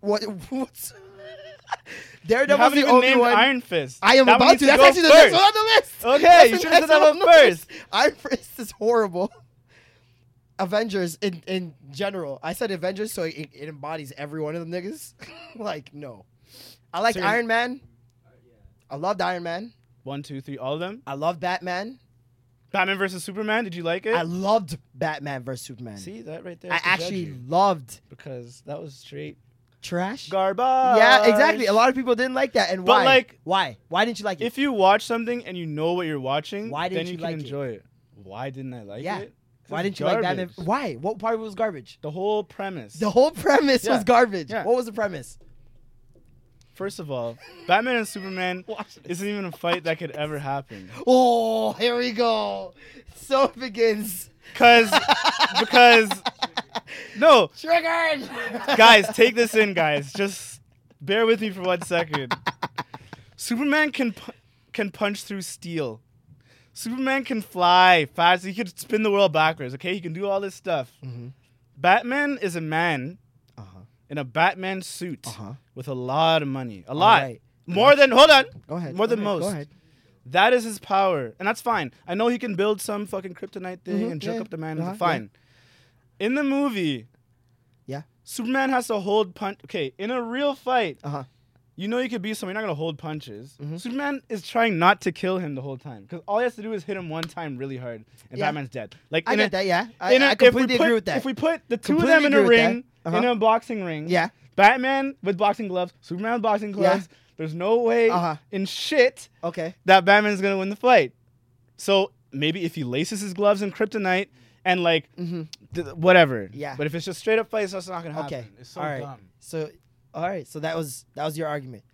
C: What? What's
D: You
C: Daredevil's
D: haven't
C: the
D: even
C: only
D: named
C: one.
D: Iron Fist.
C: I am
D: That one
C: about
D: needs
C: to. That's
D: go
C: actually the
D: first.
C: next one on the list.
D: Okay,
C: That's
D: you
C: the
D: should've said
C: next on
D: that one
C: the
D: first.
C: list. Iron Fist is horrible. Avengers in, in general. I said Avengers, so it, it embodies every one of them niggas. like, no. I liked
D: So you're-
C: Iron Man. I loved Iron Man.
D: One, two, three, all of them.
C: I loved Batman.
D: Batman versus Superman. Did you like it?
C: I loved Batman versus Superman.
D: See that right there.
C: I
D: is to judge
C: actually
D: you,
C: loved
D: because that was straight
C: trash.
D: garbage.
C: yeah, exactly. A lot of people didn't like that, and
D: But,
C: why?
D: like,
C: why? Why didn't you like it?
D: If you watch something and you know what you're watching,
C: Why didn't
D: then you,
C: you
D: can
C: like it?
D: enjoy it? Why didn't I like
C: Yeah.
D: it? 'Cause
C: Why
D: it's
C: didn't you like Batman?
D: garbage.
C: Why? What part was garbage?
D: The whole premise.
C: The whole premise
D: Yeah.
C: was garbage.
D: Yeah.
C: What was the premise?
D: First of all, Batman and Superman isn't even a fight that could ever happen.
C: Oh, here we go. So it begins.
D: Cause, because, no,
C: Triggered.
D: guys, take this in, guys. Just bear with me for one second. Superman can pu- can punch through steel. Superman can fly fast. He could spin the world backwards. Okay, he can do all this stuff. Batman is a man
C: Mm-hmm. Uh-huh.
D: in a Batman suit
C: Uh-huh.
D: with a lot of money. A lot
C: right.
D: more than hold on.
C: Go ahead.
D: More
C: Go
D: than
C: ahead.
D: most.
C: Go ahead.
D: That is his power, and that's fine. I know he can build some fucking kryptonite thing
C: Mhm,
D: and jerk
C: yeah,
D: up the man.
C: uh-huh,
D: and fine. In the movie,
C: Yeah.
D: Superman has to hold punch. Okay, in a real fight,
C: Uh huh.
D: you know you could be someone. You're not gonna hold punches.
C: Mm-hmm.
D: Superman is trying not to kill him the whole time because all he has to do is hit him one time really hard, and
C: Yeah.
D: Batman's dead. Like
C: I
D: in
C: get
D: a-
C: that. Yeah, I,
D: in a-
C: I
D: if we
C: completely agree
D: put-
C: with that.
D: If we put the two
C: Completely
D: of them in a
C: agree with that.
D: ring,
C: Uh-huh.
D: in a boxing ring,
C: Yeah.
D: Batman with boxing gloves, Superman with boxing gloves. There's no way
C: Uh-huh.
D: in shit
C: okay.
D: that Batman's gonna win the fight. So maybe if he laces his gloves in kryptonite and like th- whatever.
C: Mm-hmm. Yeah.
D: But if it's just straight up fights, that's not gonna happen.
C: Okay.
D: It's so
C: all right.
D: dumb.
C: So, all right. So that was that was your argument.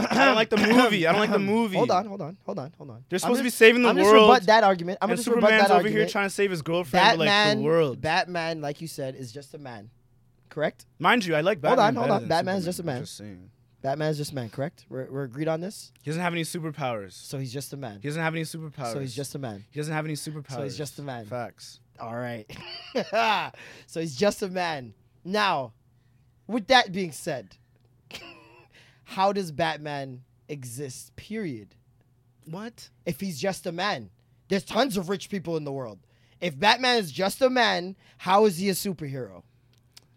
D: I don't like the movie. I don't like the movie.
C: Hold on. Hold on. Hold on. Hold on. I'm
D: They're supposed to
C: just-
D: be saving the
C: I'm
D: world,
C: Just rebut that argument. I'm
D: and
C: gonna just rebut
D: Superman's
C: that
D: over
C: argument.
D: here trying to save his girlfriend, but, like
C: Batman.
D: the world.
C: Batman, like you said, is just a man. Correct.
D: Mind you, I like
C: Hold
D: Batman.
C: on, hold
D: better
C: on.
D: than
C: Batman's
D: Superman,
C: just a
D: I'm
C: man.
D: saying.
C: Batman is just a man. Correct. We're, we're agreed on this.
D: He doesn't have any superpowers.
C: So he's just a man.
D: He doesn't have any superpowers.
C: So he's just a man.
D: He doesn't have any superpowers.
C: just a man.
D: Facts.
C: All right. so he's just a man. Now, with that being said, how does Batman exist? Period.
D: What?
C: If he's just a man, there's tons of rich people in the world. If Batman is just a man, how is he a superhero?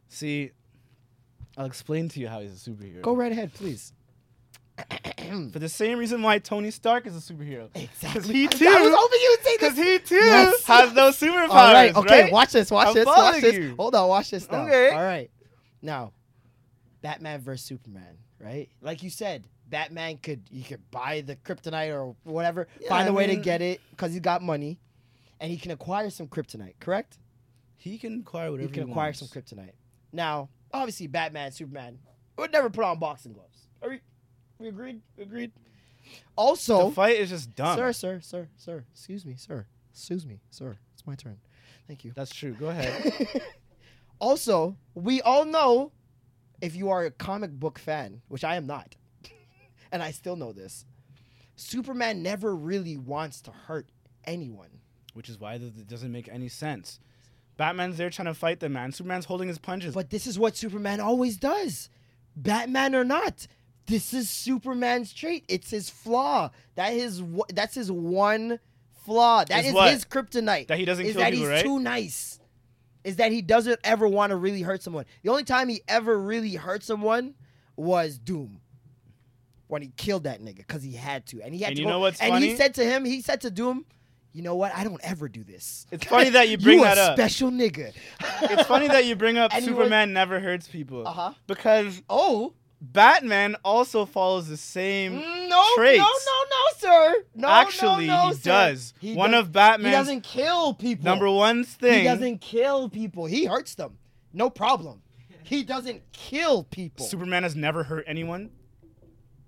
D: See, I'll explain to you how he's a superhero.
C: Go right ahead, please.
D: For the same reason why Tony Stark is a superhero. Because
C: Exactly.
D: he
C: I-
D: too.
C: I was hoping you would say this.
D: Because he too
C: Yes.
D: has no superpowers.
C: All right. Okay.
D: right?
C: Watch this. Watch
D: I'm
C: this. Watch
D: following
C: this.
D: you.
C: Hold on. Watch this now.
D: Okay.
C: All right. Now, Batman versus Superman. Right. Like you said, Batman could you could buy the kryptonite or whatever, find a
D: I
C: way to
D: mean-
C: get it because he's got money, and he can acquire some kryptonite. Correct.
D: He can acquire whatever
C: he can
D: he
C: acquire
D: wants.
C: some kryptonite. Now, obviously, Batman, Superman would never put on boxing gloves. Are we? We agreed. We agreed. Also,
D: The fight is just dumb.
C: Sir, sir, sir, sir. Excuse me, sir. Excuse me, sir. It's my turn. Thank you.
D: That's true. Go ahead.
C: Also, we all know if you are a comic book fan, which I am not, and I still know this, Superman never really wants to hurt anyone.
D: Which is why th- it doesn't make any sense. Batman's there trying to fight the man. Superman's holding his punches.
C: But this is what Superman always does. Batman or not, this is Superman's trait. It's his flaw. That is wha- that's his one flaw. That
D: Is
C: is,
D: what?
C: his kryptonite.
D: That he doesn't
C: is
D: kill
C: that
D: people,
C: he's
D: right?
C: too nice. Is that he doesn't ever want to really hurt someone. The only time he ever really hurt someone was Doom. When he killed that nigga because he had to. And he had
D: And
C: to
D: you
C: go-
D: know what's
C: and he
D: funny?
C: said to him, he said to Doom, you know what? I don't ever do this.
D: It's funny that you bring
C: you
D: that
C: a
D: up.
C: special nigga.
D: it's funny that you bring up
C: And he was-
D: Superman never hurts people.
C: Uh-huh.
D: Because
C: Oh,
D: Batman also follows the same
C: No,
D: traits.
C: no, no, no, sir. No,
D: Actually,
C: no, no,
D: he
C: sir.
D: does.
C: He
D: One
C: does-
D: of Batman's-
C: He doesn't kill people.
D: Number one
C: He
D: thing.
C: doesn't kill people. He hurts them. No problem. He doesn't kill people.
D: Superman has never hurt anyone.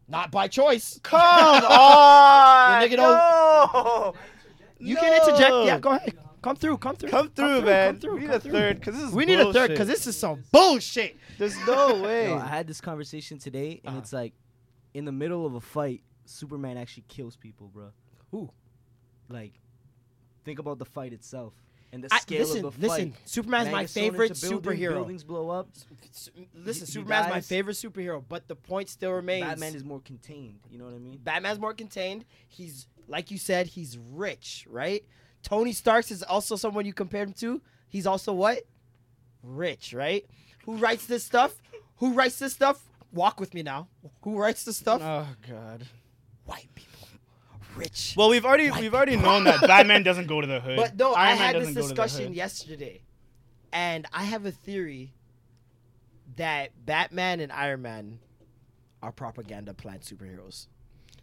C: Not by choice.
D: Come on!
C: The nigga
D: no!
C: You can interject.
D: No!
C: Yeah, go ahead. Come through. Come through.
D: Come through,
C: come
D: man.
C: Come through,
D: we need
C: come
D: a
C: through.
D: third, because this is
C: We need a third
D: bullshit.
C: because this is some bullshit.
D: There's no way.
H: Yo, I had this conversation today,
C: Uh-huh.
H: and it's like, in the middle of a fight, Superman actually kills people, bro.
C: Who?
H: Like, think about the fight itself and the
C: I-
H: scale
C: listen,
H: of the fight.
C: listen, Superman's
H: Man
C: my
H: gets thrown
C: favorite
H: into building,
C: superhero.
H: Buildings blow up.
C: S- Listen,
H: he
C: Superman's my
H: dies.
C: favorite superhero, but the point still remains.
H: Batman is more contained. You know what I mean?
C: Batman's more contained. He's like you said, he's rich, right? Tony Stark's is also someone you compared him to. He's also what? Rich, right? Who writes this stuff? Who writes this stuff? Walk with me now. Who writes this stuff?
D: Oh God.
C: White people. Rich.
D: Well, we've already we've already known that Batman doesn't go to the hood.
C: But no, I
D: Iron Man
C: had this
D: doesn't go to the
C: discussion
D: hood.
C: yesterday, and I have a theory that Batman and Iron Man are propaganda plant superheroes.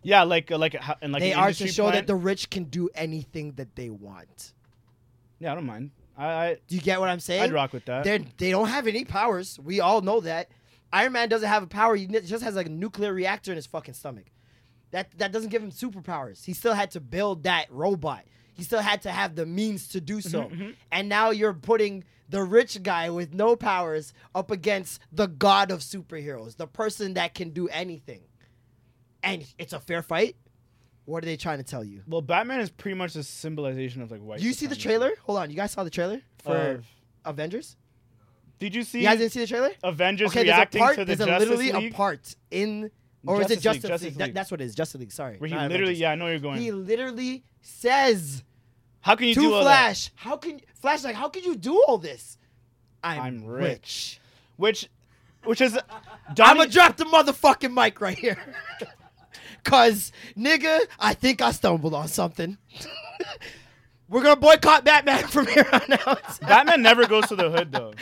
D: Yeah, like uh, like a, ho- and like
C: they
D: an
C: are to
D: industry
C: show
D: plant.
C: that the rich can do anything that they want.
D: yeah, I don't mind. I, I
C: Do you get what I'm saying?
D: I'd rock with that.
C: They're, they don't have any powers. We all know that. Iron Man doesn't have a power. He n- just has like a nuclear reactor in his fucking stomach. That that doesn't give him superpowers. He still had to build that robot. He still had to have the means to
D: Mm-hmm,
C: do so. And now you're putting the rich guy with no powers up against the god of superheroes, the person that can do anything. And it's a fair fight. What are they trying to tell you?
D: Well, Batman is pretty much a symbolization of like white.
C: You see the
D: supremacy.
C: trailer? Hold on. You guys saw the trailer for
D: Of-
C: Avengers?
D: Did you see
C: You guys didn't see the trailer?
D: Avengers
C: okay, there's a
D: reacting
C: part,
D: to the
C: there's a
D: Justice
C: literally
D: League?
C: a part in, or is it
D: Justice
C: Justice
D: League,
C: League?
D: Justice
C: That-
D: League.
C: that's what it is, Justice League. Sorry,
D: Where he
C: not
D: literally,
C: Avengers.
D: yeah, I know where you're going.
C: he literally says
D: How can you do
C: to
D: all that?
C: Flash, "How can Flash like how can you do all this? I'm,
D: I'm
C: rich.
D: rich. Which, which is,
C: I'm
D: Donnie,
C: gonna drop the motherfucking mic right here, cause nigga, I think I stumbled on something. We're gonna boycott Batman from here on out.
D: Batman never goes to the hood though.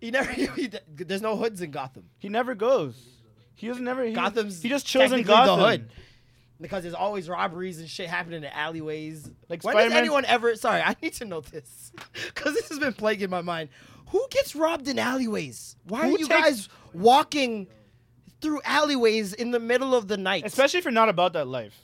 C: he never, he, there's no hoods in Gotham.
D: He never goes. He doesn't never. He,
C: Gotham's
D: He just chills in
C: technically the
D: Gotham.
C: hood. because there's always robberies and shit happening in alleyways. Like,
D: Like
C: when does
D: Spider-Man-
C: anyone ever? Sorry, I need to know this because this has been plaguing my mind. Who gets robbed in alleyways? Why
D: Who
C: are you
D: takes-
C: guys walking through alleyways in the middle of the night?
D: Especially if you're not about that life.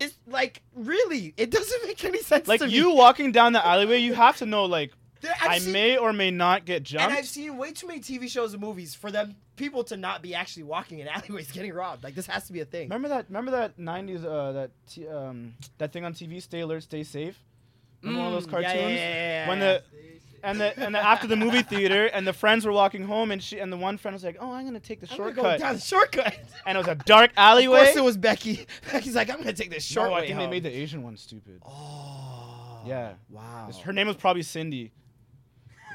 C: it's like really, it doesn't make any sense.
D: Like
C: to me.
D: you walking down the alleyway, you have to know like
C: There- I've
D: I
C: seen-
D: may or may not get jumped.
C: And I've seen way too many TV shows and movies for them people to not be actually walking in alleyways getting robbed. Like this has to be a thing.
D: Remember that? Remember that '90s uh, that t- um, that thing on TV? Stay alert, stay safe. Remember one of those
C: Mm, yeah, yeah,
D: cartoons
C: yeah, yeah,
D: when
C: yeah.
D: the and the and the after the movie theater and the friends were walking home and she and the one friend was like, "Oh, I'm gonna take the
C: I'm gonna go
D: shortcut,"
C: down the shortcut.
D: and it was a dark
C: Of
D: alleyway.
C: course, it was Becky. Becky's like, I'm gonna take this short
D: No, I
C: way
D: think
C: home.
D: they made the Asian one stupid.
C: Oh.
D: Yeah.
C: Wow.
D: It's- Her name was probably Cindy.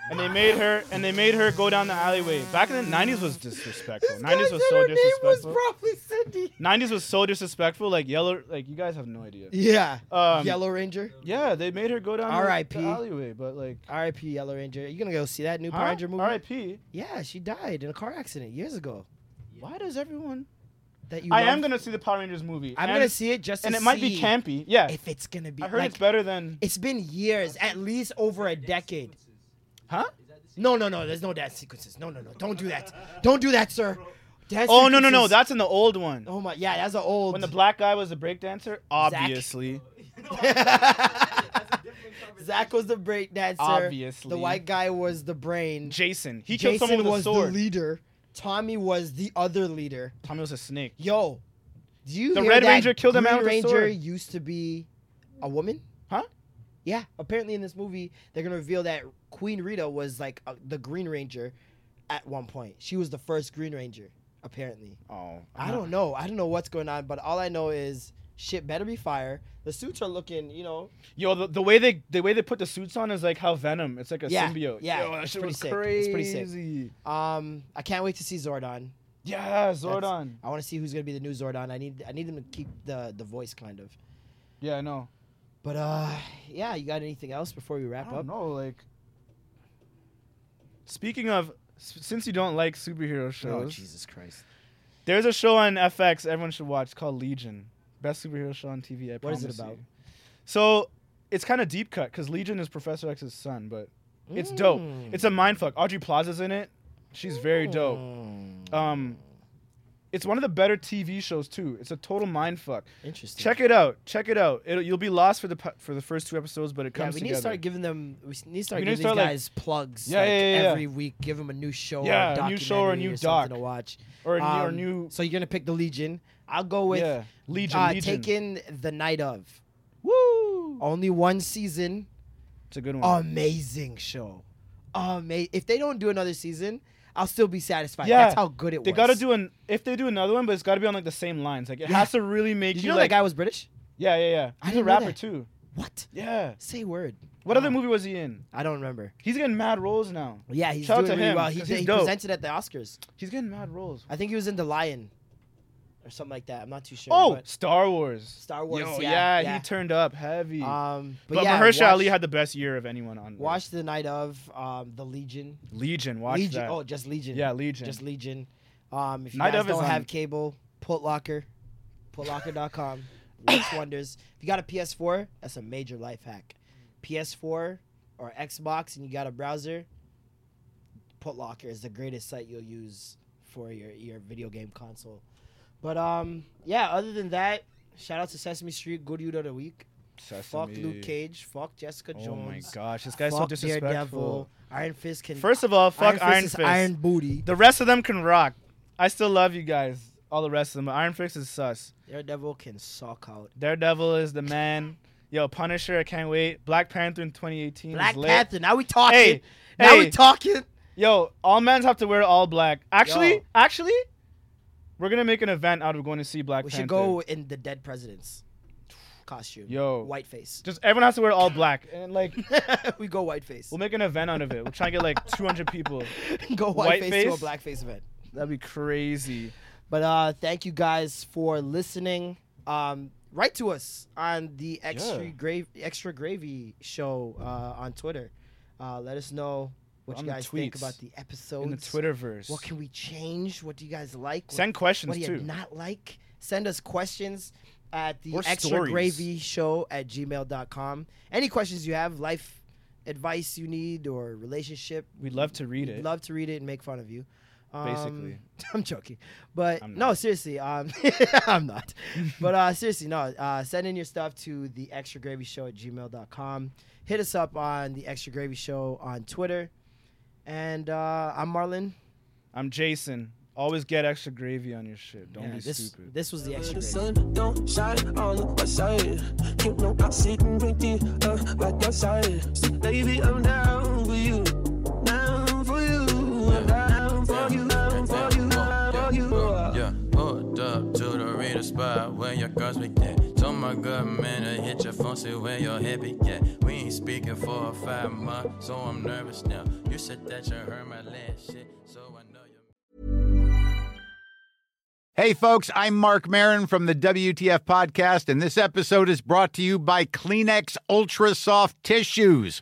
D: And they made her and they made her go down the alleyway. Back in the '90s was disrespectful.
C: This guy
D: '90s was
C: said
D: so
C: her name was
D: disrespectful.
C: probably Cindy.
D: '90s was so disrespectful. Like yellow, like you guys have no idea.
C: Yeah.
D: Um,
C: Yellow Ranger.
D: Yeah, they made her go down the-
C: R.I.P..
D: the alleyway, but like
C: R.I.P. Yellow Ranger. You gonna go see that new
D: Huh?
C: Uh, Power Ranger movie?
D: R.I.P.
C: Yeah, she died in a car accident years ago.
D: Why does everyone?
C: That you.
D: I
C: love-
D: am gonna see the Power Rangers movie.
C: I'm
D: and-
C: gonna see it just.
D: and
C: to
D: it might be
C: see
D: campy. Yeah,
C: If it's gonna be.
D: I heard
C: like,
D: it's better than.
C: It's been years, at least over a decade.
D: Huh?
C: No, no, no. There's no dance sequences. No, no, no. Don't do that. Don't do that, sir. Dance
D: Oh no no no!
C: sequences-
D: That's in the old one.
C: Oh my. Yeah, that's an old.
D: When the black guy was the breakdancer, obviously.
C: Zach was the break dancer.
D: Obviously.
C: The white guy was the brain.
D: Jason. He killed
C: Jason
D: someone with a
C: was
D: sword.
C: the leader. Tommy was the other leader.
D: Tommy was a snake.
C: Yo, do you
D: The
C: hear
D: Red
C: that
D: Ranger killed a
C: Green
D: man with a
C: Ranger
D: sword.
C: used to be a woman?
D: Huh?
C: Yeah. Apparently in this movie, they're going to reveal that Queen Rita was like uh, the Green Ranger at one point. She was the first Green Ranger, apparently.
D: Oh.
C: I don't know. I don't know what's going on, but all I know is shit better be fire. The suits are looking, you know,
D: Yo, the, the way they the way they put the suits on is like how Venom. It's like a
C: Yeah,
D: symbiote.
C: yeah,
D: Yo, that
C: it's
D: shit
C: pretty
D: was
C: sick.
D: crazy.
C: It's pretty sick. um I can't wait to see Zordon.
D: Yeah,
C: That's-
D: Zordon.
C: I want to see who's gonna be the new Zordon. I need I need them to keep the the voice kind of.
D: Yeah, I know.
C: But uh, yeah, you got anything else before we wrap
D: I don't
C: up?
D: know, like. Speaking of, s- since you don't like superhero
C: Oh
D: shows,
C: Jesus Christ!
D: there's a show on FX everyone should watch called Legion. Best superhero show on TV. I
C: What is it
D: promise you.
C: about?
D: So it's kind of deep cut because Legion is Professor X's son, but it's
C: Mm.
D: dope. It's a mindfuck. Audrey Plaza's in it. She's very dope.
C: Mm.
D: Um, it's one of the better TV shows too. It's a total mindfuck.
C: Interesting.
D: Check it out. Check it out. It'll, you'll be lost for the pu- for the first two episodes, but it
C: Yeah, we
D: comes
C: need to
D: together.
C: start giving them. We s- need to start
D: We need
C: giving
D: to start,
C: these
D: like-
C: guys plugs.
D: Yeah,
C: like,
D: yeah, yeah, yeah.
C: Every week, give them a new show. or
D: Yeah,
C: a,
D: a new show or a
C: documentary
D: new
C: something
D: doc.
C: to watch.
D: Or a new- or
C: Um,
D: new-
C: So you're gonna pick the Legion. I'll go with
D: Yeah. Legion,
C: Uh,
D: Legion.
C: Taken the night of.
D: Woo!
C: Only one season.
D: It's a good one.
C: Oh, Amazing show. Amazing. If they don't do another season, I'll still be satisfied.
D: yeah,
C: That's how good it
D: They
C: was.
D: gotta do an if they do another one, but it's gotta be on like the same lines. Like it has to really make
C: Did
D: you,
C: you know
D: like
C: that guy was British?
D: yeah yeah yeah.
C: I
D: He's a
C: didn't know
D: rapper
C: that.
D: too.
C: What?
D: Yeah.
C: Say word. Uh,
D: What other movie was he in?
C: I don't remember.
D: He's getting mad roles now.
C: Yeah, he's
D: Shout out
C: doing
D: to
C: really
D: him,
C: well. He,
D: 'cause
C: did-
D: he's
C: he
D: dope.
C: presented at the Oscars.
D: He's getting mad roles.
C: I think he was in The Lion, or something like that. I'm not too sure.
D: Oh,
C: but-
D: Star Wars.
C: Star Wars,
D: Yo,
C: yeah,
D: yeah,
C: yeah.
D: he turned up heavy.
C: um, but,
D: but
C: yeah,
D: Mahershala Ali
C: watch-
D: had the best year of anyone on.
C: watched the night of um, the Legion.
D: Legion. Watch
C: Legion.
D: that.
C: Oh, just Legion.
D: Yeah, Legion.
C: Just Legion. Um, if you
D: Night
C: guys
D: of is
C: don't
D: on-
C: have cable, Putlocker, Putlocker.com works wonders. If you got a PS4, that's a major life hack. PS4 or Xbox, and you got a browser, Putlocker is the greatest site you'll use for your your video game console. But um, yeah. Other than that, shout out to Sesame Street. Good dude of the week. Fuck
D: Sesame.
C: Luke Cage. Fuck Jessica Jones.
D: Oh my gosh, this guy's so
C: Fuck
D: disrespectful.
C: Daredevil. Iron Fist can.
D: First of all, fuck Iron
C: is
D: Fist.
C: Iron Booty.
D: The rest of them can rock. I still love you guys. All the rest of them. but Iron Fist is sus.
C: Daredevil can suck out.
D: Daredevil is the man. Yo, Punisher, I can't wait. Black Panther in 2018. is
C: Black
D: lit.
C: Panther. Now we talking.
D: Hey,
C: now we
D: hey.
C: talking.
D: Yo, all men have to wear all black. Actually,
C: Yo.
D: actually, we're gonna make an event out of going to see Black
C: We
D: Panther.
C: should go in the dead president's costume.
D: Yo.
C: white face.
D: Just everyone has to wear all black, and like
C: we go white face.
D: we'll make an event out of it. We'll try and get like 200 people.
C: go white,
D: white
C: face, to a
D: face?
C: black face event.
D: That'd be crazy.
C: But uh, thank you guys for listening. Um, write to us on the extra
D: Yeah.
C: grave extra gravy show uh, on Twitter. Uh, let us know what
D: On
C: you
D: the
C: guys think
D: tweets.
C: about the episode
D: In the Twitterverse.
C: What can we change? What do you guys like? What-
D: Send questions,
C: What do you
D: too.
C: not like? Send us questions at the
D: Or
C: extra
D: stories.
C: gravy show at gmail.com. Any questions you have, life advice you need, or relationship,
D: We'd love to read
C: We'd
D: it.
C: love to read it and make fun of you. Um,
D: Basically.
C: I'm joking, but
D: I'm
C: no, seriously, um, I'm not. but uh, seriously, no. Uh, send in your stuff to the extra gravy show at gmail.com. Hit us up on the extra gravy show on Twitter. And uh, I'm Marlon.
D: I'm Jason. Always get extra gravy on your shit. Don't
C: Yeah,
D: be
C: this,
D: stupid.
C: this was the
A: The
C: extra gravy.
A: sun don't shine on the west side. You know I sit and drink the uh, right outside. So baby, I'm down for you, down for you, I'm down for you, down for you, down for you.
B: Yeah, pulled up to the reader spot where your guns begin. Told my good man to hit your phone, see where your head began. We ain't speaking for five months, so I'm nervous now. You said that you heard my last shit, so I know you.
G: Hey, folks, I'm Mark Marin from the WTF Podcast, and this episode is brought to you by Kleenex Ultra Soft Tissues,